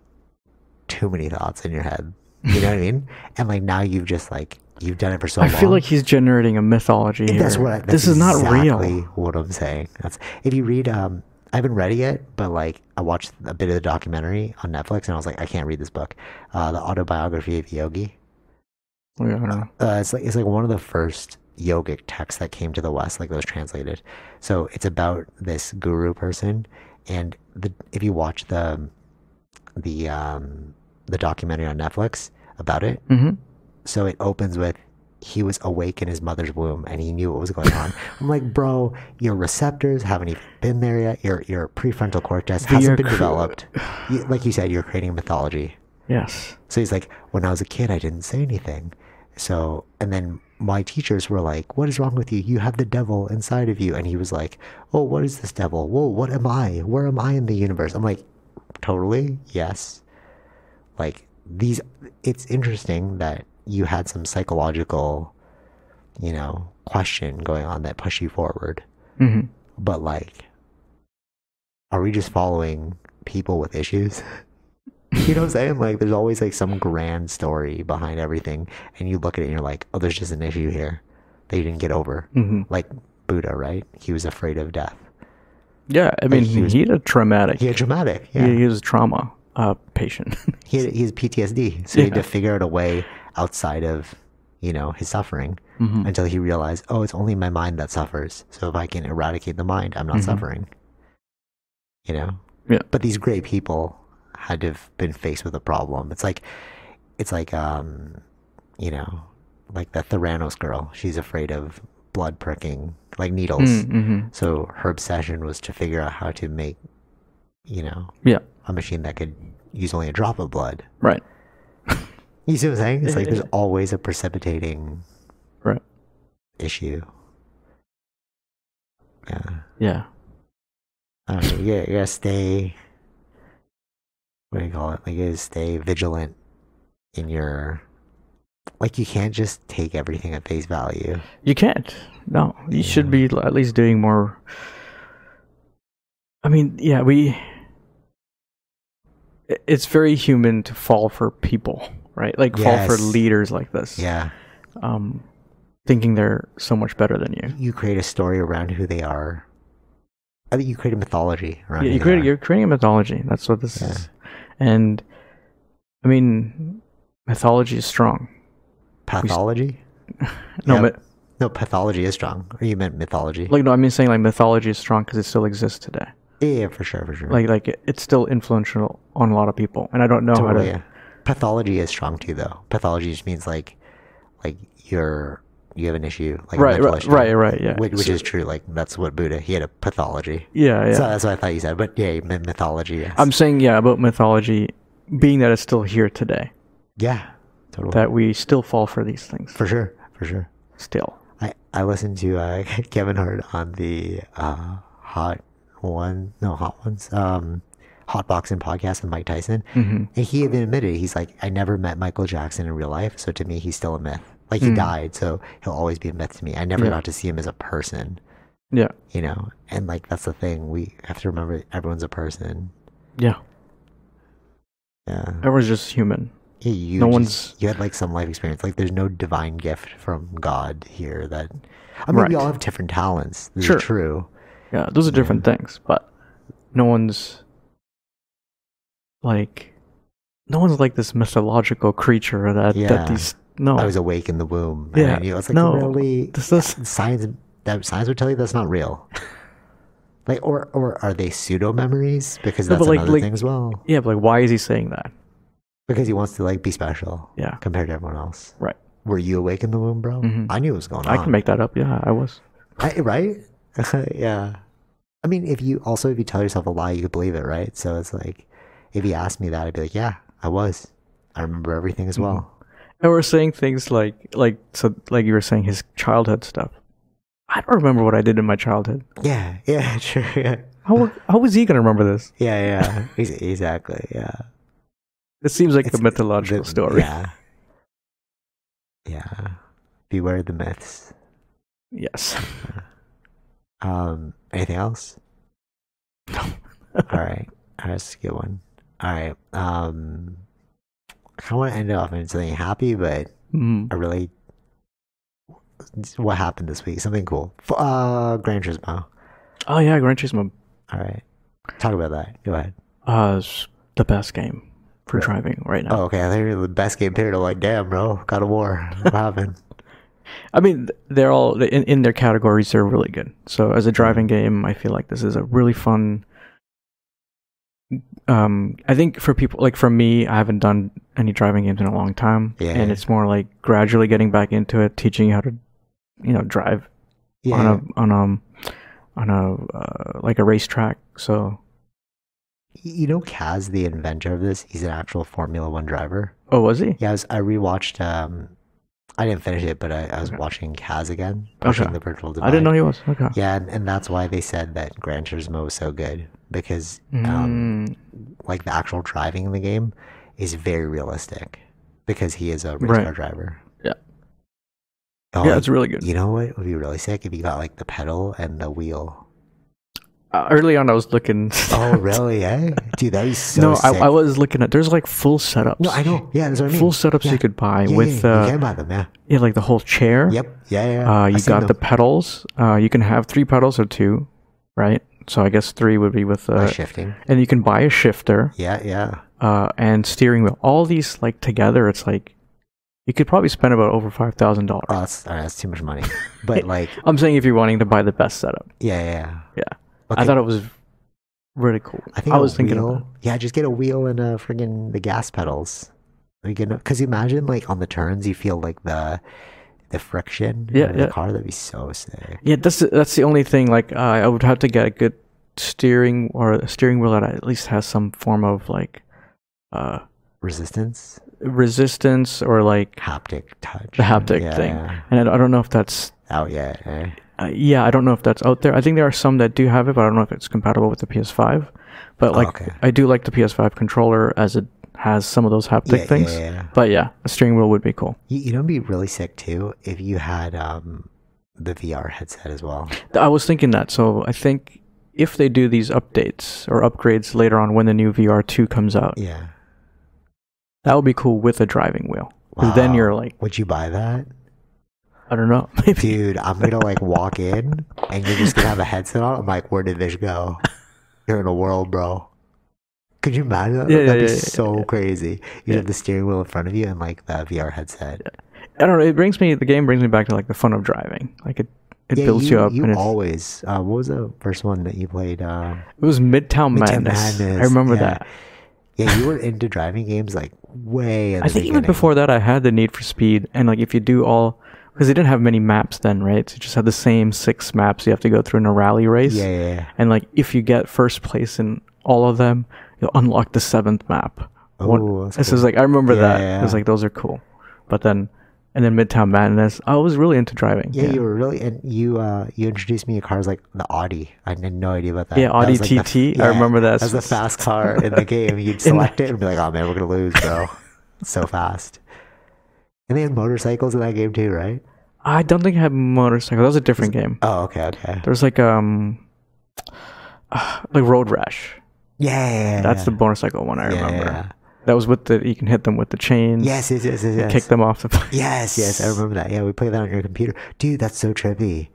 Speaker 1: too many thoughts in your head. You know what I mean? And like now you've just like you've done it for so
Speaker 2: i
Speaker 1: long.
Speaker 2: feel like he's generating a mythology here.
Speaker 1: That's what I,
Speaker 2: this is not
Speaker 1: exactly
Speaker 2: real
Speaker 1: What I'm saying. That's if you read. Um, I haven't read it yet, but like I watched a bit of the documentary on Netflix, and I was like, I can't read this book. Uh, the autobiography of Yogi.
Speaker 2: yeah, I don't know.
Speaker 1: Uh, it's like it's like one of the first yogic texts that came to the West, like those translated. So it's about this guru person, and the if you watch the the um, the documentary on Netflix about it,
Speaker 2: Mhm.
Speaker 1: so it opens with he was awake in his mother's womb and he knew what was going on. I'm like, bro, your receptors haven't even been there yet. Your your prefrontal cortex
Speaker 2: you're
Speaker 1: hasn't been
Speaker 2: cr-
Speaker 1: developed. You, like you said, you're creating mythology.
Speaker 2: yes
Speaker 1: So he's like, when I was a kid, I didn't say anything. So and then my teachers were like, "What is wrong with you? You have the devil inside of you." And he was like, "Oh, what is this devil? Whoa, what am I? Where am I in the universe?" I'm like, "Totally, yes." like these it's interesting that you had some psychological you know question going on that pushed you forward
Speaker 2: hmm
Speaker 1: but like are we just following people with issues You know what I'm saying? Like, there's always like some grand story behind everything, and you look at it and you're like, oh, there's just an issue here that you didn't get over.
Speaker 2: hmm
Speaker 1: Like Buddha, right? He was afraid of death.
Speaker 2: Yeah, I mean, he,
Speaker 1: he was-
Speaker 2: had a traumatic.
Speaker 1: He had traumatic. Yeah,
Speaker 2: He, he was a trauma uh, patient.
Speaker 1: he had, he has PTSD, so he had
Speaker 2: Yeah.
Speaker 1: to figure out a way outside of you know his suffering
Speaker 2: Mhm.
Speaker 1: until he realized, oh, it's only my mind that suffers. So if I can eradicate the mind, I'm not
Speaker 2: Mhm.
Speaker 1: suffering. You know.
Speaker 2: Yeah.
Speaker 1: But these great people had to have been faced with a problem. It's like, it's like, um, you know, like the Theranos girl. She's afraid of blood pricking, like needles.
Speaker 2: Mm-hmm.
Speaker 1: So her obsession was to figure out how to make, you know,
Speaker 2: Yeah,
Speaker 1: a machine that could use only a drop of blood.
Speaker 2: right,
Speaker 1: You see what I'm saying? It's like there's
Speaker 2: Yeah.
Speaker 1: always a precipitating
Speaker 2: right.
Speaker 1: issue. Yeah.
Speaker 2: Yeah,
Speaker 1: I don't know. You gotta, you gotta stay. What do you call it? Like, you gotta stay vigilant in your. Like, you can't just take everything at face value.
Speaker 2: you can't. No, you should be l- at least doing more. I mean, yeah, we. i- It's very human to fall for people, right? Like fall for
Speaker 1: Yes.
Speaker 2: leaders like this.
Speaker 1: Yeah.
Speaker 2: Um, thinking they're so much better than you.
Speaker 1: You create a story around who they are. I think you create a mythology around
Speaker 2: Yeah,
Speaker 1: who
Speaker 2: you
Speaker 1: they
Speaker 2: create,
Speaker 1: are.
Speaker 2: you're creating a mythology. That's what this
Speaker 1: Yeah.
Speaker 2: is. And I mean, mythology is strong.
Speaker 1: Pathology?
Speaker 2: No,
Speaker 1: Yeah.
Speaker 2: but
Speaker 1: No, pathology is strong. Or you meant mythology?
Speaker 2: like no, I mean saying like mythology is strong because it still exists today.
Speaker 1: yeah, yeah, for sure, for sure.
Speaker 2: Like like it- it's still influential on a lot of people, and Oh, I don't know
Speaker 1: Totally,
Speaker 2: how to.
Speaker 1: yeah. Pathology is strong too, though. Pathology just means like, like you're you have an issue, like a
Speaker 2: Right,
Speaker 1: mental
Speaker 2: right,
Speaker 1: issue,
Speaker 2: right, right, yeah.
Speaker 1: which, which is true. Like that's what Buddha he had a pathology.
Speaker 2: Yeah, yeah.
Speaker 1: So that's what I thought you said, but yeah, myth- mythology. Yes.
Speaker 2: I'm saying yeah about mythology, being that it's still here today,
Speaker 1: yeah, totally
Speaker 2: that we still fall for these things.
Speaker 1: for sure, for sure.
Speaker 2: still,
Speaker 1: I I listened to uh, Kevin Hart on the uh, Hot One, no Hot Ones, um, Hot Boxing podcast with Mike Tyson,
Speaker 2: Mhm.
Speaker 1: and he even admitted he's like, I never met Michael Jackson in real life, so to me he's still a myth. Like
Speaker 2: Hmm.
Speaker 1: he died, so he'll always be a myth to me. I never
Speaker 2: Yeah.
Speaker 1: got to see him as a person,
Speaker 2: yeah,
Speaker 1: you know. And like that's the thing, we have to remember everyone's a person.
Speaker 2: yeah.
Speaker 1: Yeah,
Speaker 2: Everyone's just human.
Speaker 1: Yeah, you
Speaker 2: No
Speaker 1: just-
Speaker 2: one's-
Speaker 1: you had like some life experience. Like there's no divine gift from God here. That I mean,
Speaker 2: Right.
Speaker 1: we all have different talents. This
Speaker 2: Sure.
Speaker 1: is true.
Speaker 2: Yeah, those are different things, but no one's like no one's like this mythological creature that
Speaker 1: Yeah.
Speaker 2: that these no.
Speaker 1: I was awake in the womb. and I
Speaker 2: Oh. yeah,
Speaker 1: knew- it's like
Speaker 2: no,
Speaker 1: really
Speaker 2: this is
Speaker 1: science that science would tell you that's not real. like or or are they pseudo memories? Because
Speaker 2: No,
Speaker 1: that's
Speaker 2: but, like-
Speaker 1: another
Speaker 2: like-
Speaker 1: thing as well.
Speaker 2: yeah, but like why is he saying that?
Speaker 1: Because he wants to like be special
Speaker 2: Yeah,
Speaker 1: compared to everyone else.
Speaker 2: right.
Speaker 1: Were you awake in the womb, bro?
Speaker 2: Mhm.
Speaker 1: I knew what was going
Speaker 2: I
Speaker 1: on.
Speaker 2: can make that up. Yeah, I was.
Speaker 1: I, right? yeah. I mean, if you also if you tell yourself a lie, you could believe it, right? So it's like, if you asked me that, I'd be like, yeah, I was. I remember everything as
Speaker 2: Mm-hmm.
Speaker 1: well.
Speaker 2: And we're saying things like like so like you were saying his childhood stuff. I don't remember what I did in my childhood.
Speaker 1: Yeah, yeah, sure, yeah,
Speaker 2: How how was he gonna remember this?
Speaker 1: yeah, yeah. Ex- exactly, yeah.
Speaker 2: It seems like a
Speaker 1: It's-
Speaker 2: mythological
Speaker 1: The-
Speaker 2: story.
Speaker 1: Yeah, yeah. Beware the myths.
Speaker 2: Yes.
Speaker 1: Um, anything else? All right, All right, that's a good one. All right. Um, I kind of want to end it off on something happy, but
Speaker 2: Mm.
Speaker 1: I really what happened this week. Something cool. F- Uh, Gran Turismo.
Speaker 2: Oh yeah, Gran Turismo
Speaker 1: All right, talk about that. Go ahead.
Speaker 2: uh, is the best game for
Speaker 1: Really?
Speaker 2: driving right now.
Speaker 1: Oh, okay. I think you're the best game period. I'm like, damn, bro. God of War. What happened?
Speaker 2: I mean, th- they're all in, in their categories. They're really good. So as a driving game, I feel like this is a really fun. Um, I think for people like for me, I haven't done any driving games in a long time,
Speaker 1: Yeah.
Speaker 2: and it's more like gradually getting back into it, teaching you how to, you know, drive
Speaker 1: Yeah.
Speaker 2: on a on um on a uh, like a racetrack. So
Speaker 1: You know, Kaz, the inventor of this, he's an actual Formula One driver.
Speaker 2: oh, was he?
Speaker 1: Yeah, I, was, I rewatched. Um, I didn't finish it, but I, I was watching Kaz again, pushing
Speaker 2: Okay.
Speaker 1: the virtual divide.
Speaker 2: I didn't know he was. Okay.
Speaker 1: Yeah, and, and that's why they said that Gran Turismo was so good because um,
Speaker 2: Mm,
Speaker 1: like the actual driving in the game is very realistic because he is a race
Speaker 2: Right.
Speaker 1: car driver.
Speaker 2: Yeah.
Speaker 1: Oh,
Speaker 2: yeah,
Speaker 1: like,
Speaker 2: it's really good.
Speaker 1: you know what would be really sick if you got like the pedal and the wheel.
Speaker 2: uh, early on I was looking.
Speaker 1: Oh, really? Eh? Dude, that is so
Speaker 2: no,
Speaker 1: sick.
Speaker 2: I, I was looking at. There's like full setups.
Speaker 1: no, I know. Yeah, that's what I mean.
Speaker 2: Full setups you could buy
Speaker 1: yeah,
Speaker 2: with
Speaker 1: yeah, you
Speaker 2: uh,
Speaker 1: can buy them. Yeah.
Speaker 2: yeah, like the whole chair.
Speaker 1: Yep. Yeah. yeah, yeah.
Speaker 2: Uh,
Speaker 1: I
Speaker 2: you
Speaker 1: seen
Speaker 2: got the
Speaker 1: them.
Speaker 2: pedals. Uh, you can have three pedals or two, right? So I guess three would be with uh,
Speaker 1: shifting.
Speaker 2: and you can buy a shifter
Speaker 1: Yeah. Yeah.
Speaker 2: uh, and steering wheel. All these like together, it's like you could probably spend about over five thousand dollars.
Speaker 1: Oh, that's, all right, that's too much money. But like,
Speaker 2: I'm saying if you're wanting to buy the best setup,
Speaker 1: yeah, yeah, yeah.
Speaker 2: yeah. I
Speaker 1: Okay.
Speaker 2: thought it was really cool.
Speaker 1: I
Speaker 2: I,
Speaker 1: think a
Speaker 2: was thinking, of
Speaker 1: wheel, yeah, just get a wheel and a friggin' the gas pedals. We can, cause imagine like on the turns you feel like the the friction
Speaker 2: Yeah,
Speaker 1: of
Speaker 2: yeah.
Speaker 1: the car. That'd be so sick.
Speaker 2: yeah, that's the- that's the only thing. Like uh, I would have to get a good steering or a steering wheel that at least has some form of like uh,
Speaker 1: Resistance,
Speaker 2: resistance or like
Speaker 1: haptic touch,
Speaker 2: the haptic thing.
Speaker 1: Yeah.
Speaker 2: And I I don't know if that's
Speaker 1: Oh yeah, eh?
Speaker 2: uh, yeah, I don't know if that's out there. I think there are some that do have it, but I don't know if it's compatible with the PS5. But like,
Speaker 1: Oh, okay.
Speaker 2: I do like the PS5 controller as it has some of those haptic
Speaker 1: yeah,
Speaker 2: things.
Speaker 1: yeah, yeah.
Speaker 2: But yeah, a steering wheel would be cool.
Speaker 1: You, you know, it'd be really sick too if you had um the VR headset as well.
Speaker 2: Th- I was thinking that, so I think if they do these updates or upgrades later on when the new VR2 comes out,
Speaker 1: Yeah.
Speaker 2: that would be cool with a driving wheel. 'Cause Then
Speaker 1: Wow.
Speaker 2: you're like,
Speaker 1: Would you buy that?
Speaker 2: I don't know, maybe
Speaker 1: Dude, I'm gonna like walk in and you're just gonna have a headset on. I'm like, where did this go? You're in a world, bro. Could you imagine that?
Speaker 2: Yeah, yeah,
Speaker 1: That'd be
Speaker 2: yeah, yeah,
Speaker 1: so crazy. You
Speaker 2: Yeah.
Speaker 1: have the steering wheel in front of you and like the VR headset.
Speaker 2: I don't know. It brings me the game brings me back to like the fun of driving. Like it, it
Speaker 1: Yeah,
Speaker 2: builds you, up.
Speaker 1: You
Speaker 2: and it's,
Speaker 1: always. Uh, what was the first one that you played? Uh,
Speaker 2: it was Midtown,
Speaker 1: Midtown
Speaker 2: Madness. I
Speaker 1: Madness,
Speaker 2: remember
Speaker 1: yeah.
Speaker 2: that.
Speaker 1: yeah, you were into driving games like way. In the
Speaker 2: I think even
Speaker 1: beginning.
Speaker 2: before that, I had the Need for Speed, and like if you do all, because they didn't have many maps then, right? So you just had the same six maps you have to go through in a rally race.
Speaker 1: Yeah, yeah, yeah.
Speaker 2: And like if you get first place in all of them, you'll unlock the seventh map. One-
Speaker 1: Oh, that's
Speaker 2: this
Speaker 1: cool.
Speaker 2: is like I remember
Speaker 1: Yeah,
Speaker 2: that.
Speaker 1: yeah,
Speaker 2: It was
Speaker 1: yeah.
Speaker 2: like those are cool, but then and then Midtown Madness, I was really into driving.
Speaker 1: Yeah, you were really, and you uh, you introduced me to cars like the Audi. I had no idea about that.
Speaker 2: Yeah,
Speaker 1: That
Speaker 2: Audi
Speaker 1: was, like, the-
Speaker 2: TT. I remember that.
Speaker 1: That was the fast car in the game. You'd select it and be like, "Oh man, we're gonna lose, bro! It's so fast." And they had motorcycles in that game too, right?
Speaker 2: I don't think I had motorcycle. That was a different game.
Speaker 1: Oh, okay, okay.
Speaker 2: There was like um, like Road Rash.
Speaker 1: Yeah, yeah, yeah,
Speaker 2: That's
Speaker 1: yeah.
Speaker 2: the motorcycle one I
Speaker 1: Yeah,
Speaker 2: remember.
Speaker 1: yeah.
Speaker 2: That was with the you can hit them with the chains.
Speaker 1: Yes, yes, yes, yes. yes.
Speaker 2: Kick them off the bike.
Speaker 1: Yes, yes, I remember that. Yeah, we played that on your computer, dude. That's so trippy.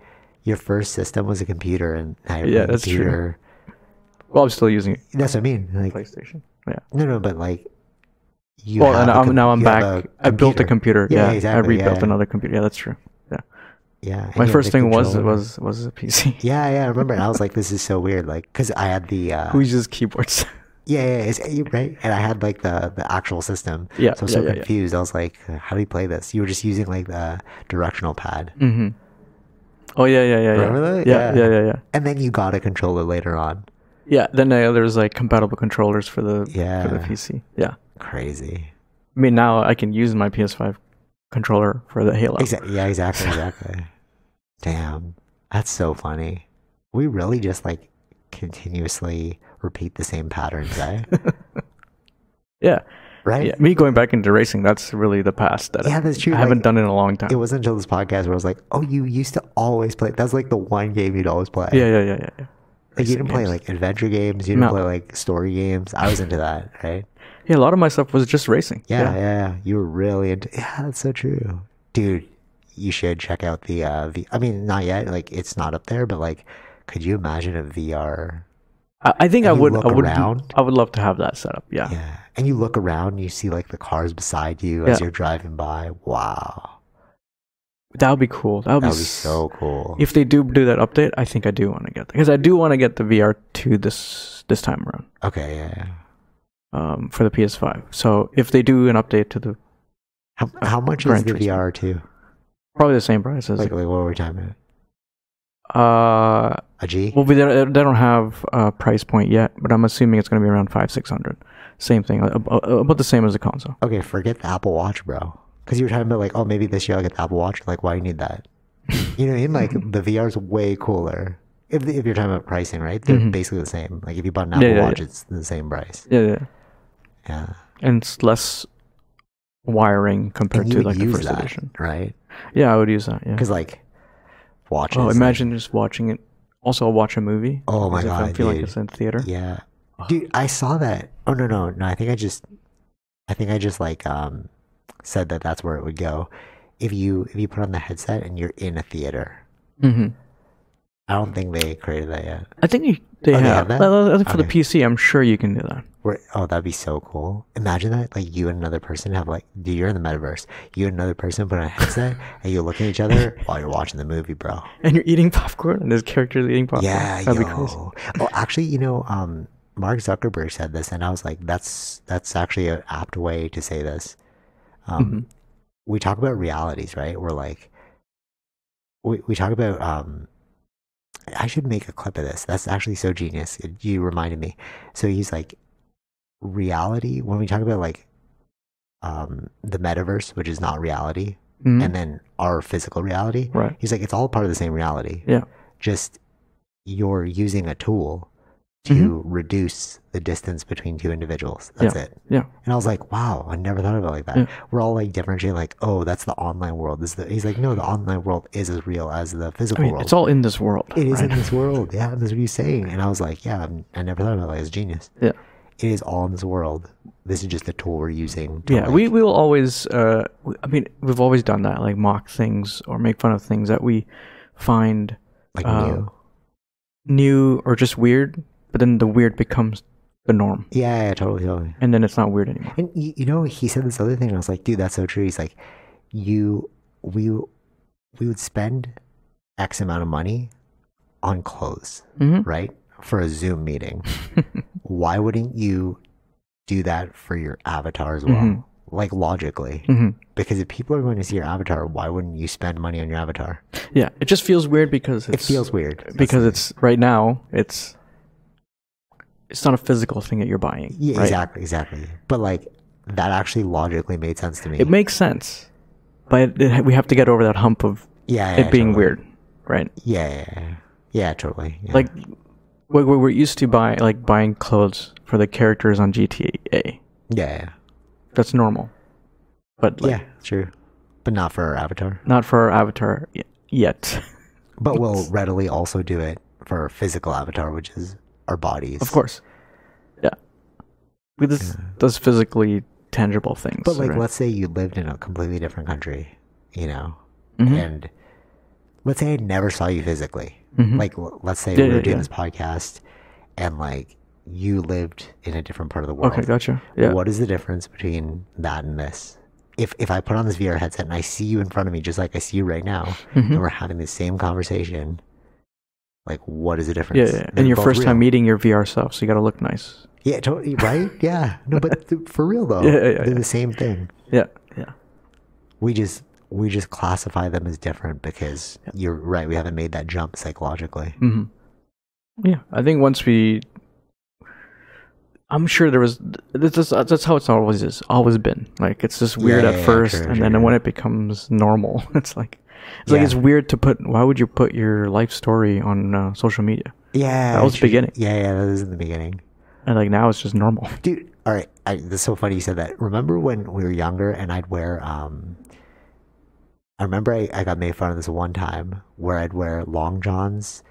Speaker 1: Your first system was a computer, and I
Speaker 2: Yeah, that's true.
Speaker 1: computer.
Speaker 2: Well, I'm still using it.
Speaker 1: true. That's what I mean. Like,
Speaker 2: PlayStation. Yeah.
Speaker 1: no, no, but like, you.
Speaker 2: Well,
Speaker 1: have
Speaker 2: and
Speaker 1: a
Speaker 2: I'm,
Speaker 1: com-
Speaker 2: now I'm
Speaker 1: you have
Speaker 2: back. I built a computer.
Speaker 1: Yeah,
Speaker 2: Yeah,
Speaker 1: exactly,
Speaker 2: I rebuilt
Speaker 1: yeah.
Speaker 2: another computer. Yeah, that's true. Yeah.
Speaker 1: Yeah, and
Speaker 2: My
Speaker 1: you have
Speaker 2: first
Speaker 1: the
Speaker 2: thing was
Speaker 1: controller.
Speaker 2: was was a PC.
Speaker 1: Yeah, yeah, I remember. And I was like, this is so weird. Like, because I had the, uh,
Speaker 2: Who uses keyboards?
Speaker 1: yeah, yeah, it's, you- right? And I had like the, the actual system.
Speaker 2: Yeah,
Speaker 1: So I was
Speaker 2: yeah,
Speaker 1: so
Speaker 2: yeah, yeah.
Speaker 1: confused. I was like, "Uh, how do you play this? You were just using like the directional pad.
Speaker 2: mm-hmm. Oh yeah, yeah, yeah, yeah.
Speaker 1: Remember that?
Speaker 2: Yeah,
Speaker 1: Yeah.
Speaker 2: yeah, yeah, yeah.
Speaker 1: And then you got a controller later on.
Speaker 2: Yeah. Then uh, there's like compatible controllers for the for the
Speaker 1: Yeah.
Speaker 2: PC. Yeah.
Speaker 1: Crazy.
Speaker 2: I mean, now I can use my PS5 controller for the Halo.
Speaker 1: Exactly. Yeah, exactly. Exactly. Damn. That's so funny. We really just like continuously repeat the same patterns, eh?
Speaker 2: Yeah.
Speaker 1: Right?
Speaker 2: Yeah. Me going back into racing, that's really the past that I-
Speaker 1: Yeah, that's true,
Speaker 2: I haven't
Speaker 1: like-
Speaker 2: done in a long
Speaker 1: It
Speaker 2: time.
Speaker 1: wasn't until this podcast where I was like, oh, you used to always play. That's like the one game you'd always play.
Speaker 2: Yeah, yeah, yeah, yeah. yeah.
Speaker 1: Like you didn't play
Speaker 2: games.
Speaker 1: like adventure games. You didn't
Speaker 2: No.
Speaker 1: play like story games. I was into that, right?
Speaker 2: Yeah, a lot of my stuff was just racing.
Speaker 1: Yeah, yeah, yeah. You were really into. Yeah, that's so true, dude. You should check out the. Uh, v- I mean, not yet. Like it's not up there, but like, could you imagine a VR?
Speaker 2: I, I think I
Speaker 1: And you
Speaker 2: would.
Speaker 1: look
Speaker 2: I would.
Speaker 1: around.
Speaker 2: I would love to have that set up. Yeah.
Speaker 1: Yeah, and you look around, and you see like the cars beside you as
Speaker 2: Yeah.
Speaker 1: you're driving by. Wow,
Speaker 2: that would be cool. That would
Speaker 1: that
Speaker 2: be,
Speaker 1: would be
Speaker 2: s-
Speaker 1: so cool.
Speaker 2: If they do do that update, I think I do want to get because I do want to get the VR two this this time around
Speaker 1: okay, yeah. yeah.
Speaker 2: um, for the PS five. So if they do an update to the
Speaker 1: How how much is
Speaker 2: Gran
Speaker 1: the
Speaker 2: Turismo.
Speaker 1: VR too?
Speaker 2: probably the same price as
Speaker 1: Like, like what were we talking about?
Speaker 2: uh
Speaker 1: A G?
Speaker 2: well we they don't they don't have a price point yet, but I'm assuming it's going to be around five six hundred. Same thing, ab- ab- about the same as the console.
Speaker 1: Okay, forget the Apple Watch, bro. Because you were talking about like, oh, maybe this year I'll get the Apple Watch. Like, why do you need that? You know what I mean? Like, the VR is way cooler. If, if you're talking about pricing, right? They're basically the same. Like, if you bought an Apple
Speaker 2: Mm-hmm. yeah,
Speaker 1: Watch, it's the same price.
Speaker 2: Yeah, yeah.
Speaker 1: Yeah.
Speaker 2: and it's less wiring compared
Speaker 1: And you
Speaker 2: to
Speaker 1: would
Speaker 2: like the
Speaker 1: use
Speaker 2: first
Speaker 1: that,
Speaker 2: edition.
Speaker 1: right?
Speaker 2: Yeah, I would use that. Yeah.
Speaker 1: Because like, watches.
Speaker 2: Oh,
Speaker 1: like-
Speaker 2: imagine just watching it Also, I'll watch a movie.
Speaker 1: Oh my
Speaker 2: as if
Speaker 1: god,
Speaker 2: I feel like
Speaker 1: dude.
Speaker 2: it's in theater.
Speaker 1: Yeah. Dude, I saw that. Oh no, no, no. I think I just I think I just like um said that that's where it would go. If you if you put on the headset and you're in a theater.
Speaker 2: hmm
Speaker 1: I don't think they created that yet.
Speaker 2: I think you- they
Speaker 1: Oh, they have
Speaker 2: have.
Speaker 1: that?
Speaker 2: I- I think for the
Speaker 1: Okay.
Speaker 2: PC, I'm sure you can do that.
Speaker 1: Where, oh, that'd be so cool. Imagine that like you and another person have like dude, you're in the metaverse. You and another person put on a headset and you look at each other while you're watching the movie, bro.
Speaker 2: And you're eating popcorn, and this character's eating popcorn.
Speaker 1: Yeah,
Speaker 2: that'd
Speaker 1: yo.
Speaker 2: be crazy.
Speaker 1: Oh, actually, you know, um, Mark Zuckerberg said this, and I was like, that's that's actually an apt way to say this. Um, We talk about realities, right? We're like, we we talk about. Um, I should make a clip of this. That's actually so genius. It- You reminded me. So he's like, reality. When we talk about like, um, the metaverse, which is not reality,
Speaker 2: Mhm.
Speaker 1: and then our physical reality.
Speaker 2: Right.
Speaker 1: He's like, it's all part of the same reality.
Speaker 2: Yeah.
Speaker 1: Just you're using a tool to reduce the distance between two individuals. That's it.
Speaker 2: Mm-hmm. Yeah.
Speaker 1: And I was like, wow, I never thought about it like that.
Speaker 2: Yeah.
Speaker 1: We're all like differentiating, like, oh, that's the online world. This is the, he's like, no, the online world is as real as the
Speaker 2: I
Speaker 1: physical
Speaker 2: mean,
Speaker 1: world.
Speaker 2: it's all in this world.
Speaker 1: It is
Speaker 2: right?
Speaker 1: in this world. Yeah, that's what he's saying. And I was like, yeah, I'm, I never thought about it. Like, it's genius.
Speaker 2: Yeah.
Speaker 1: It is all in this world. This is just the tool we're using. to,
Speaker 2: Yeah,
Speaker 1: like-
Speaker 2: we we will always. Uh, we- I mean, we've always done that, like mock things or make fun of things that we find
Speaker 1: like
Speaker 2: uh,
Speaker 1: new.
Speaker 2: new or just weird. But then the weird becomes the norm,
Speaker 1: Yeah, yeah, totally, totally.
Speaker 2: and then it's not weird anymore.
Speaker 1: And you, you know, he said this other thing, and I was like, dude, that's so true. He's like, you, we, we would spend X amount of money on clothes,
Speaker 2: Mhm.
Speaker 1: right, for a Zoom meeting. Why wouldn't you do that for your avatar as well?
Speaker 2: Mhm.
Speaker 1: Like logically,
Speaker 2: Mhm.
Speaker 1: because if people are going to see your avatar, why wouldn't you spend money on your avatar?
Speaker 2: Yeah, it just feels weird because
Speaker 1: It
Speaker 2: it's,
Speaker 1: feels weird That's
Speaker 2: because
Speaker 1: the-
Speaker 2: it's right now it's it's not a physical thing that you're buying.
Speaker 1: yeah,
Speaker 2: right?
Speaker 1: exactly, exactly. But like that actually logically made sense to me.
Speaker 2: It makes sense, but it, we have to get over that hump of
Speaker 1: yeah,
Speaker 2: it
Speaker 1: yeah,
Speaker 2: being
Speaker 1: totally.
Speaker 2: weird, right?
Speaker 1: Yeah, yeah, yeah, yeah totally. yeah.
Speaker 2: like we we- we're used to buy like buying clothes for the characters on GTA.
Speaker 1: yeah, yeah.
Speaker 2: That's normal, but like
Speaker 1: yeah, true. But not for our avatar.
Speaker 2: not for our avatar y- yet.
Speaker 1: But we'll readily also do it for our physical avatar, which is our bodies.
Speaker 2: of course, yeah. We this does physically tangible things.
Speaker 1: But like,
Speaker 2: right?
Speaker 1: let's say you lived in a completely different country, you know,
Speaker 2: Mhm.
Speaker 1: and let's say I never saw you physically. Like, l- let's say
Speaker 2: Mm-hmm. Yeah,
Speaker 1: we were
Speaker 2: yeah,
Speaker 1: doing
Speaker 2: yeah.
Speaker 1: this podcast, and like you lived in a different part of the world.
Speaker 2: okay, gotcha. Yeah,
Speaker 1: What is the difference between that and this? If if I put on this VR headset and I see you in front of me, just like I see you right now,
Speaker 2: Mm-hmm.
Speaker 1: and we're having the same conversation, like what is the
Speaker 2: yeah,
Speaker 1: difference?
Speaker 2: yeah.
Speaker 1: They're
Speaker 2: And your
Speaker 1: both
Speaker 2: first time
Speaker 1: real.
Speaker 2: meeting your VR self, so you gotta look nice.
Speaker 1: yeah, totally right, yeah. No, but th- for real though,
Speaker 2: Yeah, yeah, yeah,
Speaker 1: they're the same thing.
Speaker 2: Yeah, yeah,
Speaker 1: We just we just classify them as different because you're right. We haven't made that jump psychologically.
Speaker 2: hmm yeah. I think once we. I'm sure there was. th- This is, that's how it's always is, always been. Like it's just weird
Speaker 1: Yeah,
Speaker 2: at
Speaker 1: yeah, yeah,
Speaker 2: first,
Speaker 1: true,
Speaker 2: and
Speaker 1: true,
Speaker 2: then
Speaker 1: true.
Speaker 2: when it becomes normal, it's like it's like
Speaker 1: Yeah.
Speaker 2: it's weird to put. Why would you put your life story on uh, social media?
Speaker 1: Yeah,
Speaker 2: That was the
Speaker 1: true.
Speaker 2: beginning.
Speaker 1: Yeah, yeah, that was in the beginning.
Speaker 2: And like now it's just normal.
Speaker 1: dude all right I, this is so funny you said that remember when we were younger and i'd wear um i remember i, I got made fun of this one time where i'd wear long johns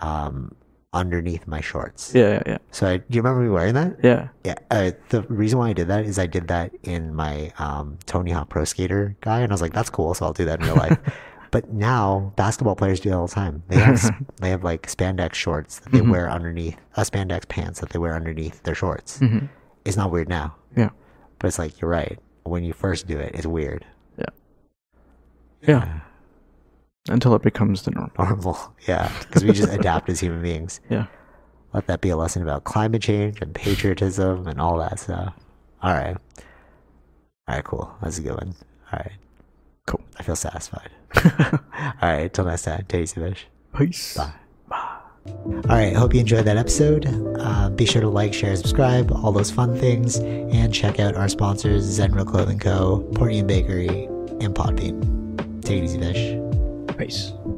Speaker 1: um underneath my shorts
Speaker 2: Yeah, yeah, yeah.
Speaker 1: so i do you remember me wearing that
Speaker 2: yeah.
Speaker 1: yeah uh, the reason why i did that is i did that in my um tony hawk pro skater guy and i was like that's cool so i'll do that in real life but now basketball players do that all the time they have s- they have like spandex shorts that they wear underneath uh, spandex pants that they wear underneath their shorts
Speaker 2: hmm
Speaker 1: it's not weird now,
Speaker 2: yeah,
Speaker 1: but it's like you're right. When you first do it, it's weird,
Speaker 2: yeah, yeah. Until it becomes the norm.
Speaker 1: normal, yeah, because we just adapt as human beings.
Speaker 2: Yeah.
Speaker 1: Let that be a lesson about climate change and patriotism and all that stuff. All right, all right, cool. That's a good one. All right,
Speaker 2: Cool.
Speaker 1: I feel satisfied. all right, till next time, take it easy, fish.
Speaker 2: Peace.
Speaker 1: All right, hope you enjoyed that episode. Uh, be sure to like, share, subscribe, all those fun things, and check out our sponsors, Zenro Clothing Co., Portian Bakery, and Podbean. Take it easy, fish.
Speaker 2: Peace.